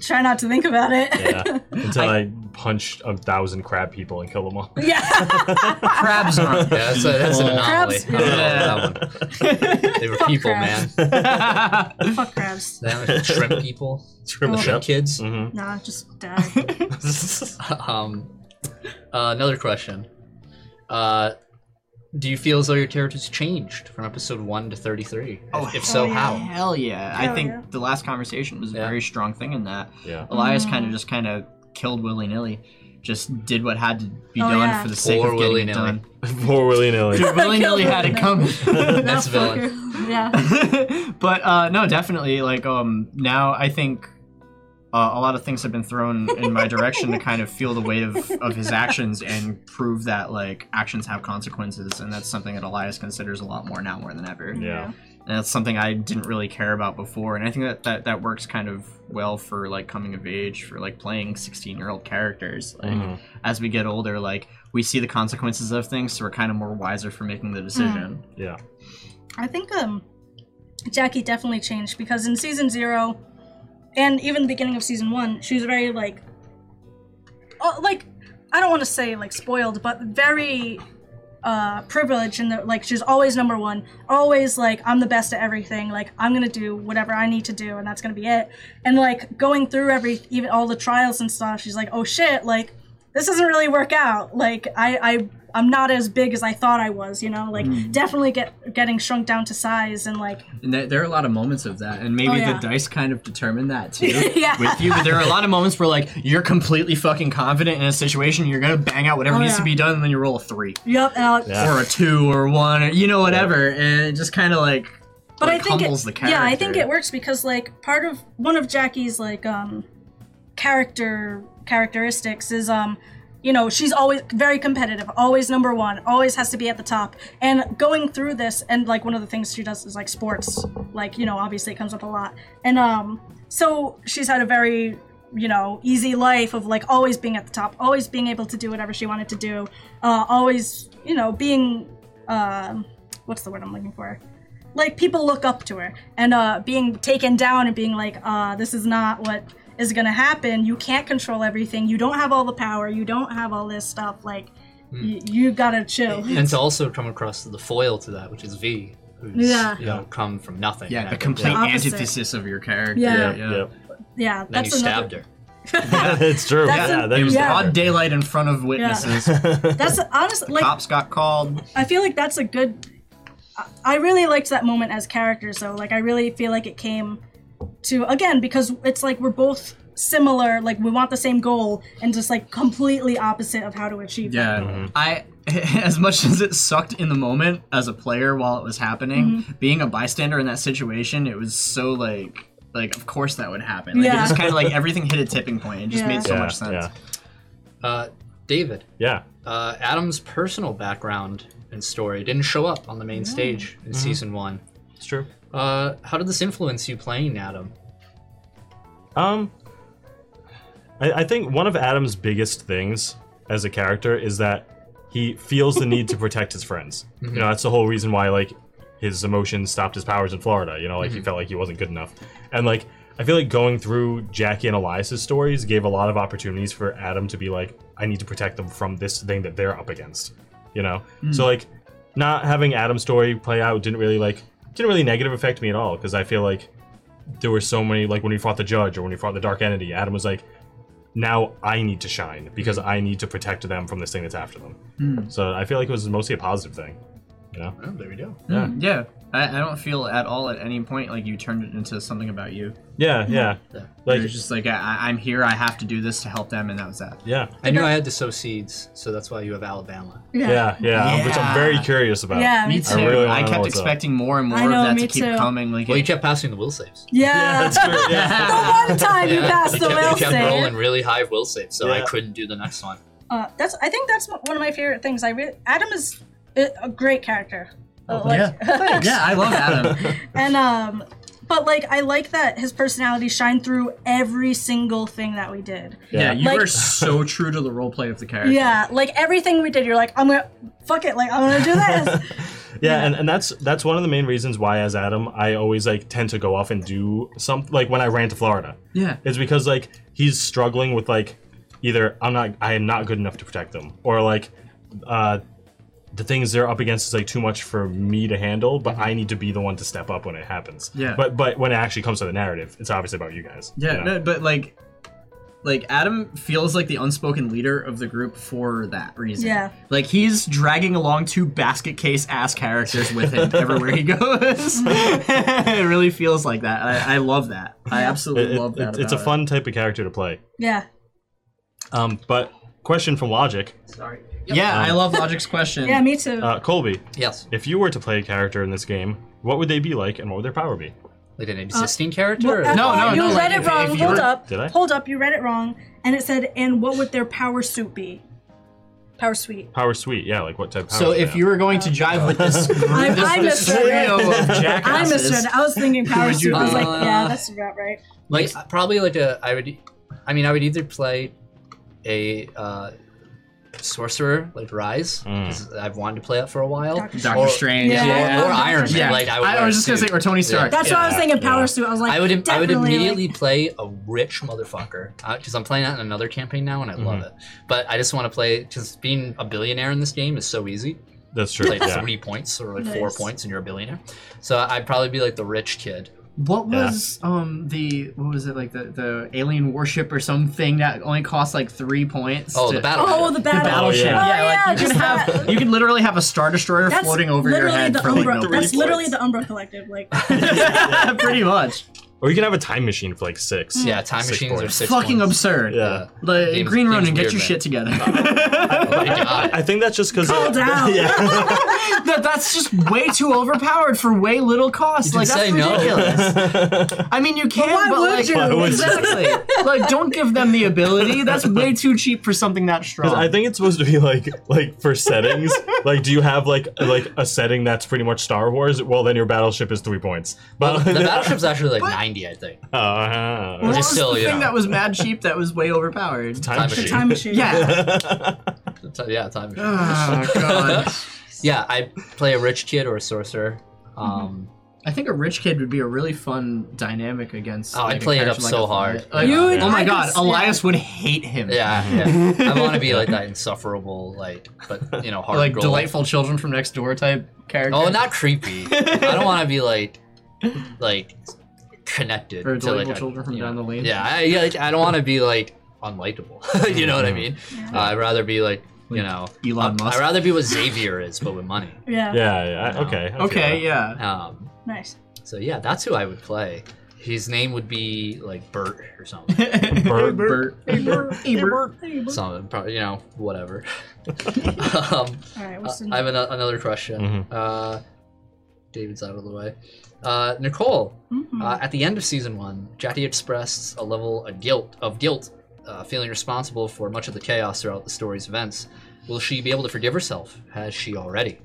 C: try not to think about it.
B: Yeah. Until I, punched a thousand crab people and killed them all.
C: yeah.
D: crabs on.
A: Yeah, that's, a, that's an anomaly.
C: Crabs.
A: I don't know about that one. They were people,
C: crabs.
A: man.
C: Fuck crabs.
A: They were shrimp people,
B: Trim
A: shrimp kids.
B: hmm
C: Nah, just die.
B: Mm-hmm.
A: Um, uh, another question. Uh, do you feel as though your character's changed from episode 1 to 33?
D: Oh,
A: if, if so,
C: hell yeah.
A: how?
D: Hell yeah. I
C: Hell
D: think
C: yeah.
D: the last conversation was a
A: Yeah.
D: very strong thing in that.
B: Yeah.
D: Elias
C: Mm.
D: kind of just kind of killed willy nilly, just did what had to be
C: Oh,
D: done
C: yeah.
D: for the sake
A: Poor
D: of getting it
A: willy-nilly.
D: done.
B: Poor willy nilly.
D: Dude, willy nilly had it coming.
A: That's villain.
C: Fucker. Yeah.
D: but uh, no, definitely. Like um, now, I think uh, a lot of things have been thrown in my direction to kind of feel the weight of, of his actions and prove that like actions have consequences, and that's something that Elias considers a lot more now more than ever.
B: Yeah.
D: And that's something I didn't really care about before, and I think that that, that works kind of well for like coming of age for like playing sixteen year old characters. Like
B: Mhm.
D: as we get older, like we see the consequences of things, so we're kind of more wiser for making the decision.
B: Yeah.
C: I think um, Jackie definitely changed because in season zero, and even the beginning of season one, she was very like, oh, like I don't want to say like spoiled, but very uh, privileged and like she's always number one, always like I'm the best at everything. Like I'm gonna do whatever I need to do, and that's gonna be it. And like going through every even all the trials and stuff, she's like, oh shit, like this doesn't really work out. Like I I I'm not as big as I thought I was. You know, like definitely get getting shrunk down to size and like
D: Mm-hmm. And there, there are a lot of moments of that, and maybe
C: Oh, yeah.
D: the dice kind of determine that too.
C: Yeah.
D: With you, but there are a lot of moments where like you're completely fucking confident in a situation, you're gonna bang out whatever
C: Oh,
D: needs
C: yeah.
D: to be done, and then you roll a three
C: yep. And I'll,
B: Yeah.
D: or a two or one, or, you know whatever, and it just kind of like
C: but
D: like,
C: I think
D: humbles the
C: yeah, I think
D: character.
C: it works because like part of one of Jackie's like um character characteristics is um you know she's always very competitive always number one always has to be at the top and going through this and like one of the things she does is like sports like you know obviously it comes up a lot and um so she's had a very you know easy life of like always being at the top always being able to do whatever she wanted to do uh always you know being um what's the word i'm looking for like people look up to her and uh being taken down and being like uh this is not what is going to happen you can't control everything you don't have all the power you don't have all this stuff like
A: Hmm.
C: y- you gotta chill
A: and to also come across the foil to that, which is V, who's
C: Yeah.
A: you know come from nothing.
D: Yeah, the
A: And
D: complete
C: The opposite.
D: antithesis of your character.
C: Yeah.
B: yeah. yeah.
C: yeah
A: Then
C: that's
A: you
C: another
A: stabbed her.
B: That's true.
C: That's
B: yeah,
C: an-
B: that
D: It
B: is
D: was
C: Yeah.
D: broad daylight in front of witnesses.
C: that's honestly like
D: Cops got called.
C: I feel like that's a good. I- I really liked that moment as characters, though. Like, I really feel like it came to again because it's like we're both similar. Like, we want the same goal, and just like completely opposite of how to achieve. it.
D: Yeah.
B: Mm-hmm.
D: I as much as it sucked in the moment as a player while it was happening,
C: Mm-hmm.
D: being a bystander in that situation, it was so like like of course that would happen. Like,
C: Yeah.
D: It just kind of like everything hit a tipping point. It just
C: Yeah.
D: made so
B: yeah,
D: much sense.
B: Yeah.
A: Uh, David,
B: yeah.
A: uh, Adam's personal background and story didn't show up on the main stage in season one.
B: It's true.
A: Uh, how did this influence you playing Adam?
B: Um, I, I think one of Adam's biggest things as a character is that he feels the need to protect his friends. You know, that's the whole reason why like his emotions stopped his powers in Florida. You know, like he felt like he wasn't good enough, and like I feel like going through Jackie and Elias's stories gave a lot of opportunities for Adam to be like, I need to protect them from this thing that they're up against. You know, so like not having Adam's story play out didn't really like didn't really negative affect me at all because I feel like there were so many like when we fought the judge or when we fought the dark entity adam was like now i need to shine because i need to protect them from this thing that's after them so i feel like it was mostly a positive thing you know
A: Oh, there we go.
B: yeah
D: Mm, Yeah. I, I don't feel at all at any point like you turned it into something about you.
B: yeah yeah
A: Yeah.
B: like
D: It was just like I, I- I'm here. I have to do this to help them, and that was that.
B: yeah
A: I knew I had to sow seeds, so that's why you have Alabama.
B: yeah yeah, which i'm very
D: Yeah.
B: curious about
C: Yeah,
D: Me
C: me
D: too.
C: too.
B: I really wanna
D: I
B: know
D: kept
B: what's up.
D: expecting more and more
C: I know,
D: of that
C: me
D: to keep
C: too.
D: coming. Like
A: Well, you
D: it,
A: kept passing the will saves.
B: yeah
C: Yeah.
B: that's true yeah
C: the one time you passed
A: you
C: the
A: kept, you
C: will
A: kept
C: save.
A: rolling really high will saves, so I
B: Yeah.
A: couldn't do the next one.
C: Uh, that's. I think that's one of my favorite things. I really Adam is a a great character. Uh, like-
E: yeah.
D: yeah, I love Adam.
C: and um but like i like that his personality shined through every single thing that we did
D: yeah, you
C: Like-
D: were so true to the roleplay of the character.
C: yeah like everything we did you're like i'm gonna fuck it like i'm gonna do this
B: yeah and, and that's that's one of the main reasons why as adam i always like tend to go off and do something like when i ran to florida
D: Yeah.
B: It's because like he's struggling with like either I'm not I am not good enough to protect them or like uh the things they're up against is like too much for me to handle, but I need to be the one to step up when it happens.
D: Mm-hmm. Yeah.
B: But but when it actually comes to the narrative, it's obviously about you guys.
D: Yeah,
B: you know?
D: no, but like, like Adam feels like the unspoken leader of the group for that reason.
C: Yeah.
D: like he's dragging along two basket case ass characters with him everywhere he goes. it really feels like that. I, I love that. I
B: It-
D: absolutely
B: it-
D: love that.
B: it's- it's a
D: about it.
B: fun type of character to play.
C: yeah
B: Um, but question from Logic,
D: Yeah, I love Logic's question.
C: yeah me too
B: uh, Colby,
A: Yes.
B: if you were to play a character in this game, what would they be like, and what would their power be?
A: Like an existing character?
C: Uh, Well,
A: or-
D: No,
C: uh,
D: no,
C: you
D: no,
C: read
D: like,
C: it
D: if-
C: wrong
D: if you
C: hold
D: were-
C: up
B: Did I?
C: hold up you read it wrong and it said and what would their power suit be power suite
B: Power Suite, yeah, like what type? of power
D: So
B: would they
D: if
B: have?
D: you were going to jive with this, group,
C: I-
D: this,
C: I
D: this
C: misread it.
D: trio of
C: I misread.
D: jackasses,
C: it. I was thinking power
D: would you
C: suit. I was
D: be?
C: like, yeah, that's about right.
A: like uh, probably like a i would i mean i would either play a uh sorcerer like rise
D: Hmm.
A: because i've wanted to play it for a while
C: Doctor
D: Doctor Strange,
A: yeah,
C: Yeah.
A: or, or iron man
D: yeah.
A: like i would
D: I,
A: wear
D: was
A: a
D: just gonna
A: suit.
D: say, or Tony Stark.
C: That's
D: yeah.
C: what I was thinking. Power
B: yeah.
C: suit. I was like,
A: I would, im- I would
C: definitely, like-
A: immediately play a rich motherfucker because I'm playing that in another campaign now and I love
D: Mm-hmm.
A: it. But I just want to play because being a billionaire in this game is so easy.
B: that's true.
A: Like
B: yeah.
A: three points or like four
C: Nice.
A: points and you're a billionaire. So I'd probably be like the rich kid.
D: What
B: Yeah.
D: was um the what was it like the the alien warship or something that only costs like three points?
A: Oh,
D: to-
A: the battle.
C: oh, the battle.
D: battleship.
B: Oh,
D: yeah,
B: yeah.
C: Oh, yeah,
D: like you can
C: just
D: have
C: that.
D: you can literally have a star destroyer floating over your
C: literally
D: head
C: the
D: for
C: Umbra.
D: like no
C: that's
D: reason.
C: literally the Umbra Collective. Like,
D: pretty much.
B: Or you can have a time machine for like six.
A: Yeah, time
B: Six
A: machines are
B: points.
A: six.
D: Fucking
A: points.
D: absurd.
B: Yeah.
D: Like,
A: Game's-
D: Green Run
A: game's
D: and get
A: weird,
D: your
A: man.
D: shit together.
A: Oh my God.
B: I think that's just because.
C: Calm down.
B: yeah.
D: that, that's just way too overpowered for way little cost.
A: You
D: like
A: didn't
D: that's
A: say no.
D: ridiculous. I mean, you can,
C: why
D: but
C: would
D: like,
C: you?
B: Why would you?
D: exactly. like, don't give them the ability. That's way too cheap for something that strong.
B: I think it's supposed to be like like for settings. like, do you have like like a setting that's pretty much Star Wars? Well, then your battleship is three points. But
A: The battleship's actually like 90, I think.
B: Uh, uh, uh,
D: what
B: uh,
D: was
A: just still,
D: the
A: you
D: thing
A: know.
D: that was mad cheap that was way overpowered?
A: Time
B: time, machine.
C: Time machine.
D: Yeah.
A: T- uh, Yeah, time machine.
D: oh god.
A: Yeah, I play a rich kid or a sorcerer.
D: Mm-hmm.
A: Um,
D: I think a rich kid would be a really fun dynamic against.
A: Oh, I'd
D: like, a
A: play it
D: character
A: up
D: like
A: so
D: a-
A: hard.
D: like-
C: You would-
D: oh my
C: I could
D: god,
C: s-
D: Elias would hate him.
A: yeah, yeah. I want to be like that insufferable, like, but you know, hard
D: Like
A: goal.
D: delightful children from next door type character.
A: Oh, not creepy. I don't want to be like, like connected
D: Or
A: to like
D: delightful
A: a-
D: children from
A: you know.
D: down the lane.
A: Yeah, I, yeah, like, I don't want to be like unlikable. you know what I mean? Uh, I'd rather be like, you know,
D: Mm-hmm. Elon Musk.
A: I'd rather be what Xavier is, but with money.
C: Yeah.
B: yeah. yeah, I- okay. I feel
D: Okay,
B: that.
D: yeah.
A: Um,
C: Nice.
A: so yeah, that's who I would play. His name would be like Bert or something.
B: Bert.
D: Bert. Ebert.
A: something, probably, you know, whatever. um,
C: All right.
A: Uh,
C: What's the
A: I have an- another question.
B: Mhm.
A: Uh, David's out of the way. Uh, Nicole,
C: Mhm.
A: uh, at the end of season one, Jackie expressed a level of guilt, of guilt, uh, feeling responsible for much of the chaos throughout the story's events. Will she be able to forgive herself? Has she already?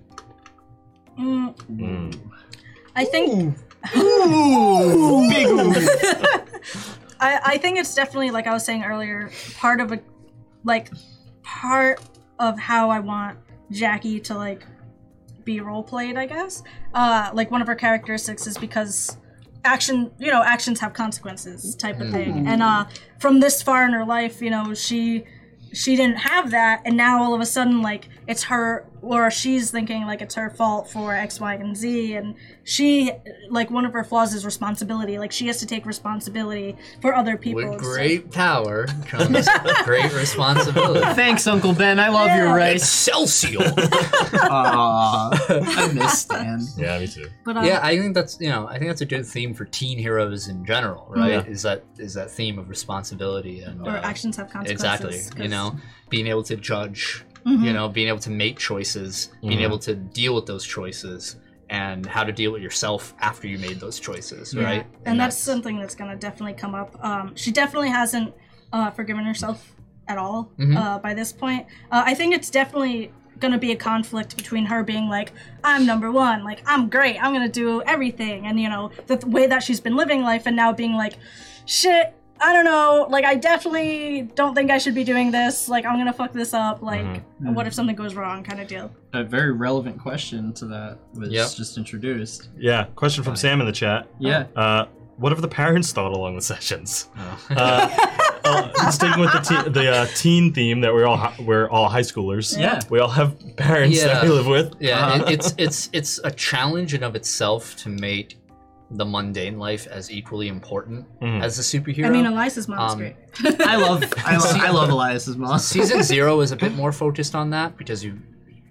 C: Mm,
B: Mm.
C: I think
D: Ooh, big ooh.
C: I, I think it's definitely like I was saying earlier, part of a like part of how I want Jackie to like be role played, I guess. Uh like one of her characteristics is because action you know, actions have consequences type of thing. And uh from this far in her life, you know, she she didn't have that and now all of a sudden like it's her or she's thinking like it's her fault for x y and z and she like one of her flaws is responsibility like she has to take responsibility for other people
A: With
C: and stuff.
A: great power comes great responsibility.
D: Thanks, Uncle Ben. I love your
C: Yeah.
D: rice.
A: Excelsior!
D: Aw, I miss Stan.
B: Yeah, me too.
C: but um,
A: yeah, I think that's you know I think that's a good theme for teen heroes in general, right? Is that is that theme of responsibility and
C: or
A: uh,
C: actions have consequences mm-hmm.
A: exactly you know being able to judge you know being able to make choices being
B: Mhm.
A: able to deal with those choices and how to deal with yourself after you made those choices
C: Yeah.
A: right
C: and, that's, something that's gonna definitely come up um she definitely hasn't uh forgiven herself at all
A: Mhm.
C: uh by this point uh, i think it's definitely gonna be a conflict between her being like i'm number one like i'm great i'm gonna do everything and you know the th- way that she's been living life and now being like shit i don't know like i definitely don't think i should be doing this like i'm gonna fuck this up like
D: Mm-hmm.
C: what if something goes wrong kind of deal
D: A very relevant question to that was
A: Yep.
D: just introduced.
B: Yeah. Question from Sam in the chat.
D: Yeah.
B: Uh, what have the parents thought along the sessions?
A: Oh.
B: Uh, uh, sticking with the teen, the uh, teen theme that we're all hi- we're all high schoolers.
D: Yeah.
B: We all have parents that we
A: Yeah.
B: live with.
A: yeah
D: Uh-huh.
A: it- it's it's it's a challenge in of itself to make the mundane life as equally important
B: Mhm.
A: as the superhero
C: Mm. i mean eliza's mom is
A: Um,
C: great
D: I love, I love, I love Elias's mom.
A: season zero is a bit more focused on that because you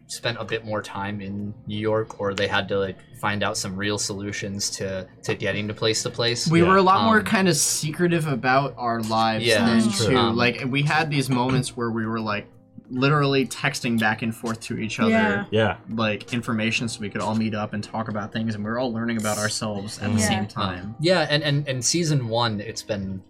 A: spent a bit more time in New York, or they had to like find out some real solutions to to getting to place to place.
D: We were a lot more
A: Um,
D: kind of secretive about our lives
A: Yeah,
D: then
A: that's
D: too.
A: true. Um,
D: like we had these moments where we were like literally texting back and forth to each other,
C: Yeah.
B: Yeah.
D: like information, so we could all meet up and talk about things, and we were all learning about ourselves at the
C: Yeah.
D: same
A: um,
D: time.
A: yeah, and and and season one, it's been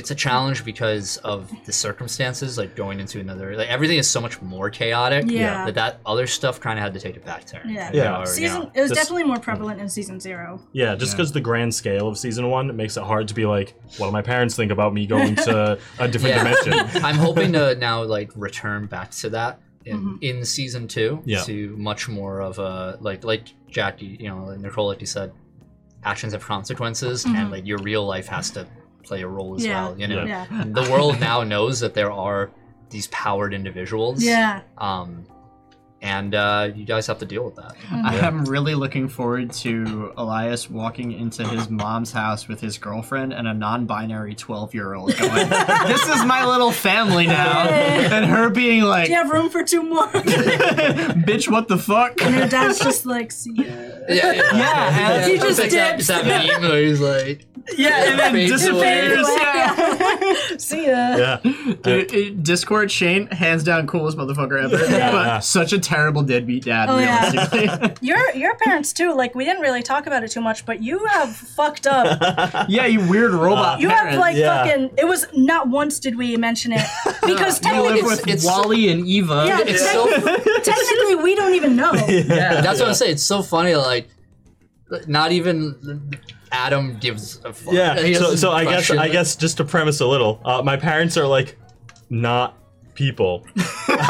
A: it's a challenge because of the circumstances, like going into another, like everything is so much more chaotic.
C: Yeah.
A: That that other stuff kind of had to take a back turn.
C: Yeah.
A: you
B: Yeah.
A: know, or, you
C: season
A: know.
C: it was
B: This-
C: definitely more prevalent in season zero
B: Yeah, just
D: Yeah.
B: because the grand scale of season one it makes it hard to be like, what do my parents think about me going to a different
A: Yeah.
B: dimension?
A: I'm hoping to now like return back to that in
C: Mm-hmm.
A: in season two
B: Yeah.
A: to much more of a like like Jackie, you know, like Nicole, like you said, actions have consequences, and like your real life has to play a role as
C: Mm-hmm. Yeah.
A: well. You know,
C: yeah
A: the world now knows that there are these powered individuals.
C: yeah
A: Um, and uh, you guys have to deal with that.
D: I am really looking forward to Elias walking into his mom's house with his girlfriend and a non-binary 12-year-old going, "This is my little family now," and her being like,
C: Do you have room for two more? and
D: "Bitch, what the fuck?"
C: her dad's just like, see ya.
A: Yeah, yeah.
D: Yeah,
A: He
C: you just
A: picks up-
C: dipped.
A: it's that meme where he's like,
D: Yeah, and then
A: Fades
D: disappears.
A: away.
D: Yeah.
C: See ya.
B: Yeah.
D: Dude, it- Discord Shane, hands down coolest motherfucker ever.
B: Yeah.
D: But such a terrible deadbeat dad,
C: Oh, yeah.
D: realistically.
C: Your your parents too. Like we didn't really talk about it too much, but you have fucked up.
D: yeah, you weird robot.
C: You have
D: parents.
C: like
B: yeah.
C: fucking. It was not once did we mention it because
D: You
C: technically,
D: live
A: it's-
D: with
A: it's-
D: Wally and Eva.
C: yeah,
A: It's so
C: tec- technically we don't even know.
A: that's what I'm saying. It's so funny. Like, not even Adam gives a fuck. He
B: Yeah. So,
A: doesn't
B: so I guess
A: question
B: I
A: it.
B: guess just to premise a little, uh, my parents are like not people because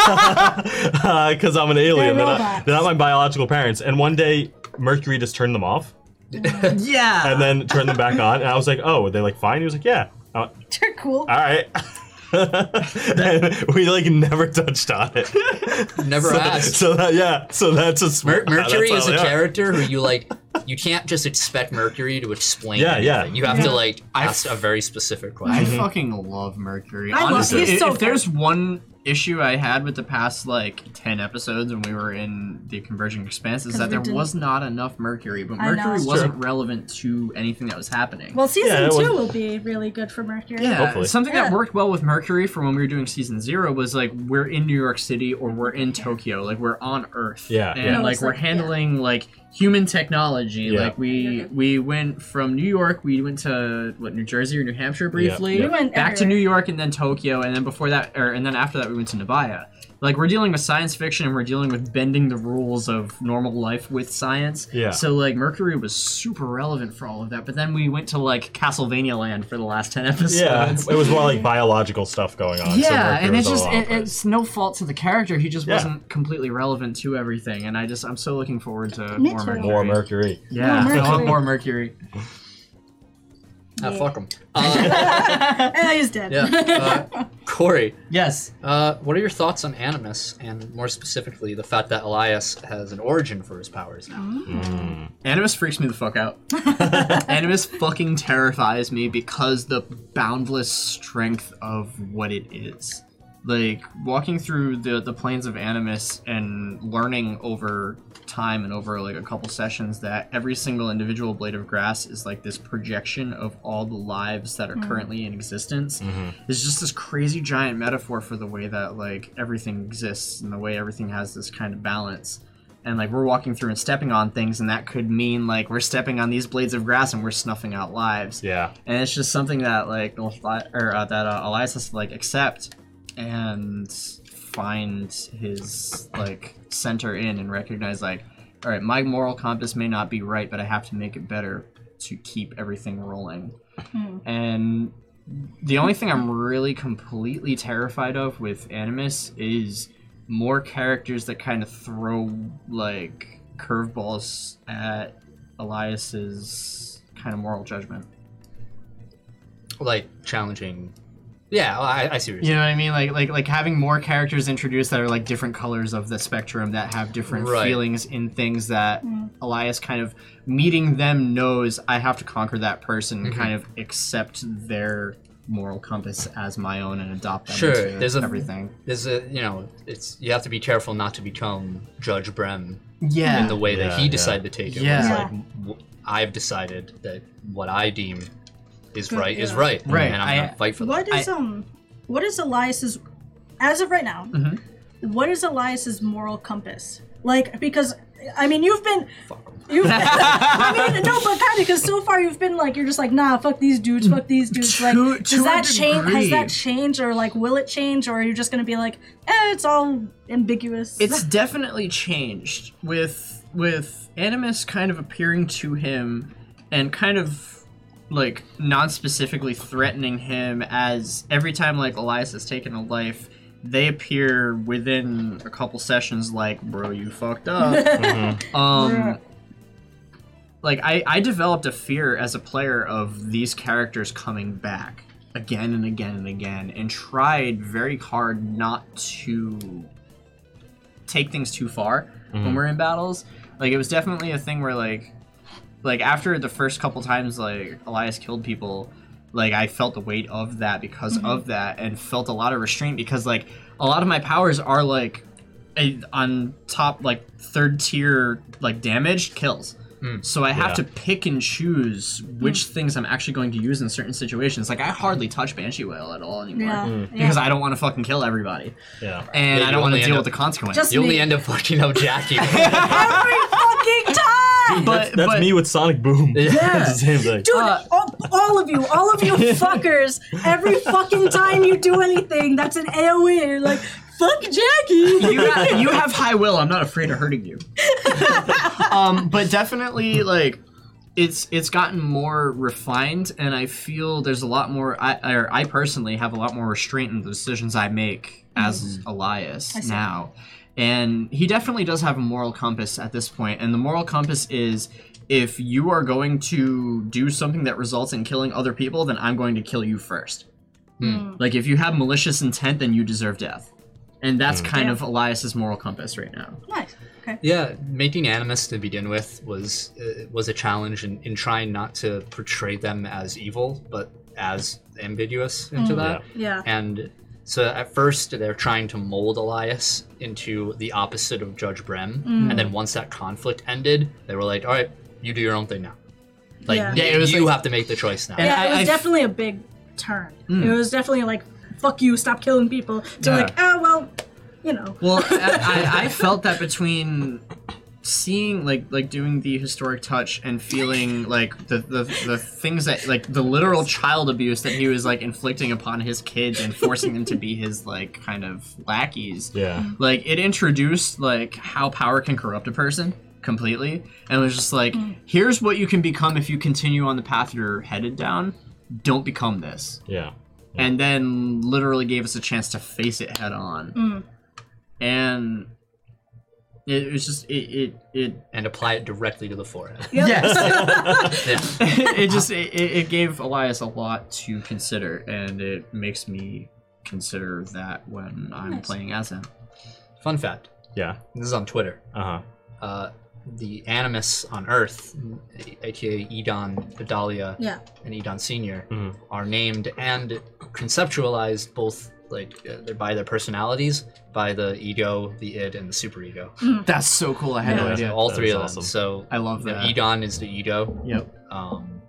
B: I'm an alien. They're not,
C: robots.
B: they're not my biological parents. And one day Mercury just turned them off
D: yeah.
B: and then turned them back on. And I was like, oh, they're like fine. He was like, yeah. Uh, I went,
C: You're cool.
B: All right. And we like never touched on it.
A: never asked.
B: so that yeah. So that's just
A: Mer-
B: that's
A: Mercury
B: how
A: is a
B: they are.
A: character who you like. You can't just expect Mercury to explain.
B: Yeah, yeah.
A: anything. You have to like ask a very specific
D: I
A: question.
D: fucking love Mercury.
C: I love-
D: Honestly,
C: he's
D: if,
C: so
D: if there's one issue I had with the past like ten episodes when we were in the Converging Expanse is
C: 'Cause
D: that
C: we
D: there
C: didn't-
D: was not enough Mercury, but
C: I know.
D: Mercury
C: It's
D: wasn't relevant to anything that was happening.
C: Well, season
B: Yeah, it
C: two
B: was-
C: will be really good for Mercury.
D: yeah,
B: Hopefully.
D: something
C: Yeah.
D: that worked well with Mercury from when we were doing season zero was like we're in New York City or we're in Tokyo, like we're on Earth.
B: Yeah,
D: and
B: yeah.
C: No,
D: like
C: it's
D: we're
C: like-
D: handling like human technology.
B: Yeah.
D: Like we we went from New York, we went to what New Jersey or New Hampshire briefly,
B: yeah.
C: We went
D: back to
C: everywhere.
D: New York and then Tokyo, and then before that, or and then after that, we went to Nebaya. Like we're dealing with science fiction and we're dealing with bending the rules of normal life with science.
B: Yeah.
D: So like Mercury was super relevant for all of that, but then we went to like Castlevania Land for the last ten episodes.
B: Yeah, it was more like biological stuff going on. so
D: Yeah,
B: Mercury
D: and it's
B: was all
D: just
B: over the
D: it,
B: place.
D: it's no fault to the character. He just
B: Yeah.
D: wasn't completely relevant to everything, and I just I'm so looking forward to
C: Me
D: more
C: too.
D: Mercury.
B: more Mercury.
D: Yeah,
C: More
D: I want
C: Mercury.
D: more Mercury.
B: Mm-hmm.
A: Ah, fuck him. Uh,
C: Eh, he's dead.
A: yeah. Uh, Corey,
D: Yes.
A: uh, what are your thoughts on Animus, and more specifically, the fact that Elias has an origin for his powers now?
D: Animus freaks me the fuck out. Animus fucking terrifies me because the boundless strength of what it is. Like walking through the the planes of Animus and learning over time and over like a couple sessions that every single individual blade of grass is like this projection of all the lives that are currently in existence. It's just this crazy giant metaphor for the way that like everything exists and the way everything has this kind of balance and like we're walking through and stepping on things and that could mean like we're stepping on these blades of grass and we're snuffing out lives
B: Yeah,
D: and it's just something that like Eli- or uh, that uh, Elias has to like accept and find his like center in and recognize like all right my moral compass may not be right but I have to make it better to keep everything rolling and the only thing I'm really completely terrified of with Animus is more characters that kind of throw like curveballs at Elias's kind of moral judgment.
A: Like challenging. Yeah, I, I see what you're
D: You know what I mean? Like like like having more characters introduced that are like different colors of the spectrum that have different
A: Right.
D: feelings in things that Elias kind of meeting them knows I have to conquer that person
A: Mm-hmm.
D: and kind of accept their moral compass as my own and adopt them
A: Sure,
D: into
A: there's a-
D: everything.
A: There's a you know, it's you have to be careful not to become Judge Brem
D: Yeah.
A: in the way that
B: Yeah,
A: he
B: yeah.
A: decided to take it.
D: Yeah.
A: It's
C: Yeah.
A: like w- I've decided that what I deem is
C: Good,
A: right is
C: yeah.
A: right,
D: Right,
A: and I'm gonna
D: I-
A: fight for that.
C: What is um, what is Elias's, as of right now,
D: Mm-hmm.
C: what is Elias's moral compass? Like because I mean you've been, you've I mean no, but kind of because so far you've been like you're just like nah, fuck these dudes, fuck these dudes. Like
D: To-
C: does
D: to a
C: that change? Has
D: degree.
C: that changed or like will it change or are you just gonna be like eh, it's all ambiguous?
D: It's definitely changed with with Animus kind of appearing to him and kind of like non-specifically threatening him as every time like Elias has taken a life they appear within a couple sessions like bro you fucked up
B: Mm-hmm.
D: um like I, I developed a fear as a player of these characters coming back again and again and again and tried very hard not to take things too far when we're in battles like it was definitely a thing where like like after the first couple times like elias killed people like i felt the weight of that because
C: Mm-hmm.
D: of that and felt a lot of restraint because like a lot of my powers are like a, on top like third tier like damage kills
A: Hmm.
D: So I have
B: Yeah.
D: to pick and choose which
C: Hmm.
D: things I'm actually going to use in certain situations. Like I hardly touch Banshee Whale at all anymore
C: Yeah. yeah.
D: because I don't want to fucking kill everybody,
B: Yeah.
A: Hmm.
D: and
A: Yeah,
D: I
A: you
D: don't want to
A: only end
D: deal
A: up-
D: with the consequences.
C: Just
A: You only
C: me.
A: end up fucking up Jackie.
C: every fucking time.
D: but
B: that's
D: but,
B: me with Sonic Boom. it's the same thing.
C: Dude,
D: Uh,
C: all, all of you, all of you fuckers, every fucking time you do anything, that's an AoE. You're like, fuck Jackie.
D: you, have, you have high will. I'm not afraid of hurting you. um, but definitely, like, it's it's gotten more refined, and I feel there's a lot more. I or I personally have a lot more restraint in the decisions I make as Elias now, and he definitely does have a moral compass at this point. And the moral compass is. If you are going to do something that results in killing other people, then I'm going to kill you first. Like if you have malicious intent, then you deserve death. And that's kind
C: Yeah.
D: of Elias's moral compass right now.
C: Nice. Okay.
A: yeah, making animus to begin with was uh, was a challenge in, in trying not to portray them as evil, but as ambiguous
C: Mm.
A: into that.
C: Yeah.
A: And so at first they're trying to mold Elias into the opposite of Judge Brem,
C: Mm.
A: and then once that conflict ended, they were like, "All right, you do your own thing now. Like
C: Yeah.
A: you,
D: Yeah, it was
A: you
D: like-
A: have to make the choice now."
D: And
C: yeah,
D: I-
C: it was
D: I- Hmm.
C: definitely a big turn. It was definitely like, fuck you, stop killing people. To
D: Yeah.
C: like, oh, well, you know.
D: Well, I, I, I felt that between seeing like like doing the historic touch and feeling like the, the the things that like the literal child abuse that he was like inflicting upon his kids and forcing them to be his like kind of lackeys.
B: Yeah.
D: like it introduced like how power can corrupt a person completely and it was just like here's what you can become if you continue on the path you're headed down don't become this
B: Yeah.
D: and then literally gave us a chance to face it head on and it was just it it it,
A: and apply it directly to the forehead.
D: yes.
A: Yeah.
D: it just it, it it gave elias a lot to consider and it makes me consider that when i'm
C: Nice.
D: playing as him
A: Fun fact:
B: Yeah.
A: This is on Twitter.
B: Uh huh.
A: Uh, the Animus on Earth, aka Edon, Vidalia,
C: Yeah.
A: and Edon Senior,
B: Mhm.
A: are named and conceptualized both like uh, they're by their personalities, by the ego, the id, and the superego.
C: Hmm.
D: that's so cool i had
B: Yeah.
D: no idea
A: All
B: That
A: three
B: is
A: of them.
B: awesome.
A: So
D: i love
A: the
D: that
A: Edon is the ego.
D: yep
A: Um,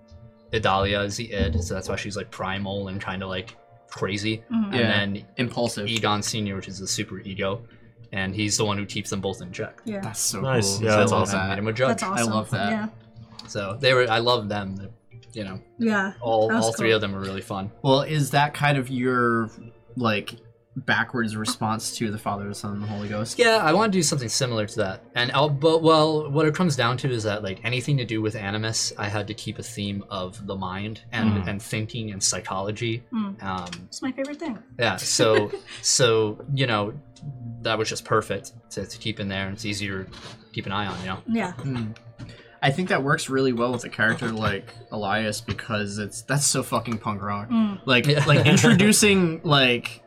A: Vidalia is the id, so that's why she's like primal and kind of like crazy.
C: Mhm.
A: And
D: Yeah.
A: then
D: impulsive.
A: Edon Senior, which is the super ego, and he's the one who keeps them both in check.
C: Yeah.
D: That's so
B: Nice.
D: cool.
B: Yeah,
D: I
B: that's
D: love
B: awesome.
A: Made
D: that.
A: him a judge.
C: That's awesome.
D: love that.
C: Yeah.
A: So they were. I love them. They're, You know,
C: Yeah.
A: all
C: That was
A: all three
C: cool.
A: of them are really fun.
D: Well, is that kind of your like backwards response to the Father, the Son, and the Holy Ghost?
A: Yeah, I want to do something similar to that. And I'll, but well, what it comes down to is that like anything to do with animus, I had to keep a theme of the mind and
B: Mm.
A: and thinking and psychology.
C: Mm.
A: Um,
C: It's my favorite thing.
A: yeah. So so you know, that was just perfect to, to keep in there, and it's easier to keep an eye on. You know.
C: Yeah.
D: Hmm. I think that works really well with a character like Elias because it's that's so fucking punk rock.
C: Mm.
D: Like
A: Yeah.
D: like introducing like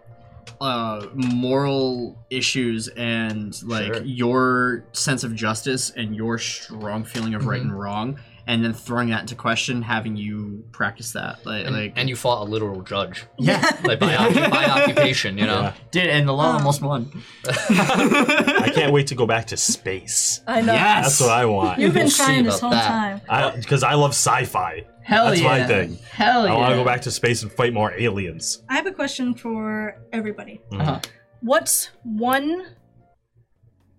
D: uh moral issues and like
A: Sure.
D: your sense of justice and your strong feeling of right and wrong and then throwing that into question having you practice that like
A: And,
D: like
A: and you fought a literal judge,
D: yeah
A: like by, occu- by occupation. You know.
B: Yeah.
D: Did and the law
C: Um,
D: almost won.
B: I can't wait to go back to space.
C: I know.
B: That's what I want.
C: You've been
A: We'll see
C: trying this
A: about
C: whole
A: that.
C: time.
B: Because I, love sci-fi.
D: Hell
B: That's
D: yeah.
B: my thing.
D: Hell yeah.
B: I want to go back to space and fight more aliens.
C: I have a question for everybody.
B: Mhm.
D: Uh-huh.
C: What's one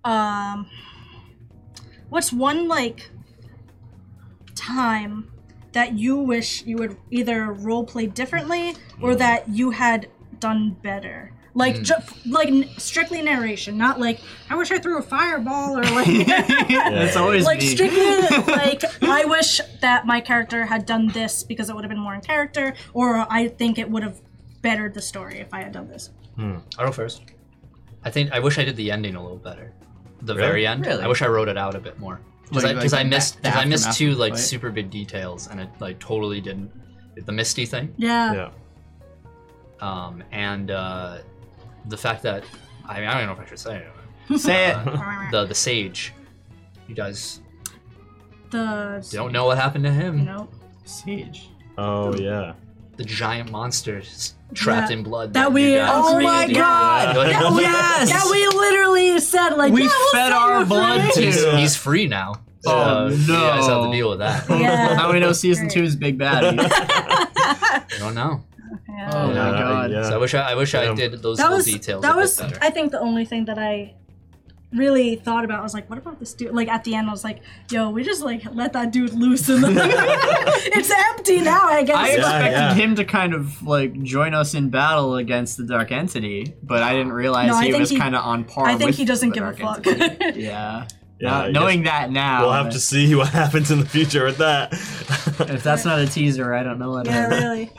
C: um what's one like time that you wish you would either role play differently or that you had done better? Like ju- like n- strictly narration, not like I wish I threw a fireball or like
D: That's always
C: like
D: me.
C: strictly like I wish that my character had done this because it would have been more in character, or I think it would have bettered the story if I had done this.
A: I'll go first. I think I wish I did the ending a little better. The
B: Really?
A: very end.
D: Really?
A: I wish I wrote it out a bit more. Because
D: Like-
A: I, 'cause
D: like
A: I
D: the
A: missed
D: back-
A: because I
D: the
A: missed
D: aftermath
A: two
D: of the
A: like
D: fight?
A: super big details and it like totally didn't the Misty thing.
C: Yeah.
B: Yeah.
A: Um and uh the fact that I mean I don't even know if I should say it.
D: Say it.
A: The the sage. You guys
C: The
A: don't know what happened to him.
C: you know
D: Sage.
B: Oh yeah.
A: The giant monster s- trapped
C: Yeah.
A: in blood.
C: That
A: you
C: we-
A: guys
C: Oh my
A: created.
C: God!
A: Yeah.
D: Yes!
C: that we literally said like
D: We
C: yeah, we'll
D: fed
C: set
D: our
C: you
D: blood
C: free.
D: to-
A: He's,
B: Yeah.
A: he's free now.
D: Oh,
A: so you guys have to
D: no.
A: deal with that.
C: Yeah.
D: How do we know season
C: Great.
D: two is Big Baddie?
A: I don't know.
C: Yeah.
D: Oh my
B: Yeah,
D: God.
B: yeah.
A: So I wish I, I wish I
B: Yeah.
A: did those
C: that
A: little
C: was
A: details.
C: that
A: a bit
C: was
A: better.
C: I think the only thing that I really thought about I was like, what about this dude? Like at the end, I was like, yo, we just like let that dude loose and it's empty now. I guess.
D: I
B: Yeah,
D: expected
B: yeah.
D: him to kind of like join us in battle against the dark entity, but I didn't realize
C: No, I
D: he
C: think
D: was
C: he-
D: kind of on par.
C: I think
D: with
C: he doesn't
D: the
C: give a
D: Dark
C: fuck.
D: Entity. yeah,
B: Yeah, I
D: Not-
B: guess
D: knowing that now,
B: We'll have to see what happens in the future with that.
D: If that's not a teaser, I don't know what.
C: yeah,
D: it is.
C: really.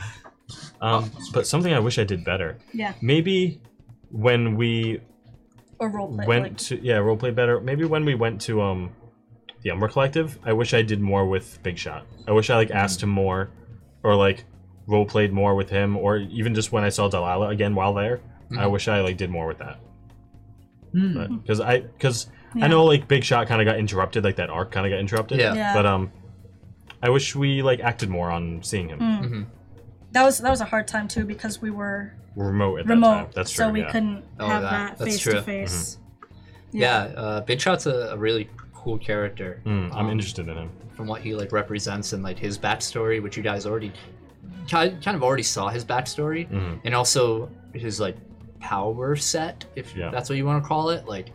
B: um, but something I wish I did better.
C: Yeah.
B: Maybe when we
C: Or role play.
B: went
C: like-
B: to yeah roleplay better. Maybe when we went to um the Umber Collective, I wish I did more with Big Shot. I wish I like asked him more, or like roleplayed more with him, or even just when I saw Delilah again while there. I wish I like did more with that
D: Hmm.
B: because I because
C: Yeah.
B: I know like Big Shot kind of got interrupted, like that arc kind of got interrupted.
A: Yeah.
C: Yeah.
B: But um, I wish we like acted more on seeing him.
C: Mm.
A: Mhm.
C: That was that was a hard time too because we were
B: We're remote at that time.
C: remote,
B: That's true.
C: so we
B: yeah.
C: couldn't
A: Oh,
C: have
A: that-
C: that
A: that's
C: face
A: true.
C: to face.
A: yeah, uh, Big Shot's a, a really cool character.
B: Mm, I'm
A: Um,
B: interested in him.
A: from what he like represents and like his backstory, which you guys already kind kind of already saw his backstory,
B: Mhm.
A: and also his like power set, if
B: Yeah.
A: that's what you want to call it. Like,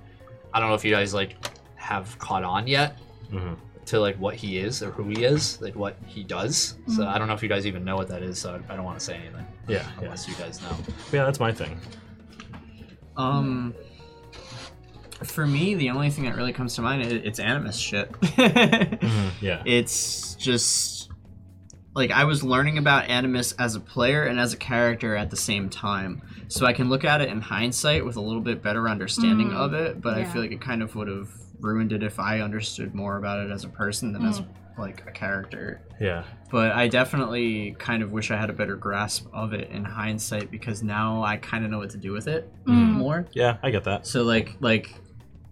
A: I don't know if you guys like have caught on yet
B: Mhm.
A: to like what he is or who he is, like what he does.
C: Mm-hmm.
A: So I don't know if you guys even know what that is. So I, I don't want to say anything
B: Yeah, yeah,
A: unless you guys know.
B: yeah. That's my thing.
D: Um, for me, the only thing that really comes to mind is it's animus shit.
B: Mhm, Yeah.
D: it's just like I was learning about animus as a player and as a character at the same time, so I can look at it in hindsight with a little bit better understanding
C: Mm,
D: of it. But I
C: yeah.
D: feel like it kind of would have ruined it if I understood more about it as a person than as like a character
B: Yeah.
D: but I definitely kind of wish I had a better grasp of it in hindsight because now I kind of know what to do with it
C: Mm.
D: more.
B: Yeah, I get that.
D: So like like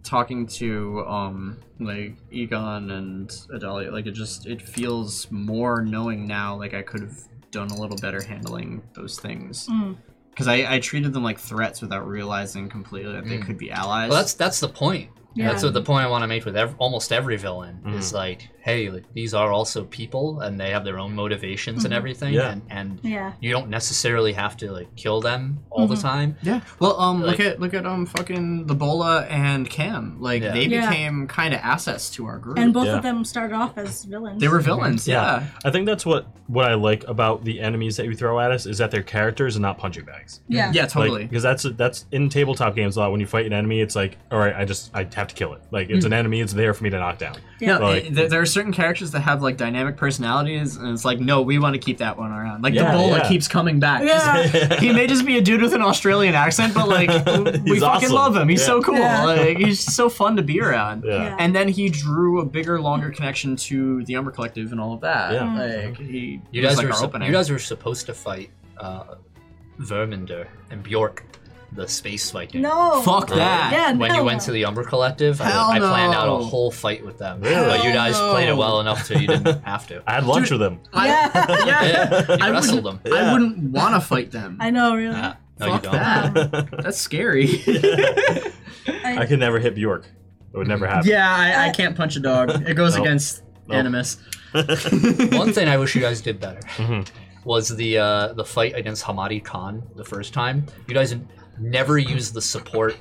D: talking to um like Egon and Adalia, like it just it feels more knowing now. Like I could have done a little better handling those things
C: Mm.
D: because I I treated them like threats without realizing completely that they could be allies.
A: Mm. Well, that's that's the point.
C: Yeah.
A: That's what the point I want to make with ev- almost every villain is like, hey, like, these are also people and they have their own motivations
D: Mm-hmm.
A: and everything,
B: Yeah.
A: and, and
C: Yeah.
A: you don't necessarily have to like kill them all
D: Mm-hmm.
A: the time.
D: Yeah. Well, um,
A: Like-
D: look at look at um, fucking the Bola and Cam. Like
A: Yeah.
D: they
C: Yeah.
D: became kind of assets to our group.
C: And both
B: Yeah.
C: of them started off as villains.
D: they were villains. Yeah.
B: I think that's what what I like about the enemies that you throw at us is that they're characters and not punching bags.
D: Yeah.
C: Yeah.
D: totally.
B: because that's that's in tabletop games a lot. When you fight an enemy, it's like, all right, I just I have to kill it. Like it's
C: Hmm.
B: an enemy, it's there for me to knock down.
D: no,
B: Like-
D: it- there, there are certain characters that have like dynamic personalities, and it's like, no, we want to keep that one around. Like
B: Yeah,
D: the Bola
B: yeah.
D: keeps coming back.
C: Yeah.
D: he may just be a dude with an Australian accent, but like we
B: He's
D: fucking
B: awesome.
D: love him. He's
B: Yeah.
D: so cool.
C: Yeah.
D: Like he's so fun to be around.
B: Yeah.
D: And then he drew a bigger, longer connection to the Umber Collective and all of that.
B: Yeah.
C: Mm.
D: Like he
A: You
D: was
A: guys
D: like
A: were
D: our
A: sup-
D: opening.
A: you guys were supposed to fight uh, Verminder and Bjork, the space Viking.
C: No.
D: Fuck that.
C: Yeah.
A: When
C: no.
A: you went to the Umber Collective, I,
D: Hell
A: I planned out a
D: no.
A: whole fight with them,
B: Really?
A: but you guys
D: Hell
A: played it
D: no.
A: well enough so you didn't have to.
B: I had lunch with him.
D: I-
C: Yeah.
A: Yeah, you
D: I
A: wrestled
D: wouldn't-
B: them. Yeah.
D: I wouldn't want to fight them.
C: I know, really. Um,
A: Ah, no, you
D: Fuck
A: don't.
D: that.
B: I
D: That's scary.
B: could never hit Bjork. It would never happen.
E: Yeah, I, I can't punch a dog. It goes
B: Nope.
E: against
B: Nope.
E: animus.
A: One thing I wish you guys did better
D: Mm-hmm.
B: Mhm.
A: was the uh, the fight against Hamadi Khan the first time. You guys never used the support,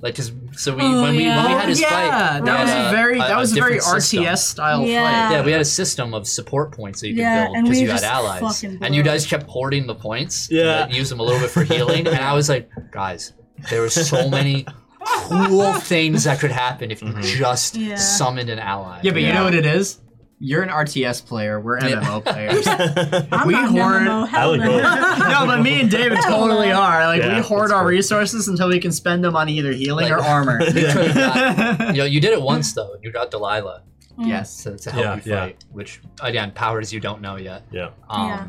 A: like 'cause- so we when we
C: Oh,
A: when we
C: yeah.
A: had his
D: yeah,
A: fight,
D: that
A: we had
D: was
A: a-
D: a very that was a very
A: different
D: RTS
A: system.
D: style
C: Yeah.
D: fight.
A: Yeah, we had a system of support points that you could
C: Yeah,
A: build
C: and
A: because
C: we
A: you had
C: just
A: allies,
C: fucking
A: and you
C: blew it.
A: guys kept hoarding the points.
B: Yeah.
A: and use them a little bit for healing, and I was like, guys, there were so many cool things that could happen if you just
C: Yeah.
A: summoned an ally.
D: Mm-hmm. Yeah, but you know what it is? You're an RTS player. We're
A: Yeah.
D: MMO players.
C: I'm
D: we
C: not
D: horn-
C: MMO, hell
B: I would
C: no.
D: no, but me and David
C: Hell
D: totally
C: no.
D: are. Like
B: Yeah,
D: we hoard
B: that's
D: our
B: fair.
D: resources until we can spend them on either healing
A: Like-
D: or armor.
A: You could've got- you know, you did it once though. You got Delilah
C: Mm.
D: yes.
A: to, to help
B: Yeah,
A: you
B: yeah.
A: fight, which again, powers you don't know yet.
B: yeah.
A: Um,
C: Yeah.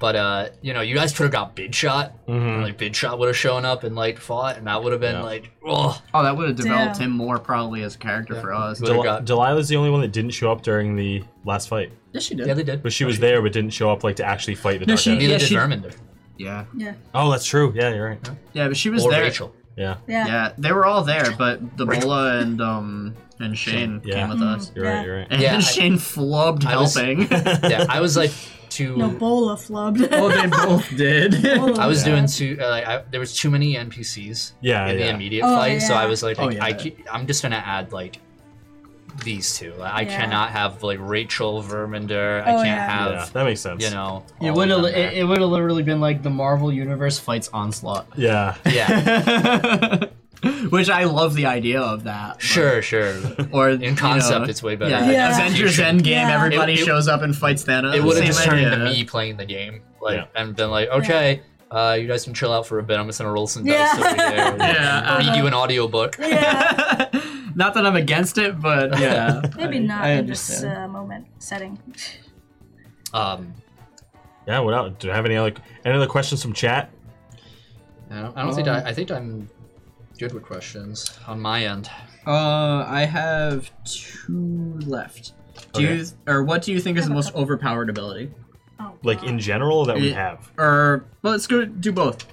A: But uh, you know, you guys could have got Big Shot. and,
B: Mhm.
A: Like Big Shot would have shown up and like fought, and that would have been
B: Yeah.
A: like, oh,
D: Oh, that would have developed
C: Damn.
D: him more probably as a character for us.
A: Would've
B: Del-
A: got-
B: Delilah's the only one that didn't show up during the last fight,
D: Yes, she
A: yeah, they did.
B: but she was there but didn't show up like to actually fight the
D: No,
B: dark
D: she-
B: enemy.
A: Neither
D: yeah,
A: did
D: she-
A: Verminder
D: Yeah.
C: Yeah.
B: Oh, that's true. Yeah, you're right.
D: Yeah, but she was
A: or
D: there.
A: Rachel.
B: Yeah.
C: Yeah.
D: Yeah, they were all there, but Debola and um and Shane
B: Yeah.
D: came with us.
B: You're
C: Yeah.
B: right. You're right.
D: And
A: Yeah, I-
D: Shane flubbed
A: I was-
D: helping.
A: Yeah, I was like too.
C: No, Bola flubbed.
E: Oh, they both did.
A: I was
B: Yeah.
A: doing too. Uh, like, I, there was too many NPCs
B: Yeah.
A: in the
B: Ah, Yeah.
A: immediate
C: Oh,
A: fight, so
C: yeah.
A: I was like,
E: Oh,
A: like, I
E: yeah.
A: ca- I'm just gonna add like these two. Like, I
C: Yeah.
A: cannot have like Rachel Verminder. I
C: Oh,
A: can't
C: yeah.
B: Yeah,
A: have
B: that makes sense.
A: you know.
E: It
A: all of
E: would have.
A: them
E: It,
A: there.
E: it would have literally been like the Marvel Universe fights onslaught.
B: Yeah.
A: yeah,
D: Which I love the idea of that. but-
A: sure, sure.
D: Or you
A: In
D: know,
A: concept, it's way better.
D: Yeah,
C: Yeah.
D: Avengers Endgame,
C: Yeah.
D: everybody
A: It- it-
D: shows up and fights Thanos.
A: it would have
D: Same
A: just turned into
D: idea.
A: me playing the game, like,
B: Yeah.
A: and been like, okay, uh, you guys can chill out for a bit. I'm just gonna roll some dice
C: Yeah.
A: over here. and
D: Yeah,
A: read
C: uh-huh.
A: you an audiobook.
C: yeah.
D: Not that I'm against it, but yeah.
C: Maybe
E: I-
C: not
E: I
C: in this
E: understand.
C: uh, moment setting.
A: Um,
B: Yeah. What else? Do you have any other any other questions from chat?
A: I don't, I don't think I, I think I'm good with questions on my end.
D: Uh, I have two left. Do you or what do you think is the most overpowered ability?
C: Oh,
B: Like in general that we
D: Yeah.
B: have.
D: Or well, let's go do both.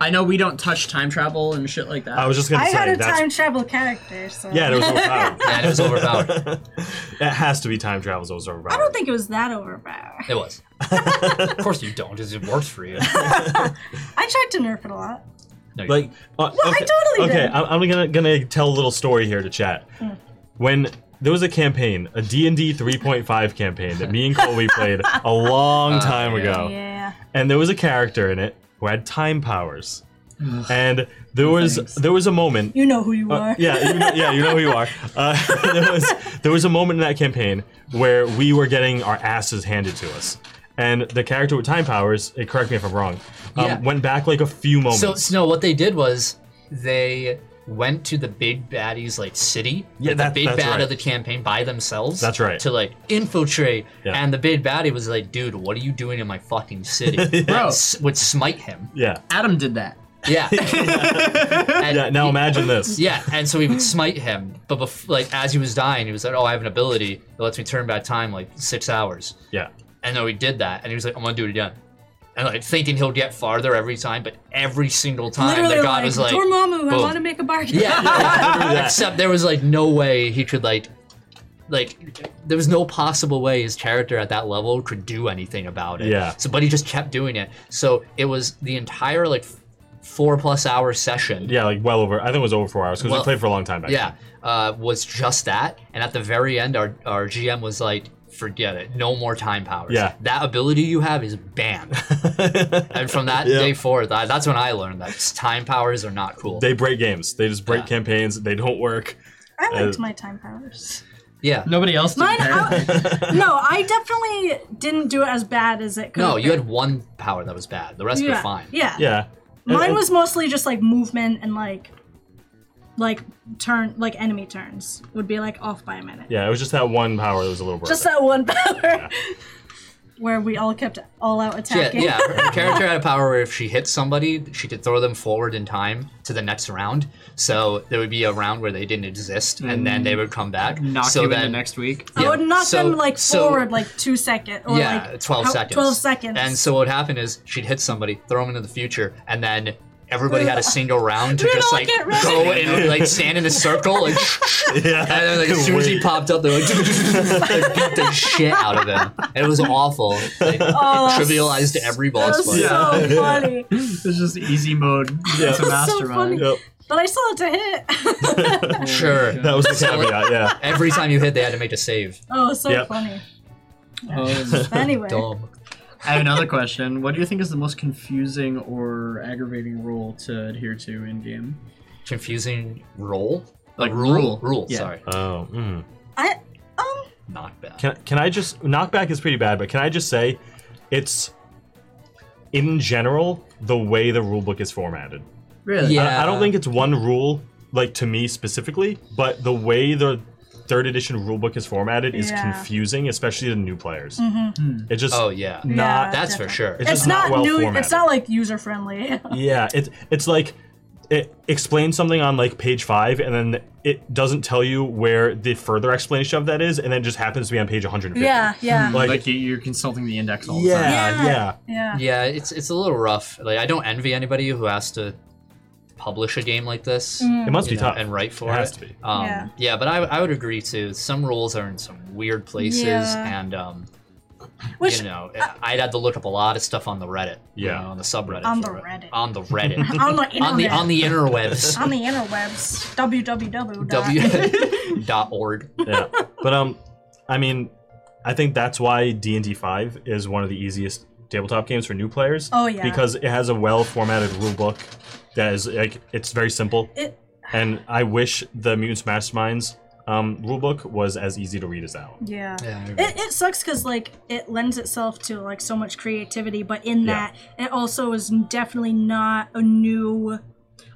D: I know we don't touch time travel and shit like that.
B: I was just gonna
C: I
B: say
C: had a
B: that's
C: time travel character, so
B: yeah. It was overpowered.
A: Yeah, it was overpowered.
B: that has to be time travel. So it was overpowered.
C: I don't think it was that overpowered.
A: It was. of course you don't. It worked for you.
C: I tried to nerf it a lot.
A: No, you
B: Like, uh,
C: Well, I
B: okay,
C: totally
B: okay.
C: did. Hmm.
B: I'm, I'm gonna gonna tell a little story here to chat. When there was a campaign, a D and D 3.5 campaign that me and Colby played a long
A: Uh,
B: time
A: yeah.
B: ago,
C: Yeah.
B: and there was a character in it who had time powers, and there was there was a moment
C: You know who you
B: uh,
C: are.
B: yeah, you know, yeah, you know who you are. Uh, there was there was a moment in that campaign where we were getting our asses handed to us, and the character with time powers. eh, correct me if I'm wrong. Um,
A: Yeah.
B: Went back like a few moments.
A: So, so no, what they did was they went to the big baddies like city,
B: Yeah,
A: like,
B: that-
A: the big
B: that's
A: bad
B: right.
A: of the campaign by themselves.
B: That's right.
A: To like infiltrate,
B: Yeah.
A: and the big baddie was like, "Dude, what are you doing in my fucking city?"
D: Bro.
A: S- would smite him.
B: yeah.
D: Adam did that.
A: Yeah. And-
B: Yeah. Now imagine this.
A: Yeah, and so he would smite him, but bef- like as he was dying, he was like, "Oh, I have an ability that lets me turn back time like six hours."
B: Yeah.
A: And then he did that, and he was like, "I'm gonna do it again," and like thinking he'll get farther every time, but every single time,
C: Literally,
A: the god
C: like,
A: was like,
C: Dormammu, I
A: boom.
C: want to make a bargain.
A: Yeah.
B: Literally that.
A: Except there was like no way he could like like there was no possible way his character at that level could do anything about it.
B: Yeah.
A: So but he just kept doing it. So it was the entire like f- four plus hour session.
B: Yeah, like well over. I think it was over four hours because
A: Well-
B: we played for a long time back.
A: Yeah. Uh, was just that. And at the very end our our GM was like, forget it. No more time powers.
B: Yeah.
A: That ability you have is banned. and from that
B: Yeah.
A: day forth, I, that's when I learned that time powers are not cool.
B: They break games. They just break
A: Yeah.
B: campaigns. They don't work.
C: I liked
B: Uh,
C: my time powers.
A: yeah.
E: Nobody else did.
C: Mine,
E: apparently.
C: I, no, I definitely didn't do it as bad as it could.
A: No,
C: have
A: you
C: been.
A: had one power that was bad. The rest
C: yeah,
A: were fine.
C: Yeah.
B: Yeah. And-
C: Mine
B: and-
C: was mostly just like movement and like, like turn, like enemy turns would be like off by a minute.
B: Yeah, it was just that one power that was a little broken.
C: Just that one power. Where we all kept all out
A: Yeah,
C: attacking.
A: yeah. Her character had a power where if she hit somebody, she could throw them forward in time to the next round. So there would be a round where they didn't exist, and then
C: Mm.
A: they would come back.
D: Knock
A: so
D: you
A: then,
D: into next week.
A: yeah,
C: I would knock
A: so-
C: them like
A: so-
C: forward like two seconds. Or,
A: yeah,
C: like,
A: twelve
C: how-
A: seconds.
C: Twelve seconds.
A: And so what would happen is she'd hit somebody, throw them into the future, and then. Everybody had a single round to
C: We'd
A: just
C: all
A: like
C: get ready.
A: go and like stand in a circle, like,
B: yeah.
A: and then, like as soon as he
B: Wait.
A: popped up, they like, beat the shit out of him. And it was awful. Like,
C: oh,
A: trivialized every
C: that
A: boss
C: was
A: fight.
C: so funny.
D: It's just easy mode.
B: Yeah.
D: It's a
C: funny.
D: mastermind.
B: Yep.
C: But I still had to hit.
A: Sure.
B: That was the caveat. Yeah.
A: Every time you hit, they had to make a save.
C: oh, so
B: Yep.
C: funny.
D: Um,
C: But anyway,
A: Dumb.
D: I have another question. What do you think is the most confusing or aggravating rule to adhere to in game?
A: Confusing role?
D: Like
A: Uh, rule?
D: rule.
A: Rule,
D: Yeah.
A: sorry.
B: Oh. Mm.
C: I um
A: Not bad.
B: Can can I just knockback is pretty bad, but can I just say, it's in general the way the rulebook is formatted.
D: Really?
A: Yeah.
B: I, I don't think it's one rule like to me specifically, but the way the third edition rulebook is formatted is
C: Yeah. Mm-hmm.
B: confusing, especially to new players.
D: Hmm.
B: It just
A: oh, yeah.
B: not
C: Yeah.
A: That's for sure.
B: It's
C: it's,
B: just
C: not,
B: not well
C: new.
B: formatted.
C: It's not like user friendly.
B: yeah it's it's like it explains something on like page five and then it doesn't tell you where the further explanation of that is and then it just happens to be on page 150
C: yeah, yeah,
B: like,
D: Like, you, you're consulting the index all the time.
B: yeah
C: Yeah.
B: yeah
C: yeah.
A: Yeah, it's it's a little rough. Like I don't envy anybody who has to publish a game like this
B: It must
A: you
B: be
A: know,
B: tough.
A: and write for
B: it
A: it.
B: has to be.
A: Um,
C: Mm. Yeah.
A: yeah. but I, I would agree too. Some rules are in some weird places,
C: Yeah.
A: and um,
C: Which
A: you know, I'd had to look up a lot of stuff on the Reddit. you
B: Yeah.
A: know, on the subreddit.
C: on the
A: for it.
C: Reddit,
A: On the Reddit.
C: on the internet,
A: on the on the interwebs.
C: on the interwebs, www.
A: w dot org.
B: yeah but um i mean i think that's why d&d 5 is one of the easiest tabletop games for new players
C: Oh, yeah.
B: because it has a well formatted rule book that is like it's very simple
C: It-
B: and i wish the mutants masterminds um, rule book was as easy to read as that one
C: yeah.
A: Yeah, I agree.
C: It, it sucks because like it lends itself to like so much creativity, but in
B: Yeah.
C: that it also is definitely not a new.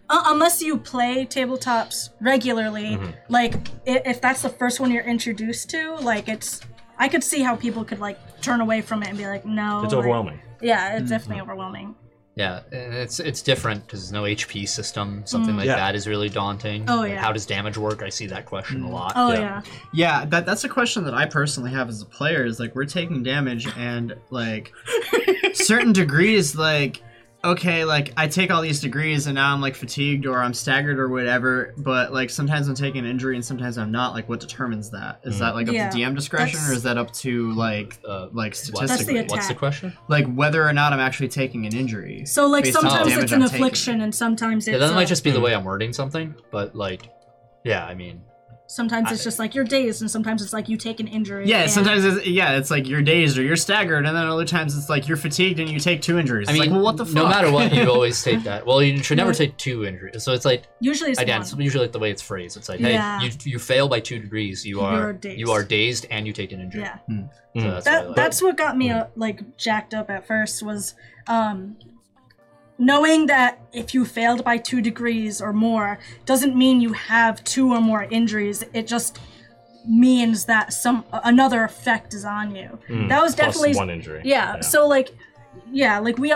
C: Uh, unless you play tabletops regularly, like i- if that's the first one you're introduced to, like it's. I could see how people could like turn away from it and be like, no.
B: it's
C: like-
B: overwhelming
C: Yeah,
D: Mm-hmm.
C: it's definitely overwhelming.
A: yeah, and it's it's different because there's no HP system. Something like
B: Yeah.
A: that is really daunting.
C: Mm. Oh,
A: Like,
C: yeah.
A: how does damage work? I see that question a
D: Mm.
A: lot.
C: Oh
B: Yeah.
C: yeah.
D: Yeah, that that's a question that I personally have as a player is like we're taking damage and like certain degrees like okay, like I take all these degrees and now I'm like fatigued or I'm staggered or whatever, but like sometimes I'm taking an injury and sometimes I'm not. Like what determines that? Is that like up
C: Yeah,
D: to DM discretion or
C: that's-
D: is that up to like
A: Uh,
D: like
A: what-
C: That's the
D: statistically?
C: attack.
A: what's the question?
D: like whether or not I'm actually taking an injury.
C: So like
D: Based on
C: sometimes
D: damage
C: it's an
D: I'm taking.
C: affliction and sometimes it's
A: Yeah, that
C: uh,
A: might just be
D: Mm.
A: the way I'm wording something, but like, yeah, I mean,
C: sometimes it's just like you're dazed and sometimes it's like you take an injury.
D: Yeah,
C: and-
D: sometimes it's, yeah, it's like you're dazed or you're staggered, and then other times it's like you're fatigued and you take two injuries.
A: I
D: It's
A: mean,
D: like, well, what the
A: no
D: fuck?
A: matter what, you always take that. Well, you should never
C: No.
A: take two injuries. So it's like
C: usually it's
A: again,
C: one.
A: it's usually like the way it's phrased. It's like,
C: Yeah.
A: hey, you you fail by two degrees. You are
C: You're dazed.
A: you are dazed and you take an injury.
C: Yeah.
A: So
B: Mm.
A: that's
C: that
A: why, like-
C: that's what got me uh, like jacked up at first was um knowing that if you failed by 2 degrees or more doesn't mean you have two or more injuries it just means that some another effect is on you
B: Mm.
C: that was
B: Plus
C: definitely
B: one injury
C: yeah, so like yeah like we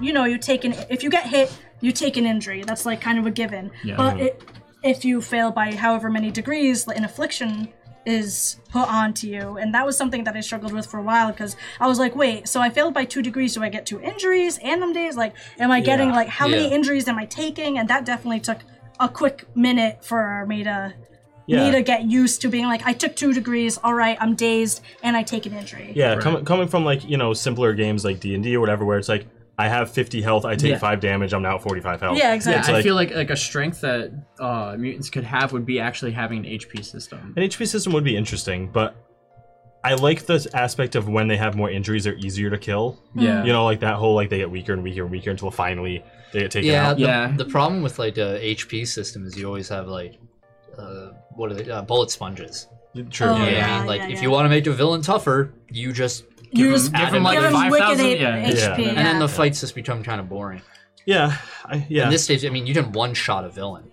C: you know you take an if you get hit you take an injury that's like kind of a given
D: Yeah.
C: but it, if you fail by however many degrees like, an affliction is put onto you and that was something that i struggled with for a while because i was like wait so i failed by two degrees do i get two injuries and i'm days like am i getting
B: Yeah,
C: like how many
A: yeah.
C: injuries am i taking and that definitely took a quick minute for me to
B: yeah.
C: me to get used to being like i took two degrees all right i'm dazed and i take an injury
B: Yeah, com- coming from like you know simpler games like D and D or whatever, where it's like I have 50 health, I take
D: Yeah.
B: five damage, I'm now at 45 health.
C: Yeah,
D: Yeah,
C: exactly.
B: It's
D: I
B: like-
D: feel like like a strength that uh, mutants could have would be actually having an HP system.
B: An HP system would be interesting, but I like this aspect of when they have more injuries, they're easier to kill.
D: Yeah,
B: You know, like that whole like they get weaker and weaker and weaker until finally they get taken
A: yeah,
B: out.
A: the,
D: Yeah.
A: the problem with like the HP system is you always have like uh, what are they uh, bullet sponges.
B: True.
C: Oh,
A: You know what
D: yeah.
A: I mean? Like
C: yeah,
A: if
C: yeah.
A: you want to make your villain tougher, you just
C: you
D: give
C: just
D: them- give
A: them, like,
C: give them
D: 5,000?
C: wicked
D: Yeah.
C: HP.
B: Yeah.
C: Yeah.
B: And
A: and then the fights just become kind of boring.
B: Yeah. I, yeah.
A: In this stage, I mean, you didn't one shot a villain.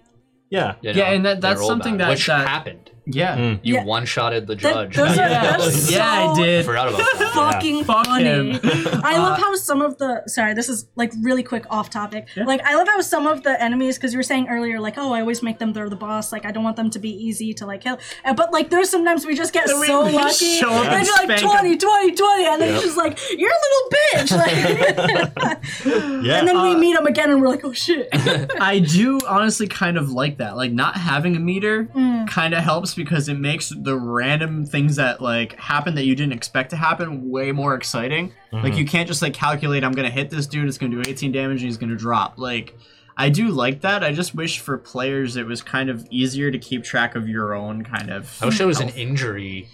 B: yeah.
A: you
D: Yeah,
A: know,
D: and that-
A: they
D: that's
A: rolled
D: something
A: back,
D: that-
A: which
D: that-
A: happened.
D: yeah,
B: Mm.
A: You
C: Yeah.
A: one shotted the
C: That-
A: judge.
C: those
A: back
C: are-
A: in the
C: those
A: village.
C: are-
D: yeah, I
C: So-
A: I
D: did.
A: forgot about that.
C: fucking
D: Fuck
C: funny.
D: him.
C: I love how some of the sorry, this is like really quick off topic. Like I love how some of the enemies because you were saying earlier like oh I always make them they're the boss like I don't want them to be easy to like kill. Uh, But like there's sometimes we just get
D: And we-
C: so
D: we
C: lucky.
D: show up
C: They're
D: and
C: just like
D: spank
C: 20, 20, 20 and then it's just like you're a little bitch. Like,
B: Yeah.
C: and then
D: Uh,
C: we meet them again and we're like oh shit.
D: I do honestly kind of like that. Like not having a meter kind of helps because it makes the random things that like happen that you didn't expect to happen way more exciting. Like
A: Mm-hmm.
D: you can't just like calculate I'm going to hit this dude it's going to do 18 damage and he's going to drop. Like I do like that. I just wish for players it was kind of easier to keep track of your own kind of
A: I wish there was an injury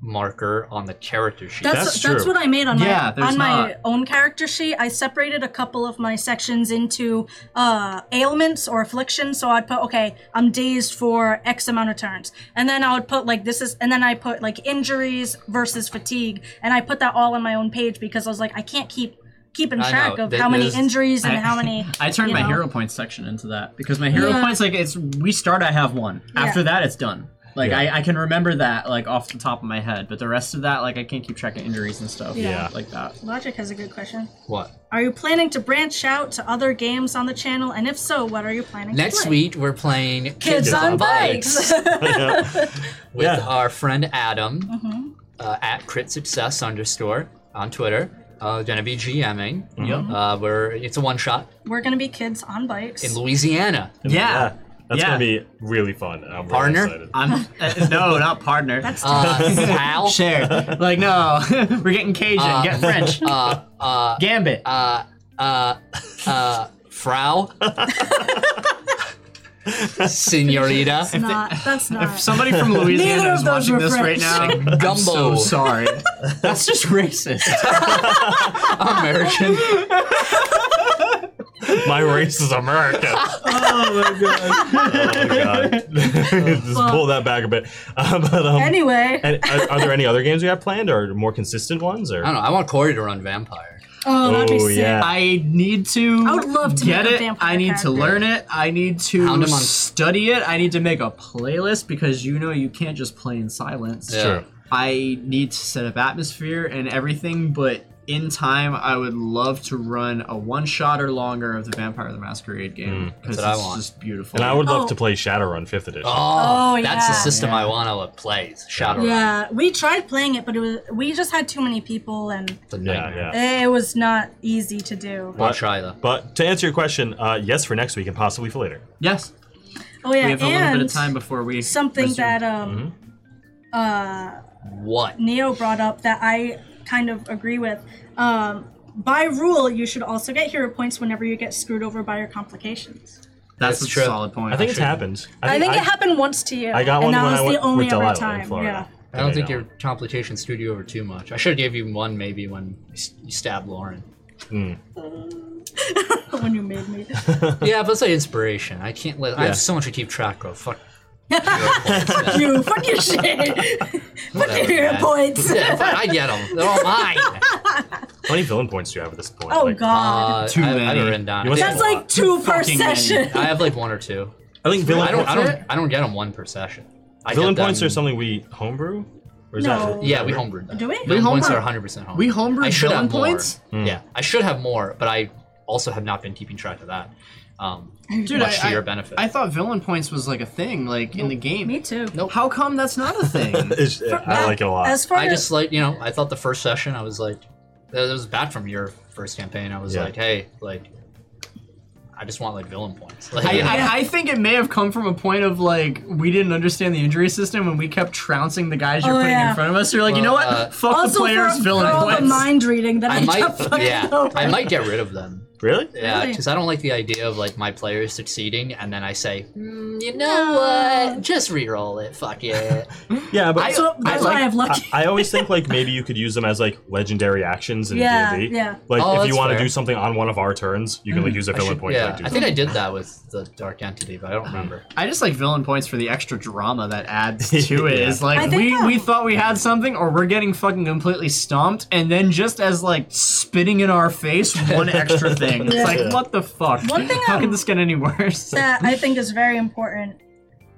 A: marker on the character sheet.
C: That's
B: That's
C: that's,
B: true.
C: what I made on my
D: Yeah, there's
C: on my
D: not.
C: own character sheet. I separated a couple of my sections into uh, ailments or afflictions. So I'd put okay, I'm dazed for X amount of turns, and then I would put like this is, and then I put like injuries versus fatigue, and I put that all on my own page because I was like, I can't keep keeping
A: I
C: track
A: know,
C: of
A: that
C: how many
A: is-
C: injuries and
D: I-
C: how many.
D: I turned
C: you
D: my
C: know.
D: hero points section into that because my hero
C: Yeah.
D: points like it's we start I have one.
C: Yeah.
D: After that it's done. Like
B: Yeah.
D: I, I can remember that like off the top of my head, but the rest of that like I can't keep track of injuries and stuff.
C: Yeah. Yeah.
D: Like that.
C: Logic has a good question.
A: what?
C: Are you planning to branch out to other games on the channel? And if so, what are you planning
A: Next
C: to play?
A: week we're playing
C: Kids on bikes.
A: with
B: Yeah.
A: our friend Adam uh, at Crit Success underscore on Twitter. uh, gonna be GMing.
B: Yep.
A: Uh, where it's a one shot
C: We're gonna be kids on bikes.
A: in Louisiana.
D: Yeah.
B: That's
D: Yeah.
B: gonna be really fun. and I'm really
A: Partner?
B: excited.
D: I'm uh, no, not partner.
C: That's
A: Uh, pal.
D: Share. Like no, we're getting Cajun,
A: Uh,
D: get French,
A: Uh, uh,
D: Gambit.
A: uh, uh, uh, Frau. Senorita.
C: not. That's
D: if
C: not.
D: somebody from
C: Neither
D: Louisiana
C: of
D: is
C: those
D: watching
C: were
D: this right
C: French.
D: now, I'm
A: Gumbo.
D: so sorry. That's just racist.
A: American.
B: My race is America.
D: oh my god.
B: oh god. Just pull that back a bit. Uh, but um,
C: Anyway,
B: and are, are there any other games we have planned, or more consistent ones, or
A: I don't know. I want Corey to run vampire.
C: oh, that'd be
B: Oh,
C: sick.
B: yeah.
D: I need to.
C: I would love to
D: get
C: make a
D: it.
C: vampire
D: I need
C: character.
D: to learn it. I need to
A: Hound 'em on-
D: study it. I need to make a playlist because you know you can't just play in silence.
A: Yeah.
B: Sure.
D: I need to set up atmosphere and everything, but in time, I would love to run a one shot or longer of the Vampire the Masquerade game because
A: Mm, what I
D: it's
A: want.
D: just beautiful.
B: And I would love
C: Oh.
B: to play Shadowrun Fifth Edition.
A: Oh,
C: Oh,
A: that's the
C: yeah.
A: system I want to play. is Shadowrun.
C: Yeah, we tried playing it, but it was we just had too many people, and
A: It's a
B: Yeah,
A: nightmare.
B: yeah.
C: it was not easy to do.
A: I'll try though.
B: But to answer your question, uh, yes for next week and possibly for later.
D: yes,
C: Oh yeah,
D: we have a
C: and
D: little bit of time before we
C: something
D: resume.
C: that um, uh,
A: What?
C: Neo brought up that I kind of agree with. Um, by rule, you should also get hero points whenever you get screwed over by your complications.
D: that's,
A: That's
D: a
A: true.
D: solid point.
B: I think it's
D: should-
B: happened.
C: I, think it happened once to you.
B: I got one
C: and that
B: when
C: was
B: I went
C: the only
B: with
C: other
B: Delilah
C: time.
B: in Florida.
C: Yeah.
A: I don't
B: Okay,
A: think
B: no.
A: your complication screwed you over too much. I should have gave you one maybe when you s- you stabbed Lauren.
C: when you made me.
A: yeah, but it's like inspiration. I can't let. I have so much to keep track of. Fuck.
C: you fuck your shit. fuck your
A: Whatever,
C: hero
A: man.
C: points.
A: Yeah, but I get them. They're all mine.
B: How many villain points do you have at this point?
C: Oh
B: Like,
C: god.
A: Uh,
D: Too
A: I, I haven't
D: many.
A: written down.
B: You must
A: I
C: That's
A: think-
B: have a
C: like two per
D: Fucking many.
C: session.
A: I have like one or two.
B: I think villain,
A: I don't. I
B: points-
A: don't. I don't get them one per session. I
B: villain
A: get them-
B: points are something we homebrew, or is
C: No.
B: that
A: Yeah, we homebrewed that.
C: Do we?
A: Villain
D: We
A: points
D: homebrew-
A: are 100 percent homebrewed.
D: we homebrew
A: I should
D: villain
A: have more.
D: points? Hmm.
A: Yeah, I should have more, but I also have not been keeping track of that. Um,
D: Dude,
A: much
D: I-
A: to
D: I-
A: your benefit.
D: I thought villain points was like a thing, like in the game.
C: Oh, me too. uh,
D: How come that's not a thing?
B: It's- I like it a lot.
C: As far
A: I
C: as
A: just like you know, I thought the first session I was like, that was bad from your first campaign. I was
B: Yeah.
A: like, hey, like, I just want like villain points. Like,
D: I, I, I think it may have come from a point of like we didn't understand the injury system and we kept trouncing the guys you're
C: Oh,
D: putting
C: yeah.
D: in front of us. You're like, you know what?
A: Well, uh,
D: Fuck the
C: also
D: players,
C: for,
D: villain
C: for all the
D: points.
C: mind reading that I,
A: I
C: kept
A: might,
C: fucking
A: yeah,
C: over.
A: I might get rid of them.
B: really?
A: Yeah,
C: Really?
A: because I don't like the idea of like my players succeeding and then I say, mm, you know what, just reroll it. Fuck it.
B: Yeah, but
C: So that's why I have lucky.
B: I, I always think like maybe you could use them as like legendary actions in
C: Yeah,
B: D&D.
C: yeah. Mm-hmm.
B: Like
A: Oh,
B: if
A: that's
B: you want
A: fair.
B: to do something on one of our turns, you can like use a
A: I
B: villain
A: should-
B: point. to,
A: yeah,
B: like, do
A: I think I did that with the dark entity, but I don't remember.
D: I just like villain points for the extra drama that adds to it. It's
C: I
D: like
C: think um,
D: we,
C: that-
D: we thought we had something or we're getting fucking completely stomped and then just as like spitting in our face one extra thing. It's
C: Yeah.
D: like what the fuck?
C: One thing
D: How
C: I'm-
D: can this get any worse?
C: that I think is very important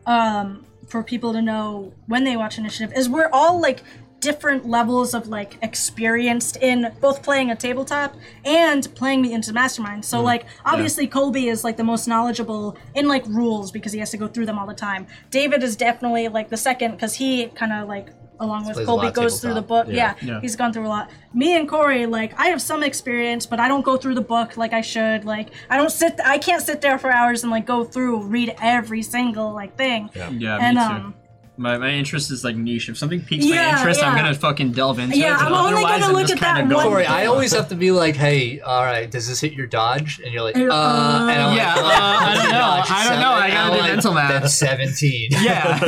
C: um, for people to know when they watch Initiative is we're all like different levels of like experienced in both playing a tabletop and playing me into mastermind
A: Mm.
C: so like obviously colby is like the most knowledgeable in like rules because he has to go through them all the time david is definitely like the second because he kind of like along with
A: Plays a
C: colby
A: lot of
C: goes through the
A: tabletop.
C: book yeah. he's gone through a lot me and corey like i have some experience but i don't go through the book like i should like i don't sit i can't sit there for hours and like go through read every single like thing
B: Yeah.
D: Yeah,
C: and um
D: my, my interest is like niche. If something piques
C: Yeah, yeah.
D: fucking delve into
C: Yeah, I'm only
D: otherwise,
C: gonna look
D: just
C: at that
D: kinda
C: one
D: going-
A: Sorry, I always have to be like, hey, all right, does this hit your dodge? And you're like, uh, and I'm
D: Yeah,
A: like,
D: uh, I don't know.
A: dodge
D: I don't know. I
A: seven.
D: gotta
A: I'm
D: do
A: like,
D: mental math.
A: That's 17.
D: Yeah,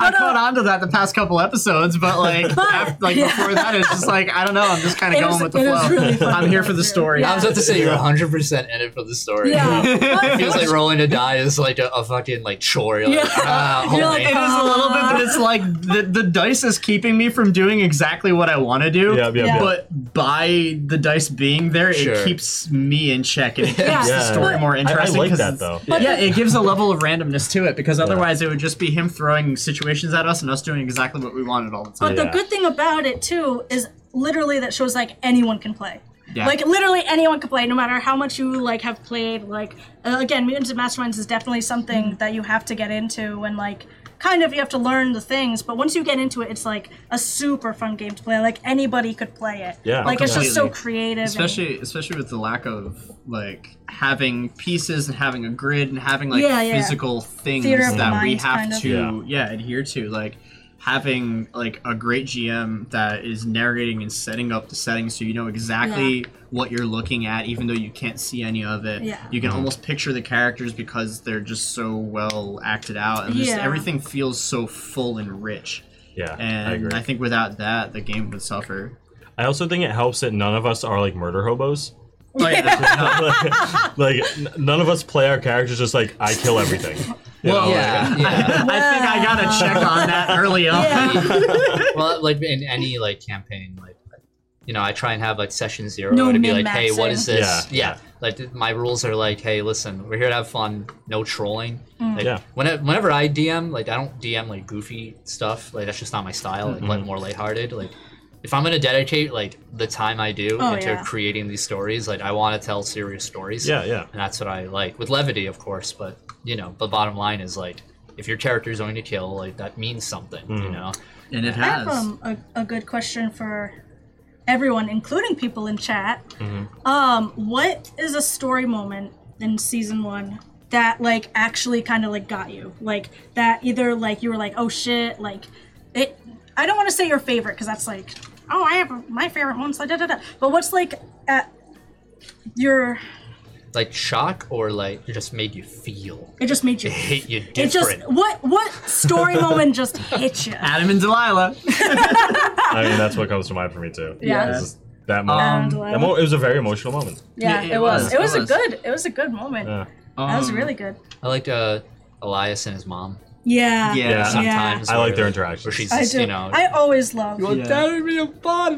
D: I caught
C: uh,
D: on to that the past couple episodes, but like, af- like before that, it's just like I don't know. I'm just kind of
C: It
D: going
C: was-
D: with the
C: it was
D: flow.
C: really funny
D: I'm here for the
C: going
D: story.
C: through.
A: I was about to say you're 100 percent in it for the story.
C: yeah
A: It feels like rolling a die is like a, a fucking like chore. You're like,
C: Yeah.
A: ah,
C: You're
A: holy-
C: like,
D: It is a little bit, but it's like the, the dice is keeping me from doing exactly what I want to do.
B: Yeah, yeah, yeah.
D: But by the dice being there,
A: Sure.
D: it keeps me in check and it keeps
C: Yeah.
D: the
B: Yeah.
D: story more
B: I- I
D: interesting.
B: like
D: 'cause
B: that,
D: it's-
B: though.
D: Yeah, it gives a level of randomness to it because otherwise it would just be him throwing situations at us and us doing exactly what we wanted all the time.
C: But the
B: Yeah.
C: good thing about it too is literally that shows like anyone can play.
D: Yeah.
C: Like literally anyone can play, no matter how much you like have played. Like uh, again, mutants and masterminds is definitely something that you have to get into and like kind of you have to learn the things, but once you get into it, it's like a super fun game to play. Like anybody could play it.
B: Yeah.
C: like it's just so
D: Completely.
C: creative. and-
D: especially especially with the lack of like having pieces and having a grid and having like
C: Yeah, yeah.
D: physical things
C: Theater of the
D: that we
C: mind,
D: have
C: kind of.
D: to yeah. adhere to like having like a great gm that is narrating and setting up the settings so you know exactly what you're looking at even though you can't see any of it
C: Yeah.
D: you
B: Mm-hmm.
D: can almost picture the characters because they're just so well acted out and just
C: Yeah.
D: everything feels so full and rich
B: Yeah, I
D: and
B: agree.
D: I think without that the game would suffer
B: I also think it helps that none of us are like murder hobos.
D: Oh, yeah,
B: like,
D: that's-
B: like, n- none of us play our characters just like I kill everything. You know,
D: Well,
B: like,
A: yeah, yeah.
D: I think I gotta check on that early on.
C: Yeah.
A: well, like in any like campaign, like you know, I try and have like session zero
C: No
A: to be like, hey, what
C: min-maxing.
A: is this?
B: Yeah, yeah.
A: Like my rules are like, hey, listen, we're here to have fun, no trolling.
C: Mm.
A: Like,
B: Yeah.
A: Whenever, whenever I DM, like I don't DM like goofy stuff. Like that's just not my style. Like
B: Mm-hmm.
A: like more lighthearted. Like if I'm gonna dedicate like the time I do
C: Oh,
A: into
C: yeah.
A: creating these stories, like I want to tell serious stories.
B: yeah, yeah.
A: and that's what I like with levity, of course. But you know, the bottom line is like, if your character's going to kill, like that means something,
B: Mm.
A: you know.
D: And it
C: I have
D: has.
C: um, a, a good question for everyone, including people in chat. Um, what is a story moment in season one that like actually kind of like got you? Like that either like you were like, oh shit, like it. I don't want to say your favorite because that's like, oh, I have my favorite ones. Da, da, da, da. But what's like at your?
A: Like shock or like it just made you feel
C: It just made you.
A: hit you different.
C: It just what what story moment just hit you?
D: Adam and Delilah.
B: I mean, that's what comes to mind for me too.
C: Yeah.
B: It's just that moment.
C: Um,
B: that mo- it was a very emotional moment.
C: Yeah, it, was. It was a
D: was.
C: good. It was a good moment.
B: Yeah.
C: that
D: Um,
A: Um,
C: was really good.
A: I liked uh, Elias and his mom
C: Yeah.
D: Yeah.
B: Yeah.
D: Yeah.
A: sometimes.
B: I like their
A: where-
B: interactions.
A: Where she's
C: I
A: just,
C: do.
A: you know,
C: I always love.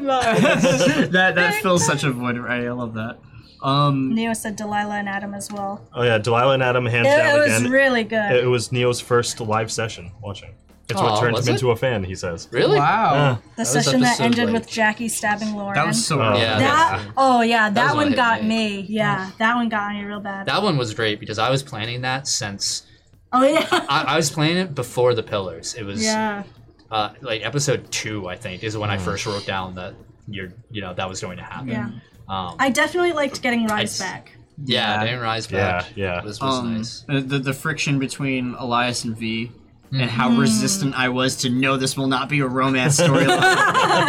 D: that that fills such a void. Right? I love that. Um,
C: Neo said Delilah and Adam as well.
B: Oh yeah, Delilah and Adam hands
C: It,
B: down
C: it was
B: again.
C: really good.
B: it was Neo's first live session watching. It's
A: Aw,
B: what turned
A: was
B: him
A: it? Oh,
B: into a fan. He says.
A: really.
D: wow,
C: the
A: was
C: session that
A: episode,
C: ended
A: like-
C: with Jackie stabbing Lauren.
D: that was so.
B: Oh.
A: Yeah.
C: That- oh yeah, that,
A: was what
C: one
A: hit
C: got me.
A: me.
C: Yeah, that one got me real bad.
A: That one was great because I was planning that since
C: oh yeah.
A: I, I was planning it before the pillars. It was
C: Yeah.
A: uh, like episode two, I think, is when
B: Mm.
A: I first wrote down that you're, you know, that was going to happen.
C: Yeah.
A: Um,
C: I definitely liked getting Rise
A: s-
C: back.
A: Yeah,
D: Yeah.
A: they didn't rise back.
B: Yeah, yeah.
A: This was
D: Um,
A: nice.
D: uh, the the friction between Elias and V.
A: Mm-hmm.
D: And how resistant I was to no, this will not be a romance storyline.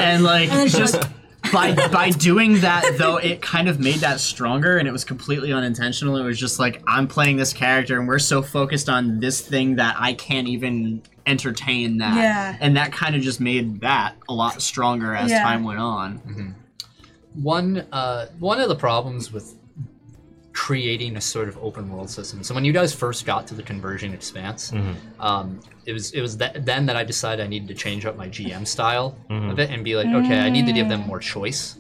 D: and like,
C: And then she
D: just
C: was-
D: by by doing that though, it kind of made that stronger, and it was completely unintentional. It was just like I'm playing this character, and we're so focused on this thing that I can't even entertain that.
C: Yeah.
D: And that kind of just made that a lot stronger as
C: Yeah.
D: time went on.
A: Mm-hmm. One uh, one of the problems with creating a sort of open world system. So when you guys first got to the conversion expanse, um, it was it was that, then that I decided I needed to change up my GM style a bit and be like, okay, I need to give them more choice.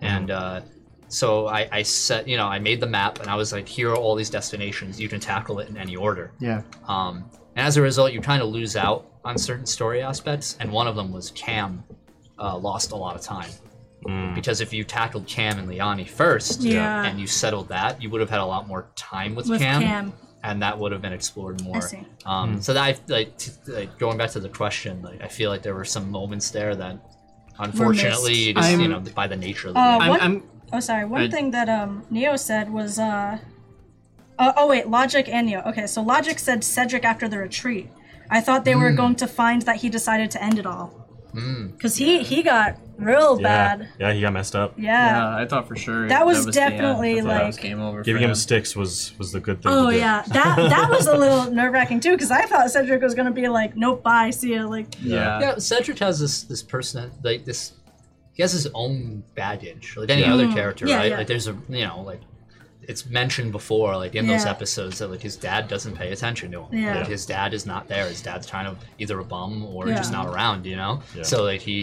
A: And uh, so I, I set, you know, I made the map and I was like, here are all these destinations. You can tackle it in any order.
D: Yeah.
A: Um, and as a result, you kind of lose out on certain story aspects, and one of them was Cam uh, lost a lot of time.
B: Mm,
A: Because if you tackled Cam and Liani first,
C: Yeah.
A: and you settled that, you would have had a lot more time with,
C: With
A: Cam,
C: Cam.
A: and that would have been explored more.
C: see.
A: Um, So that I like, t- like going back to the question, like I feel like there were some moments there that, unfortunately, you just, you
D: I'm-
A: know, by the nature of the
C: Uh,
A: game.
C: What?
D: I'm, I'm
C: Oh, sorry. One
D: I-
C: thing that um Neo said was uh, uh, oh wait, Logic and Neo. Okay, so Logic said Cedric after the retreat. I thought they were going to find that he decided to end it all, because he he got real
B: Yeah.
C: bad.
B: yeah, he got messed up.
C: Yeah.
D: Yeah, I thought for sure
C: That was
D: the end.
C: definitely,
D: I thought that
C: like-
D: was game over.
B: Giving
D: for
B: him sticks was was the good thing.
C: Oh
B: to do.
C: yeah, that that was a little nerve wracking too, because I thought Cedric was gonna be like, nope, bye, see ya. Like,
D: Yeah.
A: Yeah, Cedric has this this person like this. He has his own baggage, like any other character,
C: Yeah,
A: right?
C: yeah.
A: Like there's a you know like it's mentioned before, like in those
C: Yeah.
A: episodes that like his dad doesn't pay attention to him.
C: Yeah.
A: Like,
C: Yeah.
A: his dad is not there. His dad's kind of either a bum or
C: Yeah.
A: just not around, you know.
B: Yeah.
A: So like he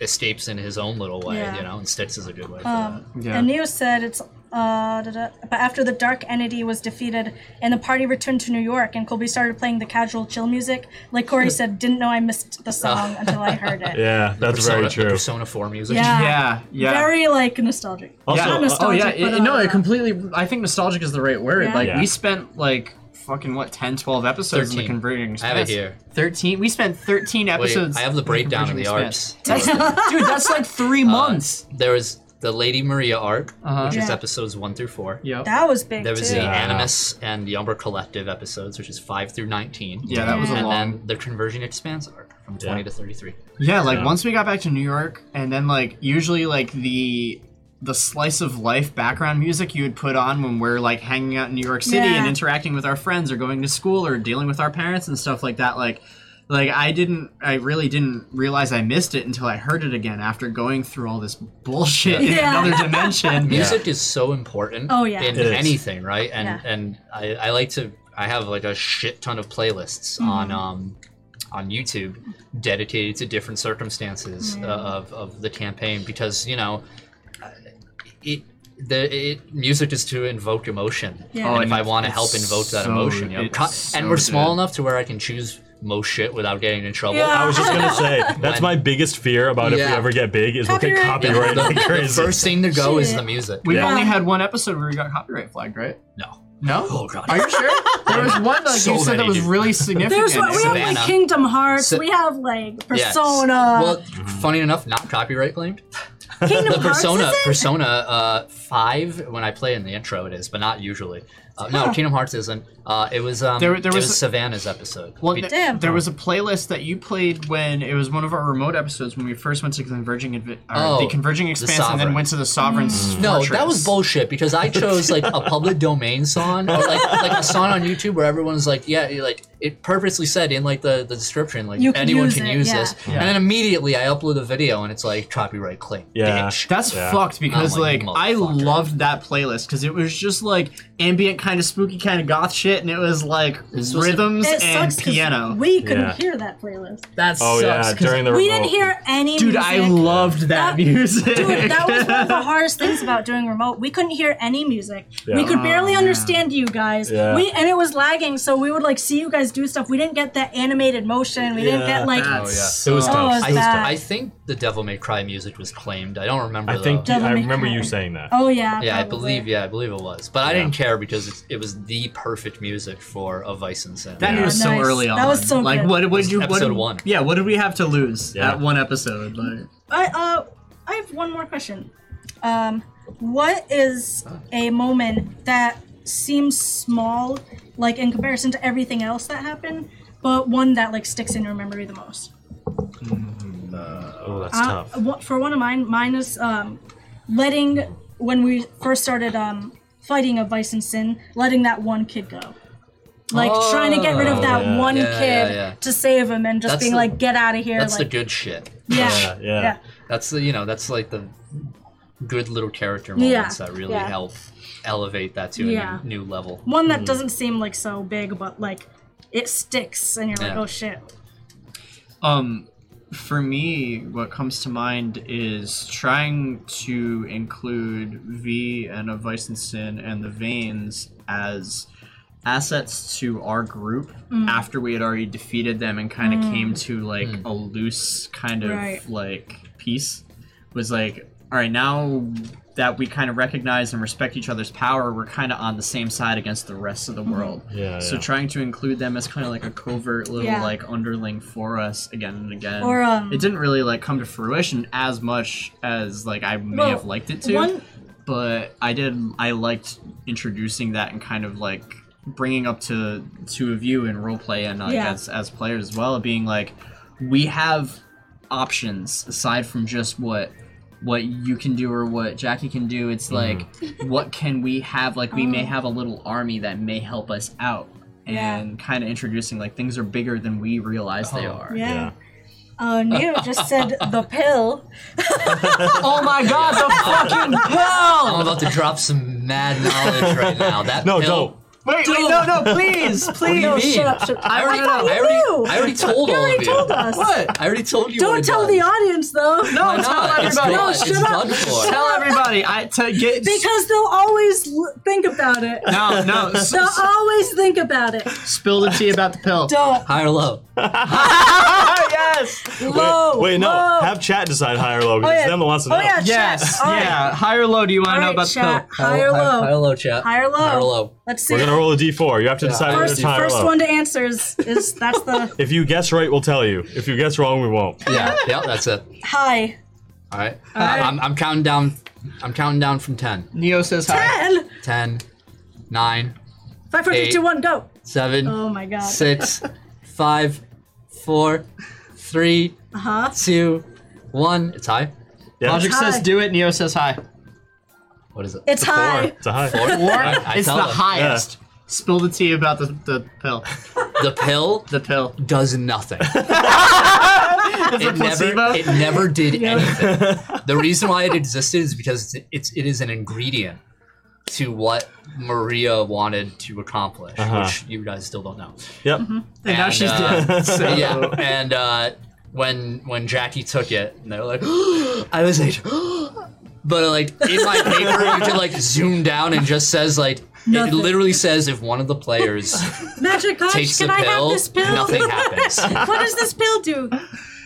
A: escapes in his own little way,
C: Yeah.
A: you know, and sticks is a good way. For that.
C: um,
D: Yeah.
C: and Neo said it's. Uh, da, da, but after the dark entity was defeated and the party returned to New York and Colby started playing the casual chill music, like Corey said, didn't know I missed the song until I heard it.
B: Yeah, that's
A: Persona,
B: very
A: the
B: true.
A: Persona Four music.
C: Yeah.
D: Yeah, yeah.
C: Very like nostalgic.
B: Also,
D: yeah.
B: uh,
C: nostalgic,
D: oh yeah, it-
C: but,
D: no,
C: uh,
D: it completely. I think nostalgic is the right word.
C: Yeah.
D: Like
B: Yeah.
D: we spent like fucking what 10 12 episodes in the
A: 13.
D: converting
A: I
D: space.
A: have it here.
D: 13 we spent 13
A: Wait,
D: episodes
A: I have the breakdown of the
D: Converging
A: arcs. Uh,
D: Expanse. That's- dude that's like three months
A: There was the Lady Maria arc,
D: Uh-huh.
A: which is
C: Yeah.
A: episodes one through four.
D: yep
C: That was big
A: There was
C: too.
A: the
B: Yeah.
A: Animus and Yumber Collective episodes, which is five through nineteen.
D: yeah that was a
A: and
D: long
A: then the Conversion Expanse arc from twenty
B: Yeah.
A: to thirty-three.
D: Yeah, like
B: Yeah.
D: once we got back to New York, and then like usually like the the slice of life background music you would put on when we're like hanging out in New York City and
C: Yeah.
D: interacting with our friends or going to school or dealing with our parents and stuff like that. Like, like I didn't, I really didn't realize I missed it until I heard it again after going through all this bullshit in
C: Yeah.
D: another dimension.
A: music is so important
C: Oh, yeah.
A: in
B: It is.
A: anything right and
C: Yeah.
A: and I, I like to i have like a shit ton of playlists
C: Mm-hmm.
A: on um on youtube dedicated to different
C: Mm-hmm.
A: circumstances uh, of of the campaign because you know uh, it the it, music is to invoke emotion
C: Yeah.
A: and
D: Oh,
A: if i want to
D: it's
A: help invoke that
D: so-
A: emotion you know
D: it's
A: co- and
D: so
A: we're small
D: good.
A: enough to where i can choose most shit without getting in trouble
C: Yeah.
B: I was just gonna say that's my biggest fear about if we
A: Yeah.
B: ever get big is we'll get
C: Copyright.
A: Yeah,
B: copyrighted
A: the,
B: like
A: the
B: crazy.
A: first thing to go is
C: Shit.
A: the music
D: We've
B: Yeah.
D: only had one episode where we got copyright flagged, right?
A: no
D: No.
A: oh god
D: Are you sure? There was one like
A: So
D: you said that
A: many,
D: was
A: dude.
D: really significant.
C: There's what we have
A: Savannah.
C: like Kingdom Hearts.
A: Sa-
C: we have like
A: Yes.
C: Persona.
A: Well, funny enough, not copyright claimed.
C: Kingdom
A: The
C: Hearts.
A: Persona,
C: is it?
A: Persona uh, Five. When I play in the intro, it is, but not usually. Uh, no, Kingdom Hearts isn't. Uh, it was. Um,
D: There- there
A: it was,
D: was a-
A: Savannah's episode.
D: Well,
A: We-
D: th-
C: Damn.
D: there was a playlist that you played when it was one of our remote episodes when we first went to converging, Adv- or
A: Oh,
D: the converging expanse, and then
A: Sovereign.
D: went to the sovereign's.
C: Mm.
A: no,
D: Fortress.
A: that was bullshit because I chose like a public domain song, or like like a song on YouTube where everyone's like, yeah, you're like it purposely said in like the, the description, like
C: You can
A: anyone
C: use
A: can
C: it,
A: use
C: yeah.
A: this, and then immediately I upload a video and it's like copyright claim.
B: Yeah.
A: bitch.
D: That's
B: Yeah.
D: fucked because
A: Oh,
D: like
A: like,
D: I
A: motherfucker.
D: loved that playlist because it was just like ambient kind of spooky kind of goth shit, and it was like
A: was a-
D: rhythms
C: It
D: and
C: sucks 'cause
D: piano.
C: We couldn't
B: Yeah.
C: hear that playlist.
D: That
B: oh yeah,
D: sucks. 'cause-
B: during the
C: We
B: remote.
C: didn't hear any
D: dude,
C: music.
D: I loved that,
C: That-
D: music.
C: Dude, that was one of the hardest things about doing remote. We couldn't hear any music.
B: Yeah. Oh,
C: We could barely understand you guys.
B: Yeah.
C: We and it was lagging, so we would like see you guys do stuff. We didn't get that animated motion. We didn't
B: Yeah.
C: get like
D: That
E: Oh, yeah.
D: sucks.
B: It was
C: Oh,
B: tough.
C: it was
B: It was
C: bad.
B: tough.
A: I think the Devil May Cry music was claimed. I don't remember.
B: I think
A: though.
B: I
C: Devil May
B: remember
C: Cry.
B: you saying that.
C: oh yeah.
A: Yeah, I
C: probably.
A: believe. Yeah, I believe it was. But I didn't care because it's, it was the perfect music for a Vice and Sin.
D: That
B: Yeah.
D: was so
C: Nice.
D: early on.
C: That was so
D: like
C: good.
A: was
D: what would you what
A: episode
D: did-
A: one.
D: Yeah, what did we have to lose
B: Yeah.
D: that one episode? Like,
C: I uh I have one more question. Um what is a moment that seems small like in comparison to everything else that happened, but one that like sticks in your memory the most?
B: Oh, that's
C: Uh,
B: tough.
C: wha- for one of mine, mine is um, letting when we first started um, fighting of Vice and Sin, letting that one kid go. Like
A: Oh,
C: trying to get rid of that
B: yeah,
C: one
A: yeah, yeah,
C: kid
A: yeah.
C: to save him, and just
A: That's
C: being
A: the-
C: like, "Get out of here!"
A: that's the
C: like,
A: good shit.
C: yeah,
B: Yeah, yeah.
C: yeah.
A: That's the you know that's like the good little character moments that really
C: yeah.
A: help elevate that to a
C: Yeah.
A: new, new level.
C: One that doesn't seem like so big, but like it sticks, and you're like,
A: Yeah.
C: "Oh shit!"
D: Um, for me, what comes to mind is trying to include V and of Vice and Sin and the Veins as assets to our group
C: Mm.
D: after we had already defeated them and kind of came to like
B: Mm.
D: a loose kind of
C: Right.
D: like peace was like all right now that we kind of recognize and respect each other's power we're kind of on the same side against the rest of
C: Mm-hmm.
D: the world
B: Yeah,
D: so
B: yeah.
D: trying to include them as kind of like a covert little
C: Yeah.
D: like underling for us again and again
C: Or, um,
D: it didn't really like come to fruition as much as like i may
C: Well,
D: have liked it to
C: one-
D: but i did i liked introducing that and kind of like bringing up to to a view in roleplay and like
C: Yeah.
D: as as players as well being like we have options aside from just what what you can do or what Jackie can do. It's like what can we have? Like we may have a little army that may help us out.
C: Yeah.
D: And kind of introducing like things are bigger than we realize they are.
C: Yeah.
B: Yeah.
C: Oh, Neo just said the pill.
D: Oh my god, the fucking hell!
A: I'm about to drop some mad knowledge right now. That
B: No,
A: pill-
B: don't.
D: Wait, wait, no, no, please, please.
C: No,
A: mean?
C: shut up! Shut up.
A: I already,
C: thought you
A: I already,
C: knew.
A: I already told
C: You
A: all
C: already
A: of you.
C: told us.
D: What?
A: I already told you.
C: Don't tell the audience though.
D: No,
A: Why
D: tell
A: not? It's
D: everybody.
A: done-
D: No,
A: it's
C: shut up.
A: done for.
D: Tell everybody. I to get.
C: Because they'll always l- think about it.
D: no, no. s-
C: They'll always think about it.
D: spill the tea about the pill.
C: Don't.
A: High or low?
C: Oh,
D: yes.
C: Low.
B: Wait, no.
C: low.
B: Have chat decide high or low because
C: Oh,
B: it's
C: yeah.
B: them that wants to
C: Oh,
B: know.
C: yeah.
D: Yes.
C: Chat. All right.
D: Yeah. High or low? Do you want
C: All
D: to know
C: right,
D: about the
C: chat.
D: pill? Uh,
C: High or
A: High
C: low?
A: or low, chat.
C: High or low?
A: High or low?
C: Let's see.
B: We're gonna gonna roll a d4. You have to
A: Yeah.
B: decide whether
C: First,
B: it's high or
C: first
B: low.
C: one to answer is, is that's the
B: If you guess right, we'll tell you. If you guess wrong, we won't.
A: Yeah, yeah, that's it.
C: high.
A: All right. I'm, I'm counting down. I'm counting down from 10.
D: Neo says hi.
C: Ten.
A: 10, 9,
C: Five, four, three,
A: Eight.
C: two, one, go.
A: 7,
C: Oh my god.
A: six, five, four, three,
C: Uh-huh.
A: two, one. It's high.
B: Yeah.
D: Logic
C: Hi.
D: says do it. Neo says hi.
A: What is it?
C: It's
A: a four.
C: high.
B: It's a high.
D: Or
A: I- I
D: it's the
A: tell them.
D: highest. Spill the tea about the, the pill.
A: The pill
D: The pill.
A: does nothing. it
D: placebo?
A: never, it never did anything. The reason why it existed is because it's, it's it is an ingredient to what Maria wanted to accomplish, which you guys still don't know.
B: Yep.
C: Mm-hmm.
D: And, now
A: And,
D: she's
A: uh,
D: dead. So
A: yeah, and uh, when when Jackie took it, and they were like, I was like, but like in my paper, you can like zoom down and just says like
C: Nothing.
A: it literally says if one of the players
C: Magic Hodge,
A: takes
C: can
A: the
C: I
A: pill,
C: have this pill?
A: nothing happens.
C: what does this pill do?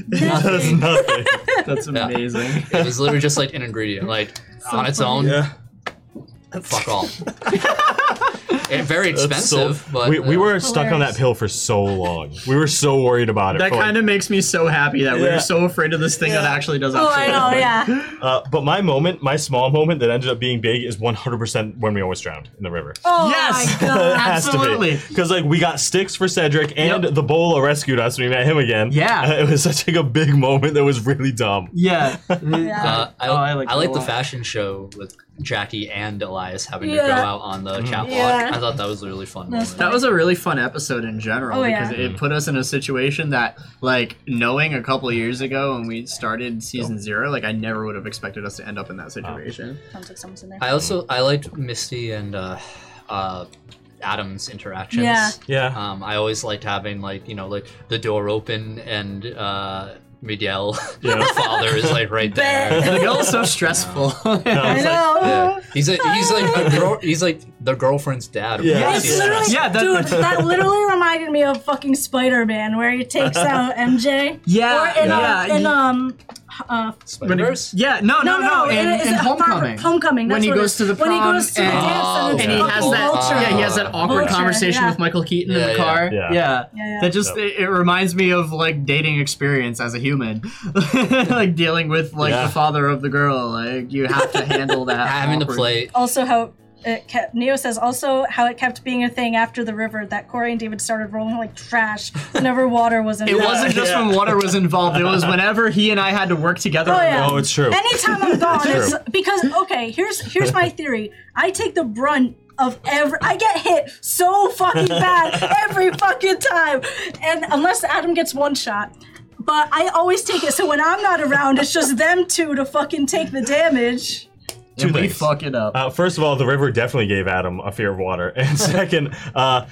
B: That's
C: Nothing.
B: nothing.
D: That's amazing.
A: It was literally just like an ingredient, like on its own.
B: Yeah.
A: Fuck all. and very
B: That's so-
A: expensive, but
B: we, we
A: uh,
B: were stuck on that
C: Hilarious.
B: pill for so long. We were so worried about it.
D: That
B: for, like,
D: kind of makes me so happy that we
B: Yeah.
D: were so afraid of this thing that actually doesn't.
C: Oh, I know, yeah.
B: Uh, but my moment, my small moment that ended up being big is 100% when we almost drowned in the river.
C: Oh
D: Yes!
C: my god.
D: absolutely.
B: Because, like, we got sticks for Cedric and
D: Yep.
B: the bowler rescued us. We met him again.
D: Yeah.
B: Uh, it was such like, a big moment that was really dumb.
D: Yeah.
C: Yeah.
A: Uh, I,
D: Oh,
A: I
D: I
A: like,
D: like that a
A: the
D: lot.
A: fashion show with Jackie and Elias having to go
C: Yeah.
A: out on
B: Mm-hmm.
A: the catwalk.
C: Yeah.
A: I thought that was a really fun
C: That's
A: moment.
D: That was a really fun episode in general
C: Oh, yeah.
D: because it put us in a situation that, like, knowing a couple years ago when we started season zero, like, I never would have expected us to end up in that situation.
C: Sounds like someone's in there.
A: I also I liked Misty and uh, uh, Adam's interactions.
C: Yeah.
B: Yeah.
A: Um, I always liked having like you know like the door open and uh, Miguel,
B: Yeah.
A: her father, is like right there.
D: Like, it was so stressful.
B: No.
C: I
A: It's like-
C: know.
A: Yeah. He's a, he's like a girl, he's like the girlfriend's dad. of
B: Yeah.
A: course
C: It's
A: he's
C: literally,
A: stressed.
D: Yeah, that-
C: dude, that literally reminded me of fucking Spider Man, where he takes out MJ.
D: Yeah,
C: Or in,
D: yeah,
C: um, in
D: you-
C: um, uh,
A: Spider-Verse?
D: yeah, no, no,
C: no, no,
D: in,
C: it- is
D: in
C: it Far-
D: Homecoming.
C: Homecoming.
D: When
C: that's
D: he
C: what it
D: goes
C: is.
D: to the
C: when he
D: prom
C: goes to the
D: and-
C: dance, and,
A: Oh,
D: and he
A: yeah.
D: has
C: fucking
D: that
C: vulture.
D: yeah he has that awkward
C: Vulture,
D: conversation
C: yeah.
D: with Michael Keaton
A: Yeah,
D: in the
A: yeah.
D: car
B: Yeah.
C: Yeah, yeah.
D: that just it, it reminds me of like dating experience as a human like dealing with like
B: Yeah.
D: the father of the girl like you have to handle that
A: Having to
D: awkward-
A: play.
C: also how it kept Neo says also how it kept being a thing after the river that Corey and David started rolling like trash whenever water was in
D: it wasn't just
B: yeah.
D: when water was involved it was whenever he and I had to work together
C: Oh,
D: on
C: yeah.
B: Oh, it's true.
C: Anytime I'm gone,
B: True.
C: it's because okay. Here's here's my theory. I take the brunt of every. I get hit so fucking bad every fucking time, and unless Adam gets one shot. But I always take it. So when I'm not around, it's just them two to fucking take the damage.
D: and
B: Two
D: we
B: things.
D: fuck it up
B: Uh, first of all, the river definitely gave Adam a fear of water. And second, uh,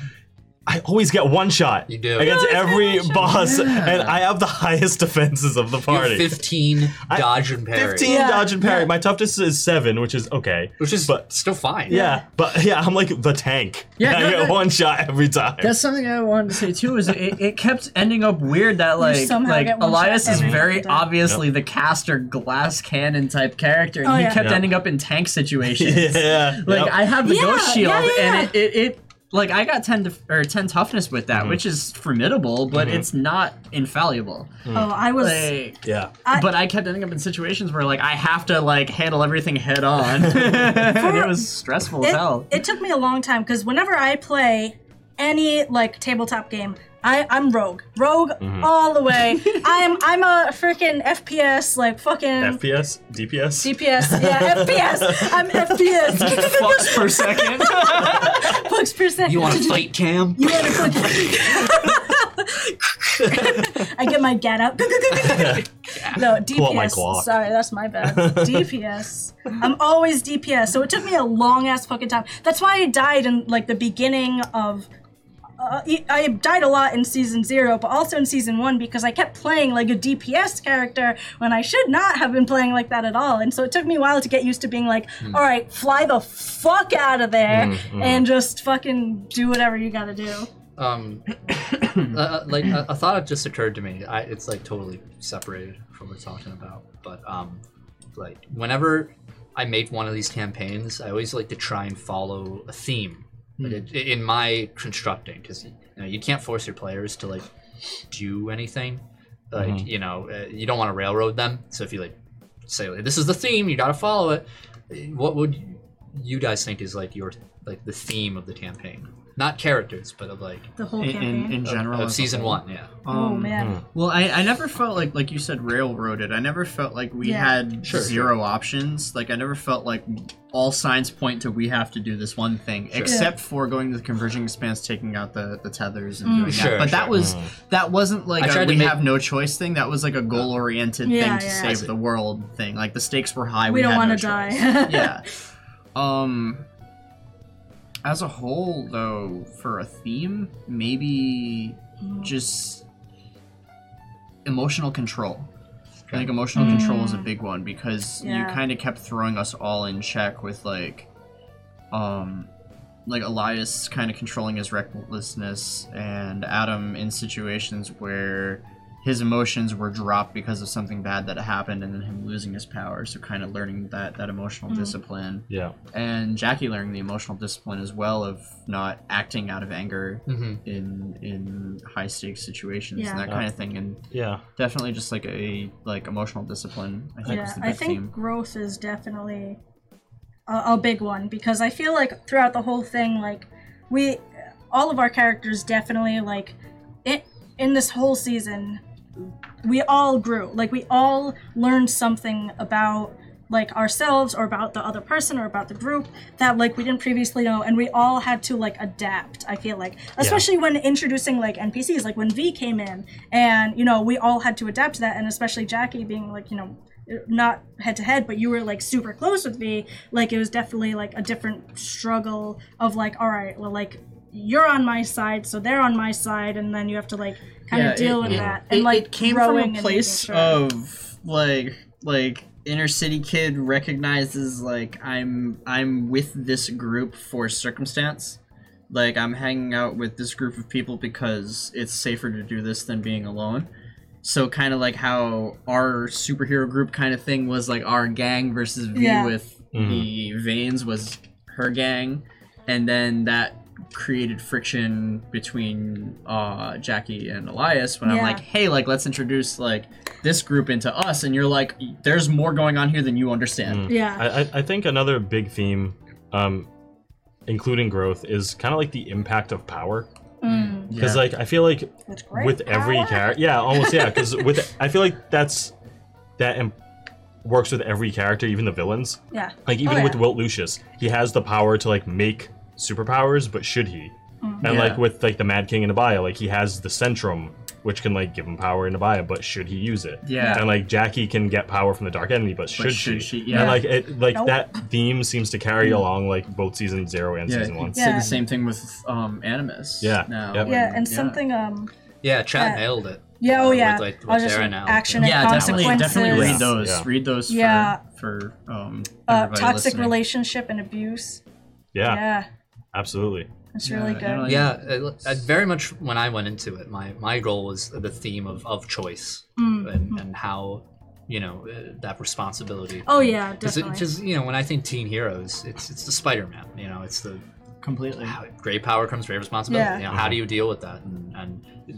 B: I always get one shot.
A: You do.
B: Against
C: You always
B: every
C: get one shot.
B: boss, and I have the highest defenses of the
A: You're
B: party.
A: 15 dodge and parry,
B: 15
C: Yeah,
B: dodge and parry.
C: yeah.
B: My toughness is 7, which is okay.
A: which is
B: But
A: still fine.
B: Yeah, but yeah, I'm like the tank. Yeah, I
D: no,
B: get
D: no.
B: one shot every time.
E: That's something I wanted to say too. Is it, it kept ending up weird that like
C: somehow
E: like
C: get one shot
E: Elias is
C: every
E: very
C: time.
E: obviously the caster glass cannon type character, and
C: Oh,
E: he
C: yeah.
E: kept
B: Yeah.
E: ending up in tank situations.
B: yeah,
E: Like
B: yep.
E: I have the
C: Yeah,
E: ghost shield,
C: yeah, yeah,
E: and it, it, it like I got ten def- or ten toughness with
A: Mhm.
E: that, which is formidable, but it's not infallible.
A: Mm.
B: Hmm.
C: Oh, I was.
E: Like,
B: yeah.
C: I-
E: but I kept ending up in situations where like I have to like handle everything head on, and it was stressful as hell.
C: It, it took me a long time because whenever I play any like tabletop game, I, I'm rogue, rogue
B: Mm-hmm.
C: all the way. I'm I'm a freaking FPS like fucking
B: FPS, DPS.
C: DPS, yeah FPS. I'm FPS.
D: fucks per second
C: Bucks per second.
A: You want to fight, Cam?
C: You wanna fucking- I get my get up. no,
B: out my
C: DPS.
B: Glock.
C: Sorry, that's my bad. DPS. I'm always DPS, so it took me a long ass fucking time. That's why I died in like the beginning of. Uh, I died a lot in season zero, but also in season one because I kept playing like a DPS character when I should not have been playing like that at all. And so it took me a while to get used to being like, all right, fly the fuck out of there and just fucking do whatever you gotta do.
A: Um, uh, uh, like a, a thought just occurred to me. I, it's like totally separated from what we're talking about. But um, like whenever I make one of these campaigns, I always like to try and follow a theme But it, i- in my constructing, because you, know, you can't force your players to like do anything. Like you know, uh, you don't want to railroad them. So if you like say like, this is the theme, you got to follow it. What would you guys think is like your like the theme of the campaign? Not characters, but of like
C: The whole
F: in,
C: campaign.
F: in, in
A: of-
F: general.
A: of,
F: as a
A: season
F: whole.
A: one. Yeah.
C: oh
F: Um,
B: Hmm,
C: man.
D: Well, I, I never felt like like you said railroaded. I never felt like we
C: Yeah.
D: had
A: Sure,
D: zero options. Like I never felt like all signs point to we have to do this one thing, except for going to the converging expanse, taking out the, the tethers
C: Mm.
D: and doing
A: Sure,
D: that. But that
A: sure. Mm.
D: was that wasn't
A: I
D: like a,
A: tried to
D: we
A: make-
D: have no choice thing. That was like a goal oriented
C: Yeah,
D: thing to
C: yeah. I
D: save
A: see.
D: the world thing. Like the stakes were high.
C: we,
D: We,
C: don't
D: want to
C: die.
D: yeah. Um as a whole though, for a theme, maybe just emotional control. I think emotional control is a big one because
C: Yeah.
D: you kind of kept throwing us all in check with like um like Elias kind of controlling his recklessness and Adam in situations where his emotions were dropped because of something bad that happened and then him losing his power so kind of learning that that emotional discipline
B: Yeah.
D: and Jackie learning the emotional discipline as well of not acting out of anger
A: Mm-hmm.
D: in in high stakes situations
C: Yeah.
D: and that
B: Yeah.
D: kind of thing and
B: Yeah.
D: definitely just like a like emotional discipline I think
C: yeah,
D: was the big
C: I think
D: theme.
C: growth is definitely a, a big one because I feel like throughout the whole thing, like we, all of our characters definitely like it in this whole season, we all grew. Like we all learned something about like ourselves or about the other person or about the group that like we didn't previously know and we all had to like adapt i feel like especially when introducing like npcs like when v came in and you know we all had to adapt to that and especially jackie being like you know not head to head but you were like super close with me like it was definitely like a different struggle of like all right well like you're on my side so they're on my side and then you have to like kind
D: Yeah,
C: of deal
D: it-
C: with
B: yeah.
C: that
D: it,
C: and like
D: it came
C: growing and
D: from a
C: making
D: place
C: sure.
D: of like like inner city kid recognizes like I'm I'm with this group for circumstance. Like I'm hanging out with this group of people because it's safer to do this than being alone. So kind of like how our superhero group kind of thing was like our gang versus V
C: Yeah.
D: with the Veins was her gang, and then that created friction between uh, Jackie and Elias when I'm
C: Yeah.
D: like, hey, like let's introduce like this group into us, and you're like, there's more going on here than you
B: Mm.
D: understand.
C: yeah
B: hmm. I, I, I think another big theme, um, including growth, is kind of like the impact of power.
C: Mm.
B: Because like I feel like
C: With great
B: with every
C: power.
B: character, yeah, almost yeah. Because with I feel like that's that imp- works with every character, even the villains.
C: yeah Oh,
B: Like even
C: yeah.
B: with Wilt Lucius, he has the power to like make superpowers, but should he?
C: Mm.
B: And
D: Yeah.
B: like with like the Mad King in Abaya, like he has the Centrum, which can like give him power in Abaya, but should he use it?
D: Yeah.
B: And like Jackie can get power from the Dark Enemy, but should,
D: should
B: she?
D: she? Yeah. Mm.
B: And like it, like
C: Nope.
B: that theme seems to carry along like both season zero and
D: Yeah,
B: season one.
D: you said
C: Yeah.
D: the same thing with um, Animus.
B: Yeah,
D: Now.
B: yep.
C: yeah and something um
A: Yeah, Chad
C: Uh,
A: nailed it.
C: yeah
A: Uh,
C: oh
A: with,
C: yeah
A: like,
C: i
A: with
C: was just
A: Darren
C: like,
A: now.
C: action
D: Yeah,
C: and
D: definitely,
C: consequences
D: definitely read
B: Yeah.
D: those.
B: Yeah.
D: Read those for,
C: Yeah.
D: for um,
C: uh,
D: everybody
C: toxic
D: listening.
C: relationship and abuse
B: Yeah,
C: yeah
B: absolutely.
C: that's
D: Yeah,
C: really
D: I
C: good
D: don't like-
A: Yeah, I, I very much when I went into it, my my goal was the theme of of choice
C: Mm.
A: and and how you know uh, that responsibility.
C: oh yeah definitely
A: Because you know when I think teen heroes, it's it's the Spider Man. You know, it's the
D: Completely.
A: how, great power comes great responsibility.
C: Yeah.
A: You know, how do you deal with that? And, and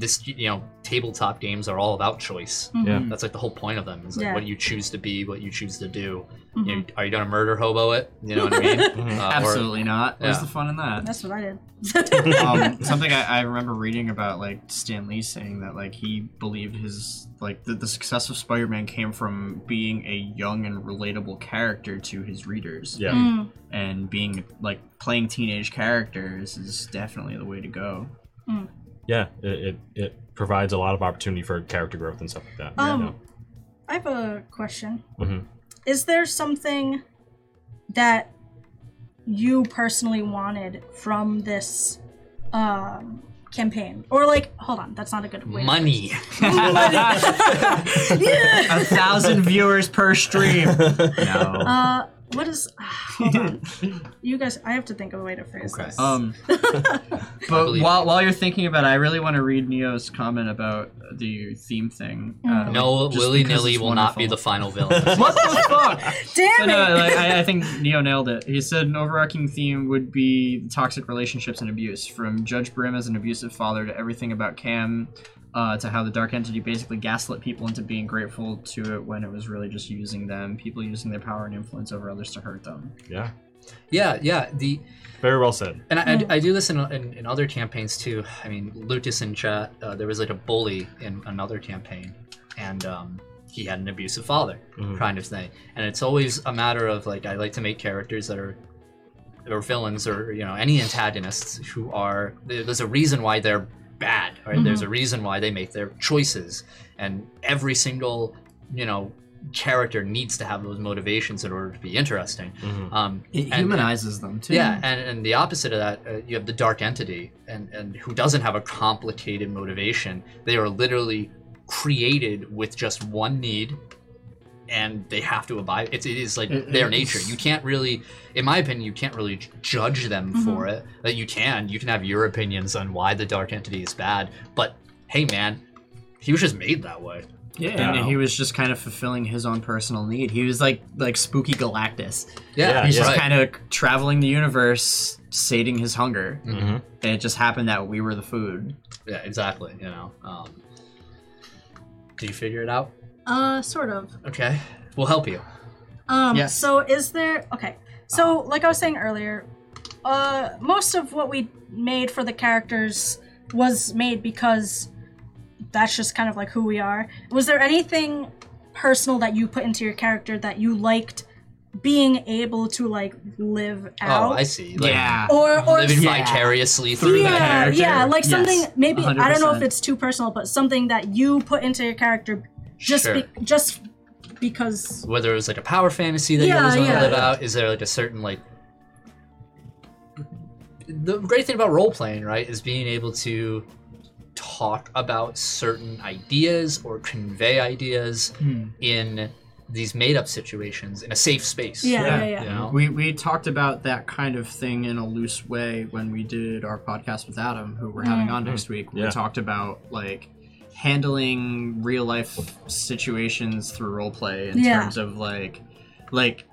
A: this you know tabletop games are all about choice.
C: Mhm.
B: Yeah.
A: That's like the whole point of them. Is like
C: Yeah.
A: what you choose to be, what you choose to do.
C: Mhm.
A: You know,
E: Mm-hmm.
A: are you gonna murder hobo it? You know what I mean?
B: Mhm.
D: Mm-hmm.
A: Uh, or-
D: Absolutely not. Where's
A: yeah.
D: the fun in that?
C: that's what i did
D: um, something I, I remember reading about like Stan Lee saying that like he believed his like the, the success of Spider-Man came from being a young and relatable character to his readers
B: Yeah.
C: Mm.
D: and being like playing teenage characters is definitely the way to go
B: yeah, it, it it provides a lot of opportunity for character growth and stuff like that.
C: Um,
B: you know?
C: i have a question
B: Mhm.
C: is there something that you personally wanted from this um campaign or like hold on that's not a good way to
A: Money.
D: a thousand viewers per stream no
C: Uh, What is? Hold on. You guys, I have to think of a way to phrase
D: Okay.
C: this.
A: Oh,
E: Um, but
A: believe
E: while, while you're thinking about it, I really want to read Neo's comment about the theme thing.
C: Mm.
E: um,
A: No,
E: just
A: willy
E: because
A: nilly
E: it's
A: will not be the
E: wonderful.
A: final villain.
E: What the fuck?
C: Damn
E: But no,
C: it!
E: like, I, I think Neo nailed it. He said an overarching theme would be toxic relationships and abuse, from Judge Brim as an abusive father to everything about Cam, uh, to how the Dark Entity basically gaslit people into being grateful to it when it was really just using them, people using their power and influence over others to hurt them.
B: Yeah,
A: yeah, yeah. The
B: very well said.
A: and I, I-
C: Yeah.
A: I, do this in, in in other campaigns too. I mean, Lucas in chat, uh, there was like a bully in another campaign, and um, he had an abusive father,
B: Mhm.
A: kind of thing. And it's always a matter of like I like to make characters that are or villains or you know any antagonists who are there- there's a reason why they're bad right there's a reason why they make their choices and every single you know character needs to have those motivations in order to be interesting
B: Mhm.
A: um
D: It
A: and-
D: humanizes them too.
A: yeah, and, and the opposite of that, uh, you have the dark entity, and, and who doesn't have a complicated motivation. They are literally created with just one need, and they have to abide. It's, it is like
D: It-
A: their
D: it's-
A: nature. You can't really, in my opinion, you can't really j- judge them for it. That you can, you can have your opinions on why the dark entity is bad, but hey, man, he was just made that way.
D: yeah.
B: Yeah.
D: And he was just kind of fulfilling his own personal need. He was like like spooky Galactus.
A: Yeah,
B: Yeah,
D: He's just
A: right.
D: kind of traveling the universe, sating his hunger.
B: Mhm.
D: And it just happened that we were the food.
A: yeah, exactly. You know, um, do you figure it out?
C: uh, sort of.
A: Okay, we'll help you.
C: Um,
E: Yes.
C: So is there? Okay.
A: Oh.
C: So like I was saying earlier, uh, most of what we made for the characters was made because that's just kind of like who we are. Was there anything personal that you put into your character that you liked being able to like live
A: Oh,
C: out?
A: I see. Like,
D: yeah.
C: or or
A: living
D: Yeah.
A: vicariously through
C: yeah,
A: the character.
C: Yeah, like
D: Yes,
C: something maybe I don't know if
D: 100%.
C: it's too personal, but something that you put into your character just
A: Sure.
C: be- just because
A: Whether it was like a power fantasy that you
C: Yeah,
A: always want
C: yeah.
A: to live out, is there like a certain like the great thing about role playing, right, is being able to talk about certain ideas or convey ideas
D: Hmm.
A: in these made up situations in a safe space.
C: yeah, yeah,
D: Yeah. Mm-hmm.
C: yeah.
A: You know?
D: We, we talked about that kind of thing in a loose way when we did our podcast with Adam, who we're
C: Hmm.
D: having
A: Hmm.
D: on next week.
B: Yeah.
D: We talked about like handling real life situations through role play in
C: Yeah.
D: terms of like like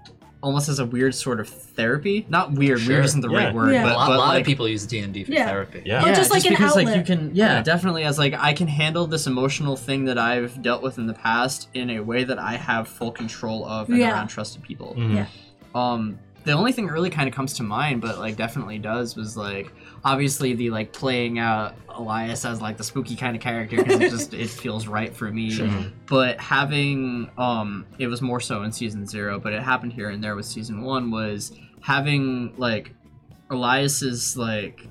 D: almost as a weird sort of therapy. Not weird,
A: Sure.
D: weird isn't the
B: Yeah.
D: right word,
C: Yeah.
D: but,
A: a lot,
D: but,
A: lot
D: like,
A: of people use D and D for
C: Yeah.
A: therapy.
B: Yeah.
C: Or
D: Yeah,
C: just like an
D: because,
C: outlet.
D: like you can yeah,
B: Yeah.
D: definitely as like I can handle this emotional thing that I've dealt with in the past in a way that I have full control of and
C: Yeah.
D: around trusted people.
B: Mhm.
C: Yeah.
D: Um the only thing that really kind of comes to mind but like definitely does was like obviously the like playing out Elias as like the spooky kind of character cuz it just it feels right for me.
B: Mm-hmm.
D: But having um it was more so in season 0, but it happened here and there with season 1 was having like Elias is like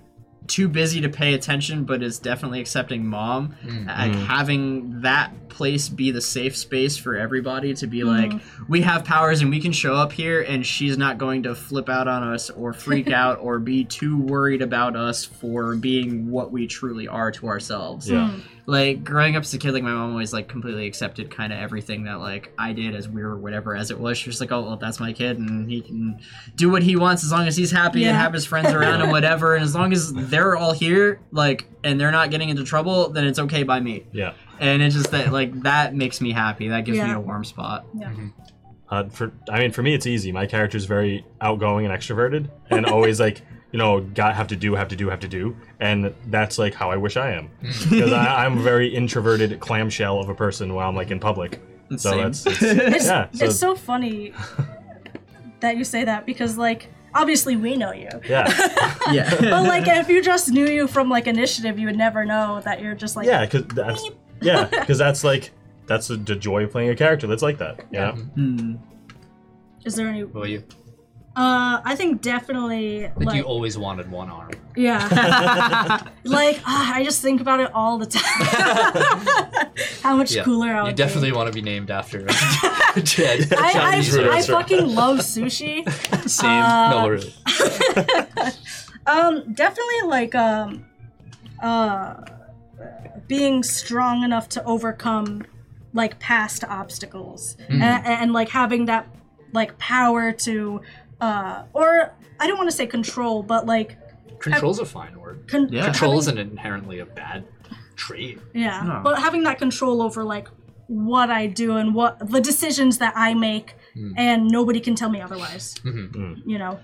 D: too busy to pay attention, but is definitely accepting mom.
A: Mm.
D: Like
B: Mhm.
D: having that place be the safe space for everybody to be
C: Mhm.
D: like, we have powers and we can show up here, and she's not going to flip out on us or freak out or be too worried about us for being what we truly are to ourselves
B: Yeah.
C: hmm.
D: like growing up as a kid like my mom always like completely accepted kind of everything that like i did as weird or whatever as it was she was like oh well that's my kid and he can do what he wants as long as he's happy
C: Yeah.
D: and have his friends around and whatever and as long as they're all here like and they're not getting into trouble then it's okay by me
B: Yeah.
D: and it's just that like that makes me happy that gives me
C: Yeah.
D: a warm spot
B: Uh, for I mean, for me, it's easy. My character's very outgoing and extroverted, and always like you know, got have to do, have to do, have to do, and that's like how I wish I am because I'm a very introverted clamshell of a person when I'm like in public. So
D: Same.
B: that's it's,
C: It's,
B: yeah, so,
C: it's so funny that you say that because like obviously we know you.
B: yeah,
D: yeah
C: But like if you just knew you from like initiative, you would never know that you're just like
B: yeah, because that's yeah, 'cause that's like that's the, the joy of playing a character that's like that. You know?
D: Hmm.
C: is there any
A: Well, you,
C: uh I think definitely
A: like,
C: like
A: you always wanted one arm.
C: yeah. like ah, I just think about it all the time. How much
A: Yeah.
C: cooler I would
A: You
C: be.
A: definitely want to be named after uh, Jed.
C: I, uh,
A: Japanese
C: I, I
A: restaurant.
C: fucking love sushi.
D: same
A: No, really.
C: Um, definitely like um, uh, being strong
D: Hmm.
C: enough to overcome like past obstacles A- and, like having that like power to uh or I don't want to say control, but like
A: Control's a fine word.
C: con-
D: Yeah.
A: Control isn't inherently a bad trait.
C: Yeah.
D: No.
C: But having that control over like what I do and what the decisions that I make
D: Hmm.
C: and nobody can tell me otherwise.
A: Mhm.
B: Mm.
D: Mm-hmm.
C: You know.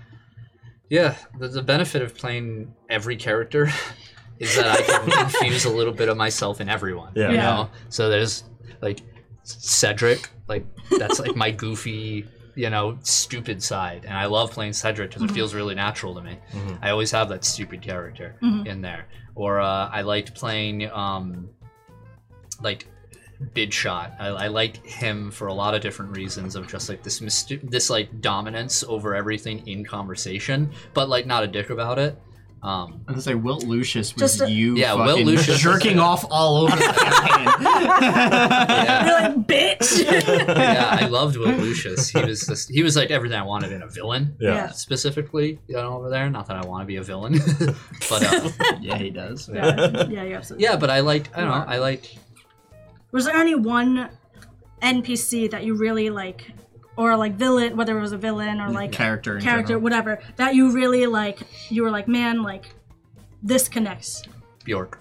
A: Yeah, the, the benefit of playing every character is that I can infuse a little bit of myself in everyone.
B: Yeah.
A: You
C: Yeah.
A: know? So there's like Cedric, like that's like my goofy, you know, stupid side. And I love playing Cedric because it feels really natural to me.
B: Mhm.
A: I always have that stupid character
C: Mhm.
A: in there. Or uh, I liked playing um, like bid shot. I, I like him for a lot of different reasons of just like this myst- this like dominance over everything in conversation, but like not a dick about it. Um,
D: I was gonna say Wilt Lucius was
C: Just a-
D: you
A: Yeah, Wilt
D: fucking
A: Lucius was
D: jerking
A: it.
D: off all over the campaign.
A: yeah,
C: You're like, bitch.
A: yeah, I loved Will Lucius. He was just, he was like everything I wanted in a villain.
B: Yeah.
C: Yeah.
A: Specifically, you know, over there. Not that I want to be a villain, but uh,
D: yeah, he does.
C: yeah, yeah, you're absolutely.
A: yeah. But I liked. I don't know. I liked.
C: Was there any one NPC that you really like, or like villain, whether it was a villain or like
D: Character. In
C: character,
D: General.
C: whatever, that you really like? You were like, man, like this connects.
A: Bjork.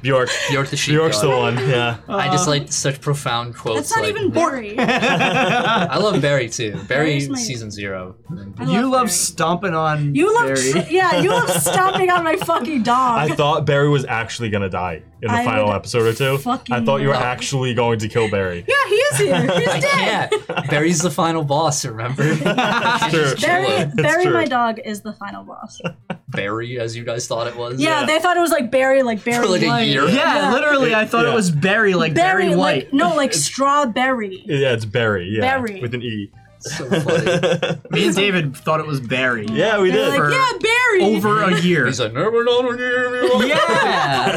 B: Bjork.
A: Bjork the sheep.
B: Bjork's the one. Yeah.
A: I just like such profound quotes.
C: It's Oh. not
A: like,
C: even Barry. I
A: I love Barry too. Barry
C: Barry's my-
A: season zero.
C: Barry.
D: You love stomping on.
C: You love,
D: Barry.
C: yeah, you love stomping on my fucking dog.
B: I thought Barry was actually gonna die in the
C: I
B: final
C: would
B: episode or two.
C: fucking
B: I thought you were
C: love-
B: actually going to kill Barry.
C: yeah, he is here. He's dead.
A: Yeah, Barry's the final boss. Remember? He's
B: Sure.
A: just
C: Barry,
A: chilling.
C: Barry,
B: true.
C: my dog, is the final boss. Yeah,
A: Barry, as you guys thought it was.
C: they thought it was like Barry, like Barry
A: For like a
C: White.
A: year.
D: Yeah, literally, I thought
B: Yeah.
D: it was Barry, like Barry,
C: Barry,
D: White.
C: like no, like strawberry.
B: Yeah, it's Barry. Yeah,
C: Barry.
B: with an E.
A: So funny.
D: Me and David thought it was Barry.
B: Yeah, we did.
C: They're like,
D: For
C: yeah, Barry.
D: Over a year.
A: He's like, never known again.
D: yeah,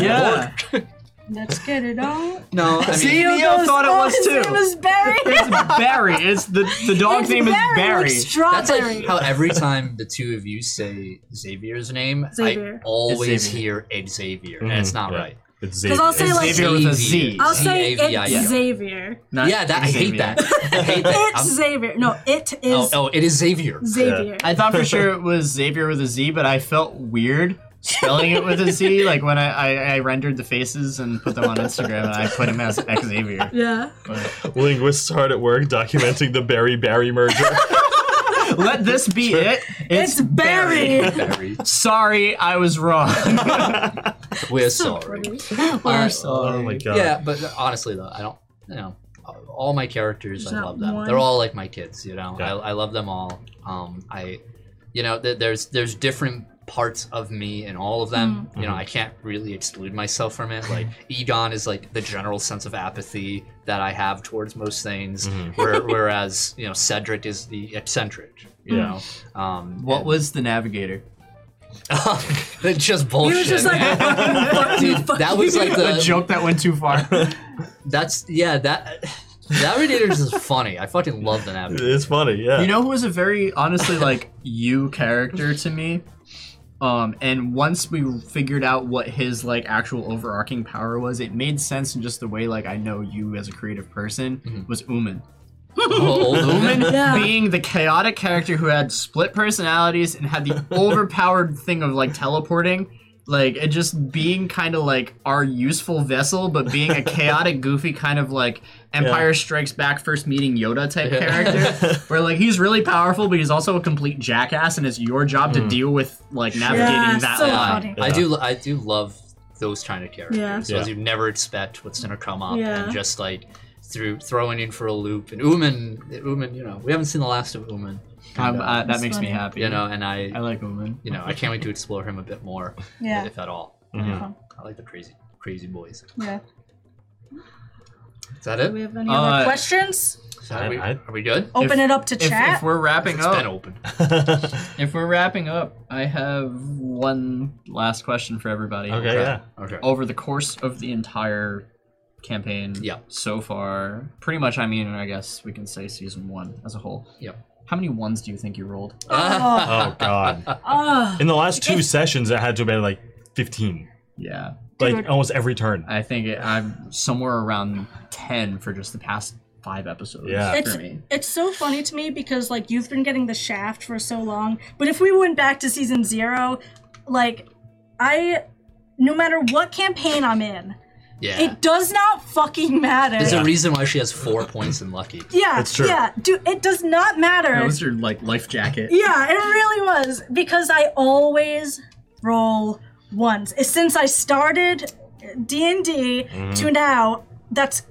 D: yeah.
C: Let's get it on.
A: No, I mean,
D: See? Theo thought it was
C: "Oh, his
D: too.
C: name is Barry.
D: It's Barry. It's the the dog's
C: It's
D: name
C: Barry, Like
D: is Barry.
A: That's
C: strawberry.
A: like how every time the two of you say Xavier's name,
C: Xavier.
A: I always
D: Xavier. Mm-hmm.
A: hear Xavier, and it's not
B: Yeah.
A: right.
B: It's
C: Because I'll say
B: Xavier.
C: like,
D: Xavier with a Z.
C: I'll say
A: Z-A-V-I-E-R.
C: it's Xavier.
D: Not
A: yeah, that, I hate
D: Xavier.
A: that. I hate that.
C: It's
A: I'm-
C: Xavier. No, it
A: oh,
C: is
A: oh, it is Xavier.
C: Xavier.
D: I thought for sure it was Xavier with a Z, but I felt weird spelling it with a Z. Like when I, I, I rendered the faces and put them on Instagram, and I put him as Xavier.
C: yeah.
B: Linguists hard at work documenting the Barry Barry merger.
D: Let this be it.
C: It's, Barry.
A: Barry.
D: Sorry, I was wrong.
A: We're
C: So
A: sorry.
C: pretty.
A: Uh,
B: oh my god.
A: Yeah, but honestly though, I don't. You know, all my characters,
C: There's
A: I
C: not
A: love them.
C: one-
A: They're all like my kids. You know,
B: Yeah.
A: I, I love them all. Um, I, you know, th- there's there's different parts of me in all of them.
C: Mm.
A: You know, I can't really exclude myself from it. Like Egon is like the general sense of apathy that I have towards most things, where, whereas you know Cedric is the eccentric. You
B: Yeah.
C: Mm.
A: know, um,
D: What was the navigator?
A: it's just bullshit.
C: He was just like, fuck you,
A: Dude,
C: fuck
A: that was
C: you.
A: like the
D: A joke that went too far.
A: That's yeah. That Navigators is funny. I fucking love the Navigators.
B: It's funny. Yeah.
D: You know who was a very honestly like you character to me? Um, and once we figured out what his like actual overarching power was, it made sense in just the way like I know you as a creative person was Uman.
A: Oh, old woman.
D: Uman
C: Yeah.
D: being the chaotic character who had split personalities and had the overpowered thing of like teleporting. Like it just being kind of like our useful vessel, but being a chaotic, goofy kind of like Empire Strikes Back first meeting Yoda type character, where like he's really powerful, but he's also a complete jackass, and it's your job
A: Mm.
D: to deal with like navigating
C: Yeah,
D: that
C: so
D: line.
C: funny.
A: I do. I do love those kind of characters.
C: Yeah.
A: Those
B: Yeah.
A: you never expect what's gonna come up,
C: Yeah.
A: and just like through throwing in for a loop. And Uman, Uman, you know, we haven't seen the last of Uman,
D: I'm, uh, that
C: That's
D: makes me
C: funny.
D: happy.
A: you know, and I,
D: I like women.
A: you know, I can't wait to explore him a bit more,
C: Yeah. Uh-huh.
A: if at all.
B: Mhm.
A: I like the crazy, crazy boys.
C: Yeah.
A: Is that
C: Do we
A: it?
C: have any
D: Uh,
C: other questions?
A: Is that- are, we,
B: I- I-
A: are we good?
C: Open it up to
D: If,
C: chat.
D: if we're wrapping
A: It's
D: up,
A: been open.
D: If we're wrapping up, I have one last question for everybody.
B: okay. Yeah.
A: Okay.
D: Over the course of the entire campaign
A: Yeah.
D: so far, pretty much, I mean, I guess we can say season one as a whole.
A: Yep.
D: How many ones do you think you rolled?
C: oh,
B: Oh god.
C: oh.
B: In the last two sessions, it had to have been like 15.
D: Yeah.
B: Like
C: Dude.
B: almost every turn.
D: I think it, I'm somewhere around 10 for just the past five episodes.
B: Yeah.
D: for
C: It's-
D: me.
C: It's so funny to me because like you've been getting the shaft for so long, but if we went back to season zero, like I, no matter what campaign I'm in,
A: Yeah.
C: it does not fucking matter.
A: There's a reason why she has four points in Lucky.
C: yeah,
B: It's true.
C: yeah, dude, it does not matter.
D: That was your like life jacket.
C: Yeah, it really was because I always roll ones. Since I started D and D
B: Mm-hmm.
C: to now, that's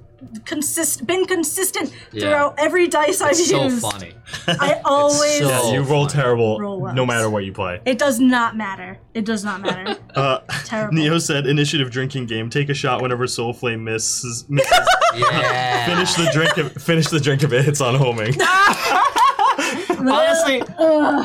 C: consist been consistent
A: Yeah.
C: throughout every dice I've
A: It's so
C: used.
A: funny.
C: I always.
A: so-
B: Yeah, you roll terrible
C: Roll
B: no
C: ones.
B: matter what you play.
C: It does not matter. It does not matter.
B: Uh,
C: Terrible.
B: Neo said, "Initiative drinking game. Take a shot whenever Soul Flame misses. misses.
A: Yeah.
B: finish the drink. If, finish the drink if it hits on homing.
D: Honestly,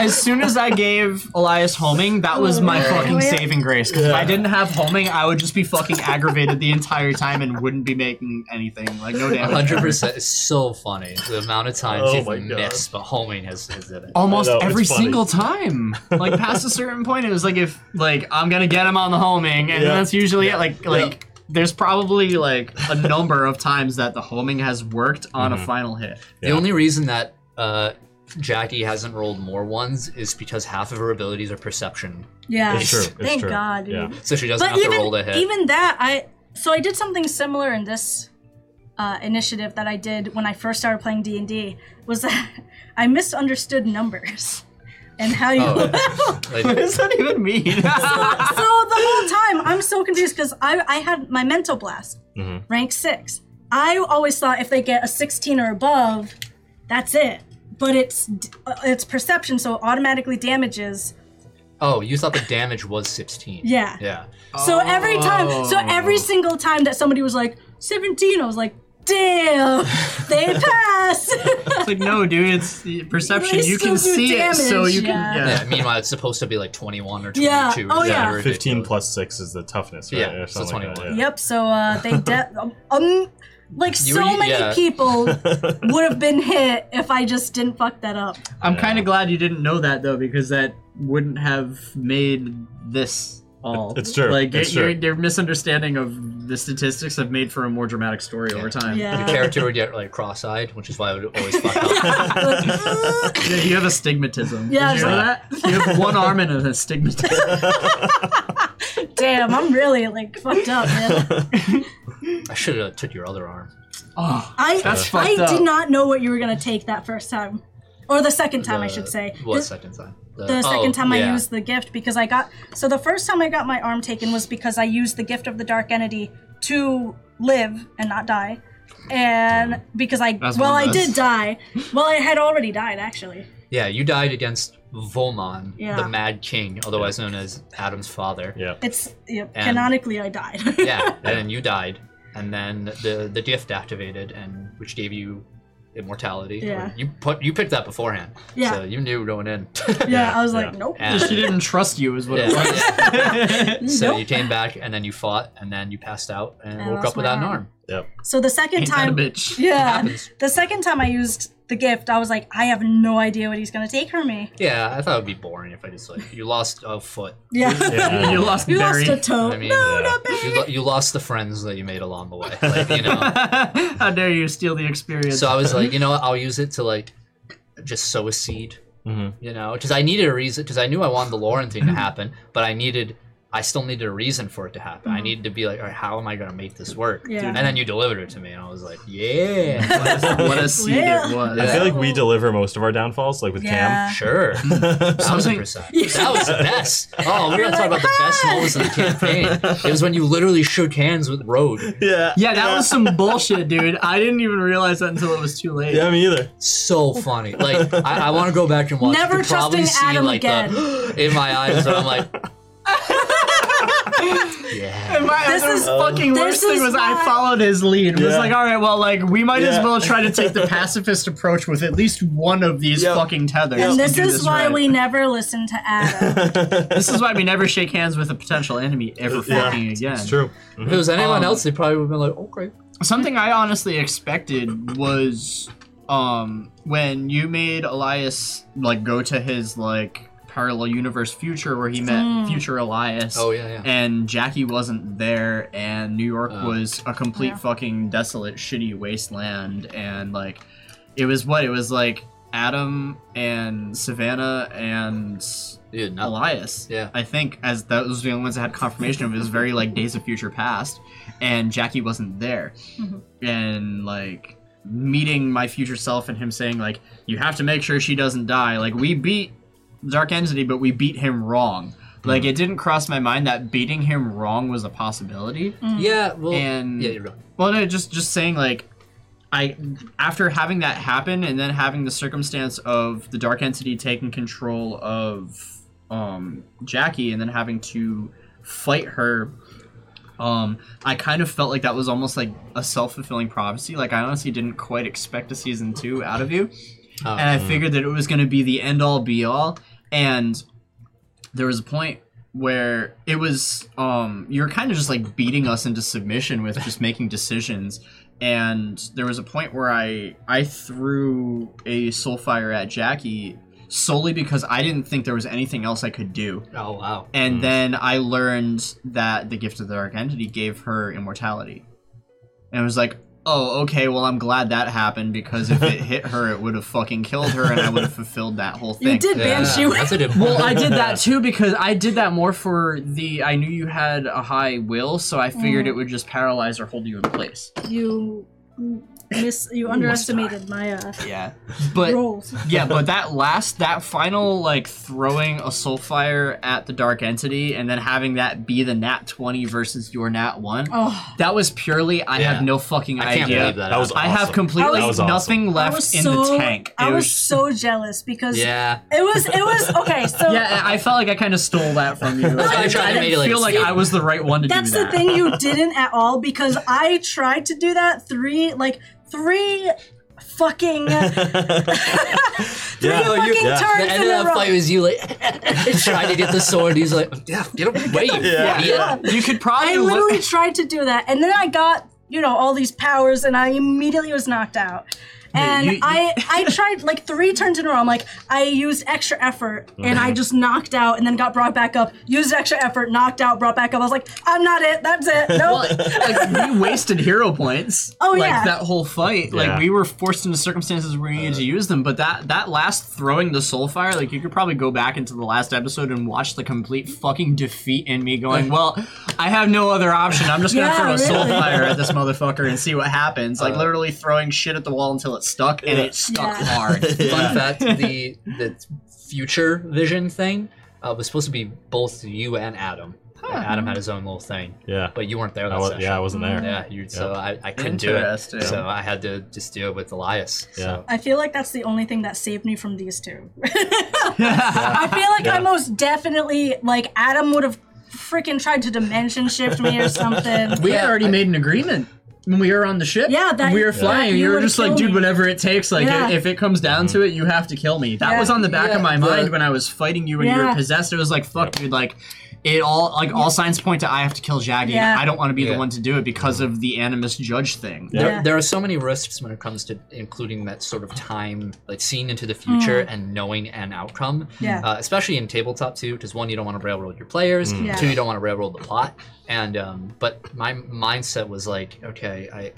D: as soon as I gave Elias homing, that was my fucking saving grace. Because if I didn't have homing, I would just be fucking aggravated the entire time and wouldn't be making anything. Like, no damage.
A: Hundred percent. It's so funny the amount of times
B: Oh
A: you've
B: my God.
A: missed, but homing has, has did it.
D: Almost
B: I know, it's
D: every
B: funny.
D: single time. Like, past a certain point, it was like, if, like, I'm gonna get him on the homing, and
B: Yeah.
D: that's usually it. Like,
B: Yeah.
D: like, there's probably, like, a number of times that the homing has worked on
B: Mm-hmm.
D: a final hit.
A: The only reason that uh, Jackie hasn't rolled more ones is because half of her abilities are perception,
C: yeah.
B: It's true. It's
C: Thank
B: true.
C: God. dude.
B: Yeah.
A: so she doesn't
C: But
A: have
C: even
A: to roll to hit.
C: even that, I so I did something similar in this uh, initiative that I did when I first started playing D and D was that I misunderstood numbers and how you.
A: Oh,
D: What
A: Like,
D: does that even mean?
C: so the whole time I'm so confused because I, I had my mental blast
B: Mhm.
C: rank six. I always thought if they get a 16 or above, that's it. But it's d- uh, it's perception, so it automatically damages.
A: oh, you thought the damage was sixteen.
C: Yeah.
A: Yeah.
C: So every time, so
A: Oh.
C: every single time that somebody was like 17, I was like, damn, they pass.
D: It's like, no, dude, it's the perception.
C: They
D: You
C: still
D: can
C: do
D: see it, so
C: damage,
D: you
C: yeah.
D: can. Yeah.
A: Yeah, Meanwhile, it's supposed to be like twenty-one or twenty-two.
C: Yeah.
A: or
C: Oh, yeah.
A: something ridiculous.
B: Fifteen plus six is the toughness, right?
A: Yeah,
B: Or
A: so
B: something like
A: 21.
B: that,
C: yep. So uh, they de- um, like
A: You
C: so
A: were-
C: many
A: yeah.
C: people would have been hit if I just didn't fuck that up.
D: I'm kind of glad you didn't know that, though, because that wouldn't have made this all.
B: It's true,
D: Like,
B: it's
D: your,
B: true.
D: your misunderstanding of the statistics have made for a more dramatic story over time.
A: Your
C: Yeah.
A: character would get like cross-eyed, which is why I would always fuck up.
D: Yeah, you have astigmatism.
C: Yeah,
D: Did you know that? You have one arm and an astigmatism.
C: Damn, I'm really like fucked up, man.
A: I should have took your other arm.
D: Oh,
C: I
D: That's
C: I
D: fucked up.
C: did not know what you were gonna take that first time, or the second time, I
A: The-
C: should say.
A: What
C: The-
A: second time?
C: the second
A: oh,
C: time I
A: yeah.
C: used the gift because I got so the first time I got my arm taken was because I used the gift of the dark entity to live and not die. And because I
D: That's
C: well
D: one
C: I
D: of
C: did
D: us.
C: die. Well I had already died actually.
A: Yeah, you died against Volmon,
C: Yeah.
A: the Mad King, otherwise known as Adam's father.
B: Yeah.
C: It's yep,
A: And-
C: canonically I died.
A: Yeah, and then you died, and then the the gift activated, and which gave you immortality.
C: Yeah.
A: You put you picked that beforehand.
C: Yeah.
A: So you knew going in.
C: Yeah, I was like,
B: Yeah.
C: nope. Mm,
A: And-
D: she didn't trust you, is what
A: Yeah,
D: it was.
A: yeah. So
C: Nope.
A: you came back, and then you fought, and then you passed out, and,
C: And I
A: woke
C: lost
A: up
C: my
A: without an
C: arm.
A: arm.
B: Yep.
C: So the second
D: Ain't that a
C: time
D: bitch?
C: Yeah.
A: happens.
C: The second time I used the gift, I was like, I have no idea what he's gonna take from me.
A: Yeah, I thought it would be boring if I just like you lost a foot.
C: Yeah.
B: Yeah.
D: You lost
C: You
D: Barry.
C: lost a toe.
A: I mean,
C: no,
B: yeah.
C: not Barry.
A: You, lo- you lost the friends that you made along the way. Like, you know.
D: How dare you steal the experience?
A: So I was like, you know what? I'll use it to like just sow a seed,
B: Mhm.
A: you know, because I needed a reason. Because I knew I wanted the Lauren thing to happen, but I needed, I still needed a reason for it to happen. I needed to be like, all right, how am I gonna make this work?
C: Mm-hmm. Yeah.
A: And then you delivered it to me, and I was like, yeah,
D: what a seed
C: Yeah.
D: it was.
B: I feel like we deliver most of our downfalls, like with
C: Yeah.
A: sure, thousand
D: Something-
A: percent. That was the best. Oh, we're gonna talk about the best moments in the campaign. It was when you literally shook hands with Road.
B: Cam. Yeah.
D: Yeah, that was some bullshit, dude. I didn't even realize that until it was too late.
B: Yeah, me either.
A: So funny. Like I, I want to go back and watch. You
C: Never
A: could probably
C: trusting
A: see,
C: Adam
A: like, the- in my eyes, and I'm like. Yeah.
D: My
C: This
D: other
C: is-
D: fucking
C: this
D: worst thing
C: is
D: was
C: why-
D: I followed his lead. and Was
B: Yeah.
D: like, all right, well, like we might as
B: Yeah.
D: well try to take the pacifist approach with at least one of these
B: Yep.
D: fucking tethers.
C: And
D: to
C: this
D: do
C: is why
D: right.
C: we never listen to Adam.
D: This is why we never shake hands with a potential enemy ever
B: Yeah.
D: fucking again.
B: It's true.
A: If it was anyone
D: Um,
A: else, they probably would have been like, okay.
D: Something I honestly expected was um when you made Elias like go to his like parallel universe future where he met future Elias.
A: Oh, yeah, yeah.
D: And Jackie wasn't there, and New York
B: Uh.
A: Oh.
D: was a complete
C: Yeah.
D: fucking desolate, shitty wasteland, and like, it was what it was like. Adam and Savannah and
A: Yeah, no.
D: Elias.
A: Oh. Yeah.
D: I think as those were the only ones that had confirmation of it, it was very like Days of Future Past, and Jackie wasn't there, and like meeting my future self and him saying like you have to make sure she doesn't die. Like we beat Dark Entity, but we beat him wrong. Like it didn't cross my mind that beating him wrong was a possibility.
A: Yeah, well,
D: And-
A: yeah, you're right.
D: Well, no, just just saying like. I after having that happen and then having the circumstance of the dark entity taking control of um Jackie and then having to fight her um I kind of felt like that was almost like a self-fulfilling prophecy like I honestly didn't quite expect a season 2 out of you
A: Oh.
D: and I figured that it was going to be the end all be all and there was a point where it was um you were kind of just like beating us into submission with just making decisions and there was a point where i i threw a soulfire at jackie solely because i didn't think there was anything else i could do
A: Oh wow.
D: and then i learned that the gift of the dark entity gave her immortality and it was like oh okay well i'm glad that happened because if it hit her it would have fucking killed her and i would have fulfilled that whole thing
C: You did
A: Yeah,
C: Banshee.
A: that's a good
D: well, I did that too because I did that more for the. I knew you had a high will, so I figured
C: Mm.
D: it would just paralyze or hold you in place.
C: you miss. You underestimated my uh,
D: Yeah, but
C: roles.
D: yeah, but that last, that final, like throwing a soulfire at the dark entity, and then having that be the nat twenty versus your nat one.
C: Oh,
D: That was purely. I
A: Yeah.
D: have no fucking
A: I can't
D: idea.
A: believe that.
B: That was
D: I have
B: Awesome.
D: completely
C: That
B: was awesome.
D: nothing
C: I
D: left
C: was
D: in
C: so.
D: the tank.
C: I
D: It
C: was so jealous because
A: Yeah.
C: it was. It was okay. So
D: yeah, I I felt like I kind of stole that from you.
A: why I tried to make it, like,
D: feel like I was the right one to
C: That's
D: do that.
C: the thing you didn't at all because I tried to do that three like three fucking three
B: yeah,
A: you-
C: fucking
B: yeah.
A: The
C: turns
A: end
C: in
A: of
C: a
A: that
C: row.
A: fight was you like trying to get the sword. He's like, yeah, get away.
B: Yeah.
A: yeah.
D: You could probably
C: I
D: look-
C: literally tried to do that and then I got, you know, all these powers and I immediately was knocked out. And
D: you- you-
C: I I tried like three turns in a row. I'm like, I used extra effort and I just knocked out and then got brought back up, used extra effort, knocked out, brought back up. I was like, I'm not it, that's it. No.
D: like we wasted hero points.
C: Oh,
D: like,
C: yeah.
D: that whole fight.
B: Yeah.
D: Like we were forced into circumstances where we needed to use them. But that that last throwing the soulfire, like you could probably go back into the last episode and watch the complete fucking defeat in me going, well, I have no other option. I'm just gonna
C: Yeah,
D: throw a soul
C: really.
D: soulfire at this motherfucker and see what happens. Like literally throwing shit at the wall until it stuck, and it stuck
C: Yeah.
D: hard.
A: Fun fact: the the future vision thing uh, was supposed to be both you and Adam. And Adam had his own little thing,
B: yeah.
A: but you weren't there that
B: I was,
A: session.
B: Oh, yeah, I wasn't there.
A: Yeah, you, so I, I couldn't do it.
D: Interesting.
A: So I had to just do it with Elias. So.
C: I feel like that's the only thing that saved me from these two. I feel like I most definitely like Adam would have freaking tried to dimension shift me or something.
D: We had
A: Yeah,
D: already
A: I-
D: made an agreement when we were on the ship.
C: Yeah, that-
D: we were
C: yeah,
D: flying.
C: you
D: you were
C: would've
D: just like,
C: killed
D: dude,
C: me."
D: whatever it takes. Like,
C: Yeah.
D: if it comes down to it, you have to kill me. That
C: Yeah.
D: was on the back
A: Yeah,
D: of my
A: but-
D: mind when I was fighting you and you were
C: Yeah.
D: possessed. It was like, fuck, dude, like. It all like all signs point to I have to kill Jaggy.
C: Yeah.
D: I don't want to be
A: Yeah.
D: the one to do it because of the animus judge thing.
B: Yeah.
A: There, there are so many risks when it comes to including that sort of time, like seeing into the future and knowing an outcome.
C: Mm. Yeah.
A: Uh, especially in tabletop too, because one, you don't want to railroad your players.
C: Mm. Yeah.
A: Two, you don't want to railroad the plot. And um, but my mindset was like, okay, I.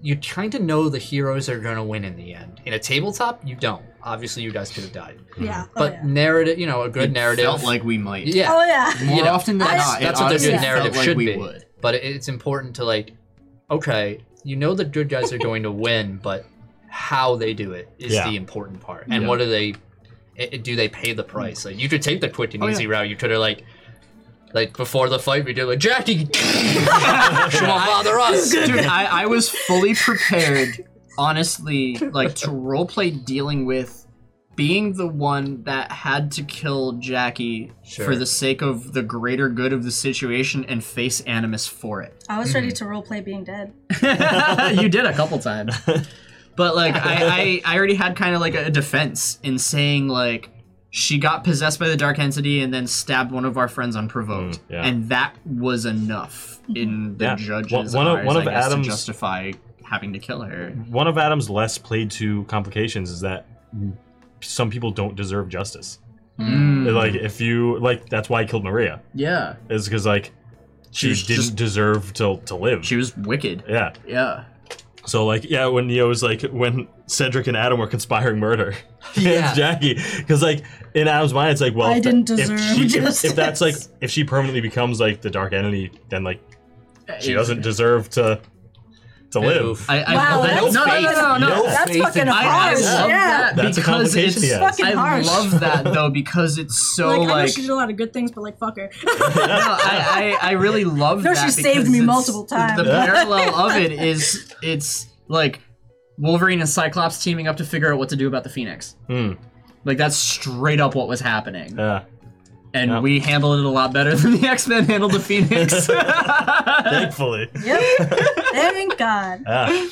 A: You kind of know the heroes are gonna win in the end. In a tabletop, you don't. Obviously, you guys could have died.
C: Yeah.
A: But
C: oh, yeah.
A: narrative, you know, a good narrative.
D: Felt like we might.
A: yeah.
C: Oh yeah.
D: More
A: You know,
D: often than
C: I-
D: not, it
A: that's what the
D: honestly
A: good
C: felt
A: narrative
D: like
A: should
D: we
A: be.
D: Would.
A: But it- it's important to like, okay, you know the good guys are going to win, but how they do it is
B: Yeah.
A: the important part. And
D: Yeah.
A: what do they? i- Do they pay the price? Like you could take the quick and
D: Oh, yeah.
A: easy route. You could have like, like before the fight, we did like Jackie, come on, bother us.
D: Dude, I, I was fully prepared, honestly, like to roleplay dealing with being the one that had to kill Jackie
A: Sure.
D: for the sake of the greater good of the situation and face Animus for it.
C: I was ready to roleplay being dead.
D: you did a couple times. But like I, I, I already had kind of like a defense in saying like she got possessed by the dark entity and then stabbed one of our friends unprovoked,
B: Mm, yeah.
D: and that was enough
C: Mm-hmm.
D: in the
B: Yeah.
D: judge's
B: One- one of-
D: eyes,
B: one of
D: I guess,
B: Adam's-
D: to justify having to kill her.
B: One of Adam's less played to complications is that some people don't deserve justice.
C: Mm.
D: Mm. Mm-hmm.
B: Like if you like, that's why I killed Maria.
D: Yeah.
B: Is because like she,
D: was
B: didn't
D: just-
B: deserve to to live.
D: She was wicked.
B: yeah.
D: Yeah.
B: So like yeah, when Neo was like when Cedric and Adam were conspiring murder
A: Yeah.
B: against Jackie, because like in Adam's mind it's like well
C: I
B: if tha-
C: didn't
B: if
C: deserve
B: she- if- if
C: justice.
B: that's like if she permanently becomes like the dark entity, then like she doesn't deserve to to live.
A: Oof.
D: I, I
C: Wow,
D: felt that-
C: that's,
D: no, no, no, no, no.
B: No
C: that's
A: faith
C: fucking
A: in
D: I,
C: harsh.
D: I love
C: yeah.
D: that
B: That's a
D: because
B: complication
D: it's.
B: he has.
C: Fucking
D: I
C: harsh.
D: love that though because it's so
C: like,
D: like.
C: I know she did a lot of good things, but like, fuck her.
D: no, I, I, I really love
C: No,
D: that.
C: she saved
D: because
C: me
D: it's-
C: multiple times.
D: The parallel of it is it's like Wolverine and Cyclops teaming up to figure out what to do about the Phoenix.
B: Hmm.
D: Like that's straight up what was happening,
B: Yeah.
D: and
B: yeah.
D: we handled it a lot better than the X Men handled the Phoenix.
B: Thankfully.
C: yep. Thank God.
B: Yeah.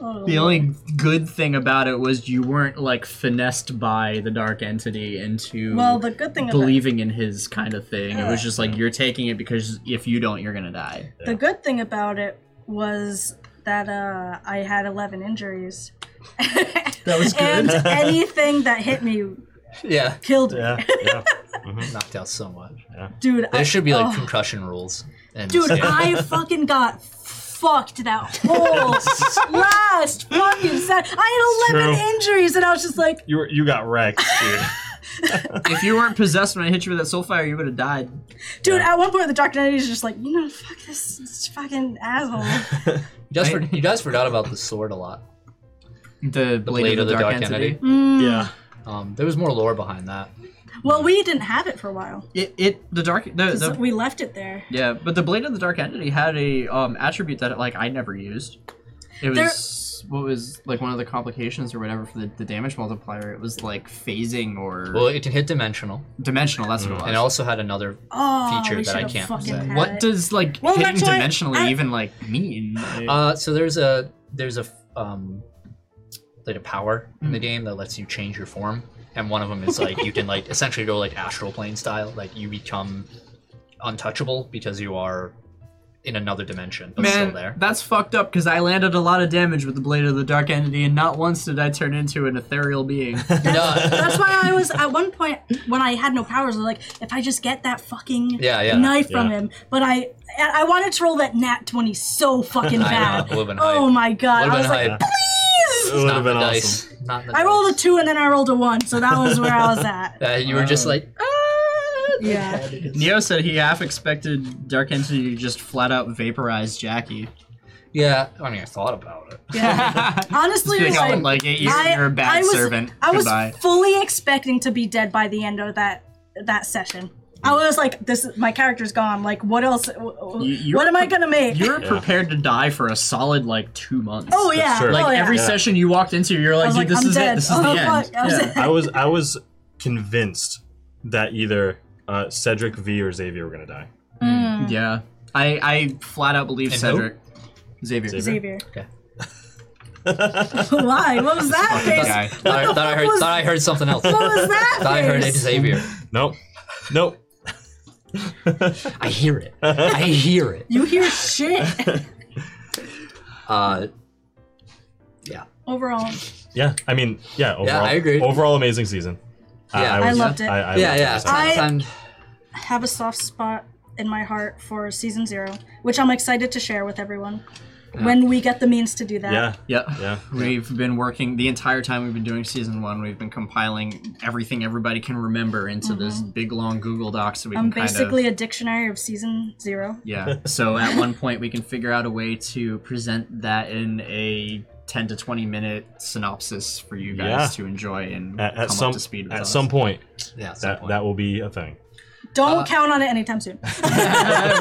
C: Oh,
D: the only good thing about it was you weren't like finessed by the dark entity into
C: well, the good thing about
D: believing in his kind of thing. It was just like you're taking it because if you don't, you're gonna die.
C: The good thing about it was that uh, I had 11 injuries. that
D: was
C: And anything that hit me
A: Yeah,
C: killed me.
B: Yeah. Yeah.
A: knocked out so much.
C: Dude, I,
A: There should be like
C: oh.
A: concussion rules. And
C: dude,
A: yeah.
C: I fucking got fucked that whole last fucking set. I had 11
B: True.
C: injuries and I was just like,
B: You were, you got wrecked, dude.
D: If you weren't possessed when I hit you with that soul fire, you would have died.
C: dude, at one point the Dr. Knight is just like, you know, fuck this, this fucking asshole.
A: you, guys for, you guys forgot about the sword a lot.
D: The blade,
A: Blade of the Dark Entity.
B: yeah.
A: Um, there was more lore behind that.
C: Mm. Well, we didn't have it for a while.
D: It, it the dark the,
C: 'cause
D: the
C: we left it there.
D: yeah, but the blade of the dark entity had a um attribute that like I never used. It
C: There-
D: was what was like one of the complications or whatever for the, the damage multiplier. It was like phasing or
A: Well, mm, it can hit dimensional,
D: dimensional. That's what it was.
A: and it also had another.
C: Oh,
A: Feature
C: we
A: that I
C: should've
A: can't
C: fucking
A: say.
C: had
D: what
C: it.
D: does like
C: Well,
D: hitting
C: that's why
D: dimensionally
C: I-
D: even like mean?
A: Uh, so there's a there's a um, like a power in
C: Hmm.
A: the game that lets you change your form, and one of them is like you can like essentially go like astral plane style, like you become untouchable because you are in another dimension but still
D: Man,
A: there.
D: that's fucked up because I landed a lot of damage with the blade of the dark entity, and not once did I turn into an ethereal being.
A: No,
C: That's why I was at one point when I had no powers. I was like, if I just get that fucking
A: Yeah, yeah.
C: knife from
B: Yeah.
C: him, but I I I wanted to roll that nat twenty so fucking
A: I uh, know, it
C: bad.
A: would've been
C: oh
A: hype.
C: my god!
A: Would've
C: I
A: been
C: was like,
A: hype.
B: It
C: please.
B: would
A: not
B: have been
A: the
B: awesome.
A: dice. Not the
C: I rolled a
A: dice.
C: two and then I rolled a one, so that was where I was at. Ah,
A: Uh, you were
C: Oh.
A: just like,
C: yeah.
D: Neo said he half expected Dark Entity to just flat out vaporize Jackie.
A: yeah. I mean, I thought about it.
C: yeah. Honestly,
D: Like,
C: like,
D: like you're,
C: I-
D: you're a bad
C: I was-
D: servant.
C: I was
D: Goodbye.
C: fully expecting to be dead by the end of that that session. I was like, this my character's gone. Like, what else?
D: You- you-
C: what am I gonna make?
D: you were
B: Yeah.
D: prepared to die for a solid like two months.
C: Oh yeah.
B: true.
C: oh,
D: Like
C: yeah.
D: every
B: Yeah.
D: session you walked into, you're
C: I
D: like,
C: was
D: dude,
C: like,
D: this
C: I'm
D: is
C: dead.
D: it. This is
C: oh,
D: the end.
C: fuck. I was
D: Yeah.
C: like-
B: I was I was convinced that either uh, Cedric V or Xavier were gonna die.
C: hmm. "Mm."
D: Yeah. I, I flat out believe
A: And who?
D: Cedric. Xavier.
B: Xavier.
C: Xavier.
A: Okay.
C: Why? What was that face?
D: Guy.
A: Thought I, thought I heard.
C: was-
A: Thought I heard something else.
C: What
A: Thought
C: was that
A: I heard
C: face?
A: Xavier.
B: Nope. Nope.
A: I hear it. I hear it.
C: You hear shit.
A: Uh, yeah.
C: Overall,
B: Yeah. I mean, yeah. Overall,
A: I agree.
B: Overall, amazing season. Uh,
A: Yeah.
C: I loved it.
B: I, I
A: yeah,
B: loved
A: yeah.
B: it.
C: I-
A: Time-
C: I have a soft spot in my heart for season zero, which I'm excited to share with everyone when we get the means to do that.
B: Yeah.
D: Yeah.
B: Yeah.
D: We've been working the entire time we've been doing season one. We've been compiling everything everybody can remember into this big long Google Doc, so we
C: Mm-hmm. I'm
D: can kind of
C: basically a dictionary of season zero.
D: Yeah. So at one point, we can figure out a way to present that in a 10 to 20 minute synopsis for you guys
B: Yeah.
D: to enjoy and
B: At,
D: come
B: at some
D: up to speed with
B: at
D: us.
B: some point,
A: yeah. at some
B: that
A: point.
B: that will be a thing.
C: Mm-hmm. Don't
D: Uh,
C: count on it anytime soon.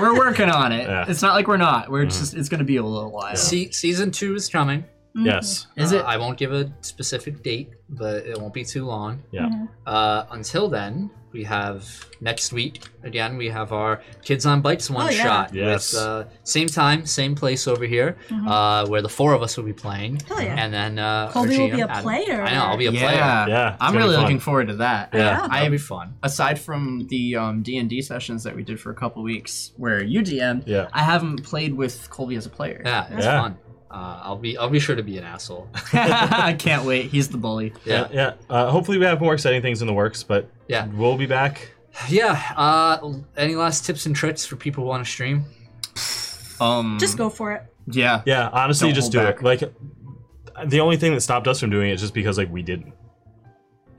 D: we're working on it.
B: Yeah. Mm.
D: It's not like we're not. We're just. It's gonna be a little while.
A: Se- season two is coming.
C: Mm-hmm.
B: Yes.
D: Is
A: Uh,
D: it?
A: I won't give a specific date, but it won't be too long.
B: Yeah.
C: Mm-hmm.
A: Uh, until then, we have next week again. We have our Kids on Bikes one
C: yeah.
A: shot.
B: Yes.
A: With, uh, same time, same place over here, uh, where the four of us will be playing.
C: Hell yeah.
A: And then uh, our
C: Colby will
A: GM
C: be a
A: Adam-
C: player.
A: I know. I'll be a player.
D: yeah.
B: Yeah, it's
D: I'm
B: gonna be
D: really
B: fun.
D: looking forward to that.
B: Yeah.
A: That'll
D: I
A: be fun.
D: aside from the um, D&D sessions that we did for a couple weeks where you DM'd,
B: Yeah.
D: I haven't played with Colby as a player.
A: Yeah, it's
B: Yeah.
A: fun. Uh, I'll be I'll be sure to be an asshole.
D: I can't wait. He's the bully.
A: Yeah,
B: yeah. Uh, hopefully, we have more exciting things in the works, but
A: Yeah.
B: we'll be back.
A: yeah. Uh, any last tips and tricks for people who want to stream?
D: Um.
C: Just go for it.
D: Yeah.
B: Yeah, honestly,
D: Don't
B: just do
D: hold
B: it. Like, the only thing that stopped us from doing it is just because like we didn't.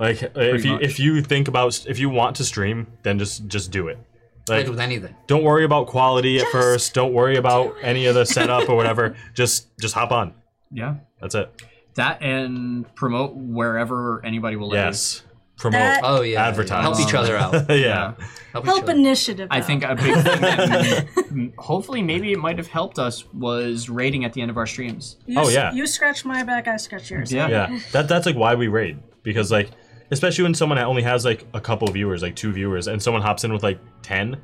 B: Like, if you
D: much.
B: if you think about if you want to stream, then just just do it.
A: Like
B: Like,
A: with anything.
B: don't worry about quality at first. Don't worry about any of the setup or whatever. just just hop on.
D: Yeah.
B: That's it.
D: That and promote wherever anybody will. let you.
B: Yes. Promote.
C: That-
A: Oh yeah.
B: Advertise.
A: Help each other out. Help,
B: yeah.
A: each
C: Help
A: other.
C: initiative.
D: I
C: out.
D: think a big thing that m- hopefully maybe it might have helped us was rating at the end of our streams.
C: You
B: Oh,
C: s-
B: yeah.
C: You scratch my back, I scratch yours.
D: Yeah.
B: Yeah. That that's like why we raid because like especially when someone only has like a couple viewers, like two viewers, and someone hops in with like ten.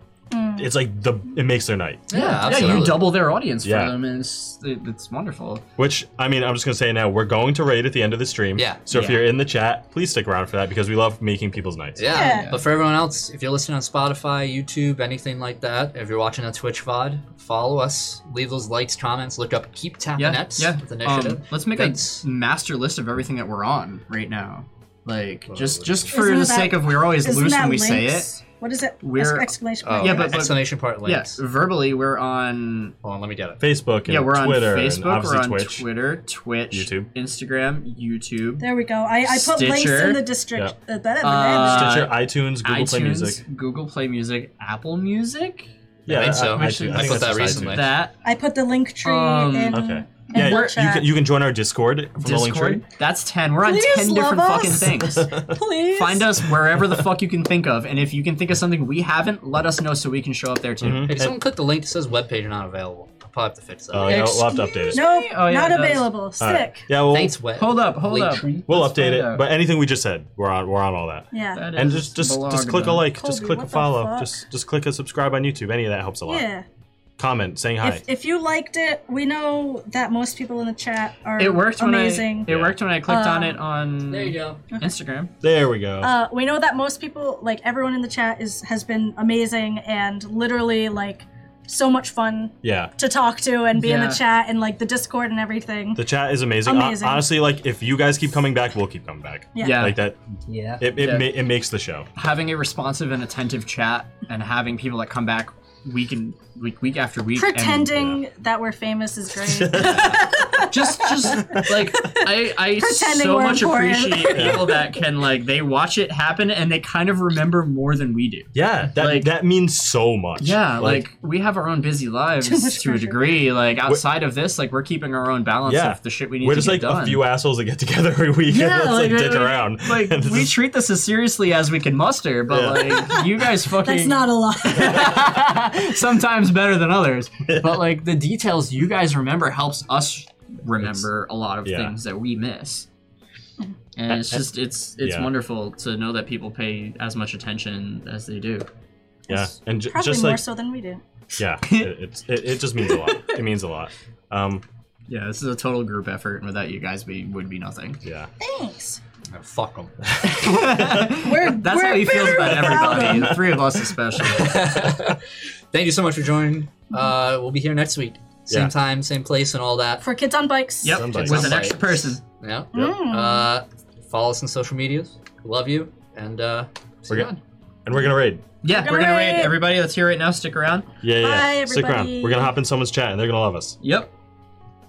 B: It's like the it makes their night.
A: Yeah, absolutely.
D: Yeah, you double their audience
B: Yeah.
D: for them, and it's, it, it's wonderful.
B: Which I mean, I'm just gonna say now we're going to raid at the end of the stream.
A: Yeah.
B: So if
D: Yeah.
B: you're in the chat, please stick around for that because we love making people's nights.
A: Yeah.
C: Yeah.
A: But for everyone else, if you're listening on Spotify, YouTube, anything like that, if you're watching on Twitch VOD, follow us. Leave those likes, comments. Look up Keep Tapping
D: Yeah,
A: Nets
D: yeah.
A: with initiative.
D: Um, let's make
A: Thanks.
D: a master list of everything that we're on right now. Like just just for
C: Isn't
D: the
C: that-
D: sake of we're always
C: Isn't
D: loose
C: that
D: when we say it.
C: links? What is it?
D: We're-
C: Ex- exclamation
A: oh,
C: point.
D: yeah, but-
A: exclamation part links.
D: Yes, verbally we're on.
A: Hold on, let me get it.
B: Facebook. And
D: Yeah, we're on
B: Twitter and
D: Facebook.
B: obviously
D: We're on
B: Twitch.
D: Twitter, Twitch,
B: YouTube.
D: Instagram, YouTube,
C: There we go. I, I put links
D: Stitcher.
C: in the district. Uh, that-
D: Uh,
B: Stitcher, iTunes, Google
D: iTunes,
B: Play Music.
D: Google Play Music, Apple Music.
B: Yeah,
A: think so.
B: Oh, I,
A: Actually,
B: iTunes.
D: I
B: I think
D: thought
B: that's
A: that
B: just
A: recently.
B: iTunes.
D: That
C: I put the link tree
D: Um,
C: in.
B: Okay.
C: in
B: Yeah,
C: the
B: you
C: chat.
B: can, you can join our Discord from Rolling Tree.
D: Discord. That's ten. We're on
C: Please
D: ten different
C: love
D: fucking
C: us.
D: things.
C: Please
D: Find us wherever the fuck you can think of, and if you can think of something we haven't, let us know so we can show up there too.
B: Mm-hmm.
A: Hey, did someone click the link that says webpage not available? I'll probably have to fix that.
B: Oh, yeah, we'll have to update it.
C: No,
D: Oh, yeah,
C: not
D: it does.
C: available. Sick.
B: All right. Yeah, we'll,
A: Thanks, web.
D: Hold up, hold up.
A: Linktree.
B: we'll
D: Let's
B: update
D: find
B: it.
D: out.
B: But anything we just said, we're on we're on all that.
C: Yeah.
D: That
B: And
D: is
B: just just
D: blog
B: just click a
D: done.
B: like, just
C: Colby,
B: click
C: what
B: a
C: the
B: follow,
C: fuck?
B: just just click a subscribe on YouTube. Any of that helps a lot.
C: Yeah.
B: Comment, saying hi.
C: If, if you liked it, we know that most people in the chat are
D: It worked when
C: amazing.
D: I it worked when I clicked
C: Um,
D: on it on
A: There you go.
D: Instagram.
B: there we
D: Oh.
B: go.
C: Uh, we know that most people, like everyone in the chat, is has been amazing and literally like so much fun
B: yeah.
C: to talk to and be in
D: Yeah.
C: the chat and like the Discord and everything.
B: The chat is amazing. Hon-
C: Amazing.
B: honestly, like if you guys keep coming back, we'll keep coming back.
C: Yeah.
D: Yeah.
B: Like that
A: Yeah.
B: it it,
D: Yeah.
B: ma- it makes the show.
D: having a responsive and attentive chat and having people that come back week and week week after week and
C: Pretending that we're famous is great.
D: just just like i i
C: Pretending
D: so
C: we're
D: much
C: important.
D: appreciate people that can like they watch it happen and they kind of remember more than we do
B: Yeah, that
D: Like-
B: that means so much.
D: yeah like, we have our own busy
C: Too much
D: lives to a
C: pressure.
D: degree like outside of this like we're keeping our own balance
B: Yeah.
D: of the shit we need
B: we're
D: to
B: just
D: get
B: like
D: done
B: a few assholes that get together every week
D: yeah,
B: and let's like,
D: like,
B: dick
D: we-
B: around.
D: Like
B: And this
D: we
B: is-
D: treat this as seriously as we can muster, but like you guys fucking
C: That's not a lot.
D: sometimes better than others but like the details you guys remember helps us remember a lot of
B: yeah.
D: things that we miss and it's just it's it's
B: Yeah.
D: wonderful to know that people pay as much attention as they do
B: yeah, and j-
C: Probably
B: just
C: more
B: like
C: so than we do.
B: yeah, it, it's it, it just means a lot. It means a lot. Um,
D: yeah this is a total group effort and without you guys we would be nothing
B: yeah,
C: Thanks.
A: Oh, fuck them.
C: We're,
D: that's
C: we're
D: how he feels
C: very proud
D: about
C: of
D: everybody
C: him.
D: the three of us especially
A: Thank you so much for joining. Uh, we'll be here next week. Same
B: Yeah.
A: time, same place, and all that.
C: For kids on bikes. Mm.
D: yep
B: Somebody.
D: with an extra
A: Somebody.
D: person Hmm.
A: Yeah.
B: Yep.
A: Uh, follow us on social medias. Love you. And uh, see
B: We're
A: you
B: good.
A: on.
B: and we're gonna raid.
D: yeah
C: Gonna
D: we're gonna rate
C: rate.
D: everybody that's here right now stick around
B: Yeah, yeah.
C: Bye,
B: yeah. Stick around.
C: everybody.
B: We're gonna hop in someone's chat and they're gonna love us.
D: yep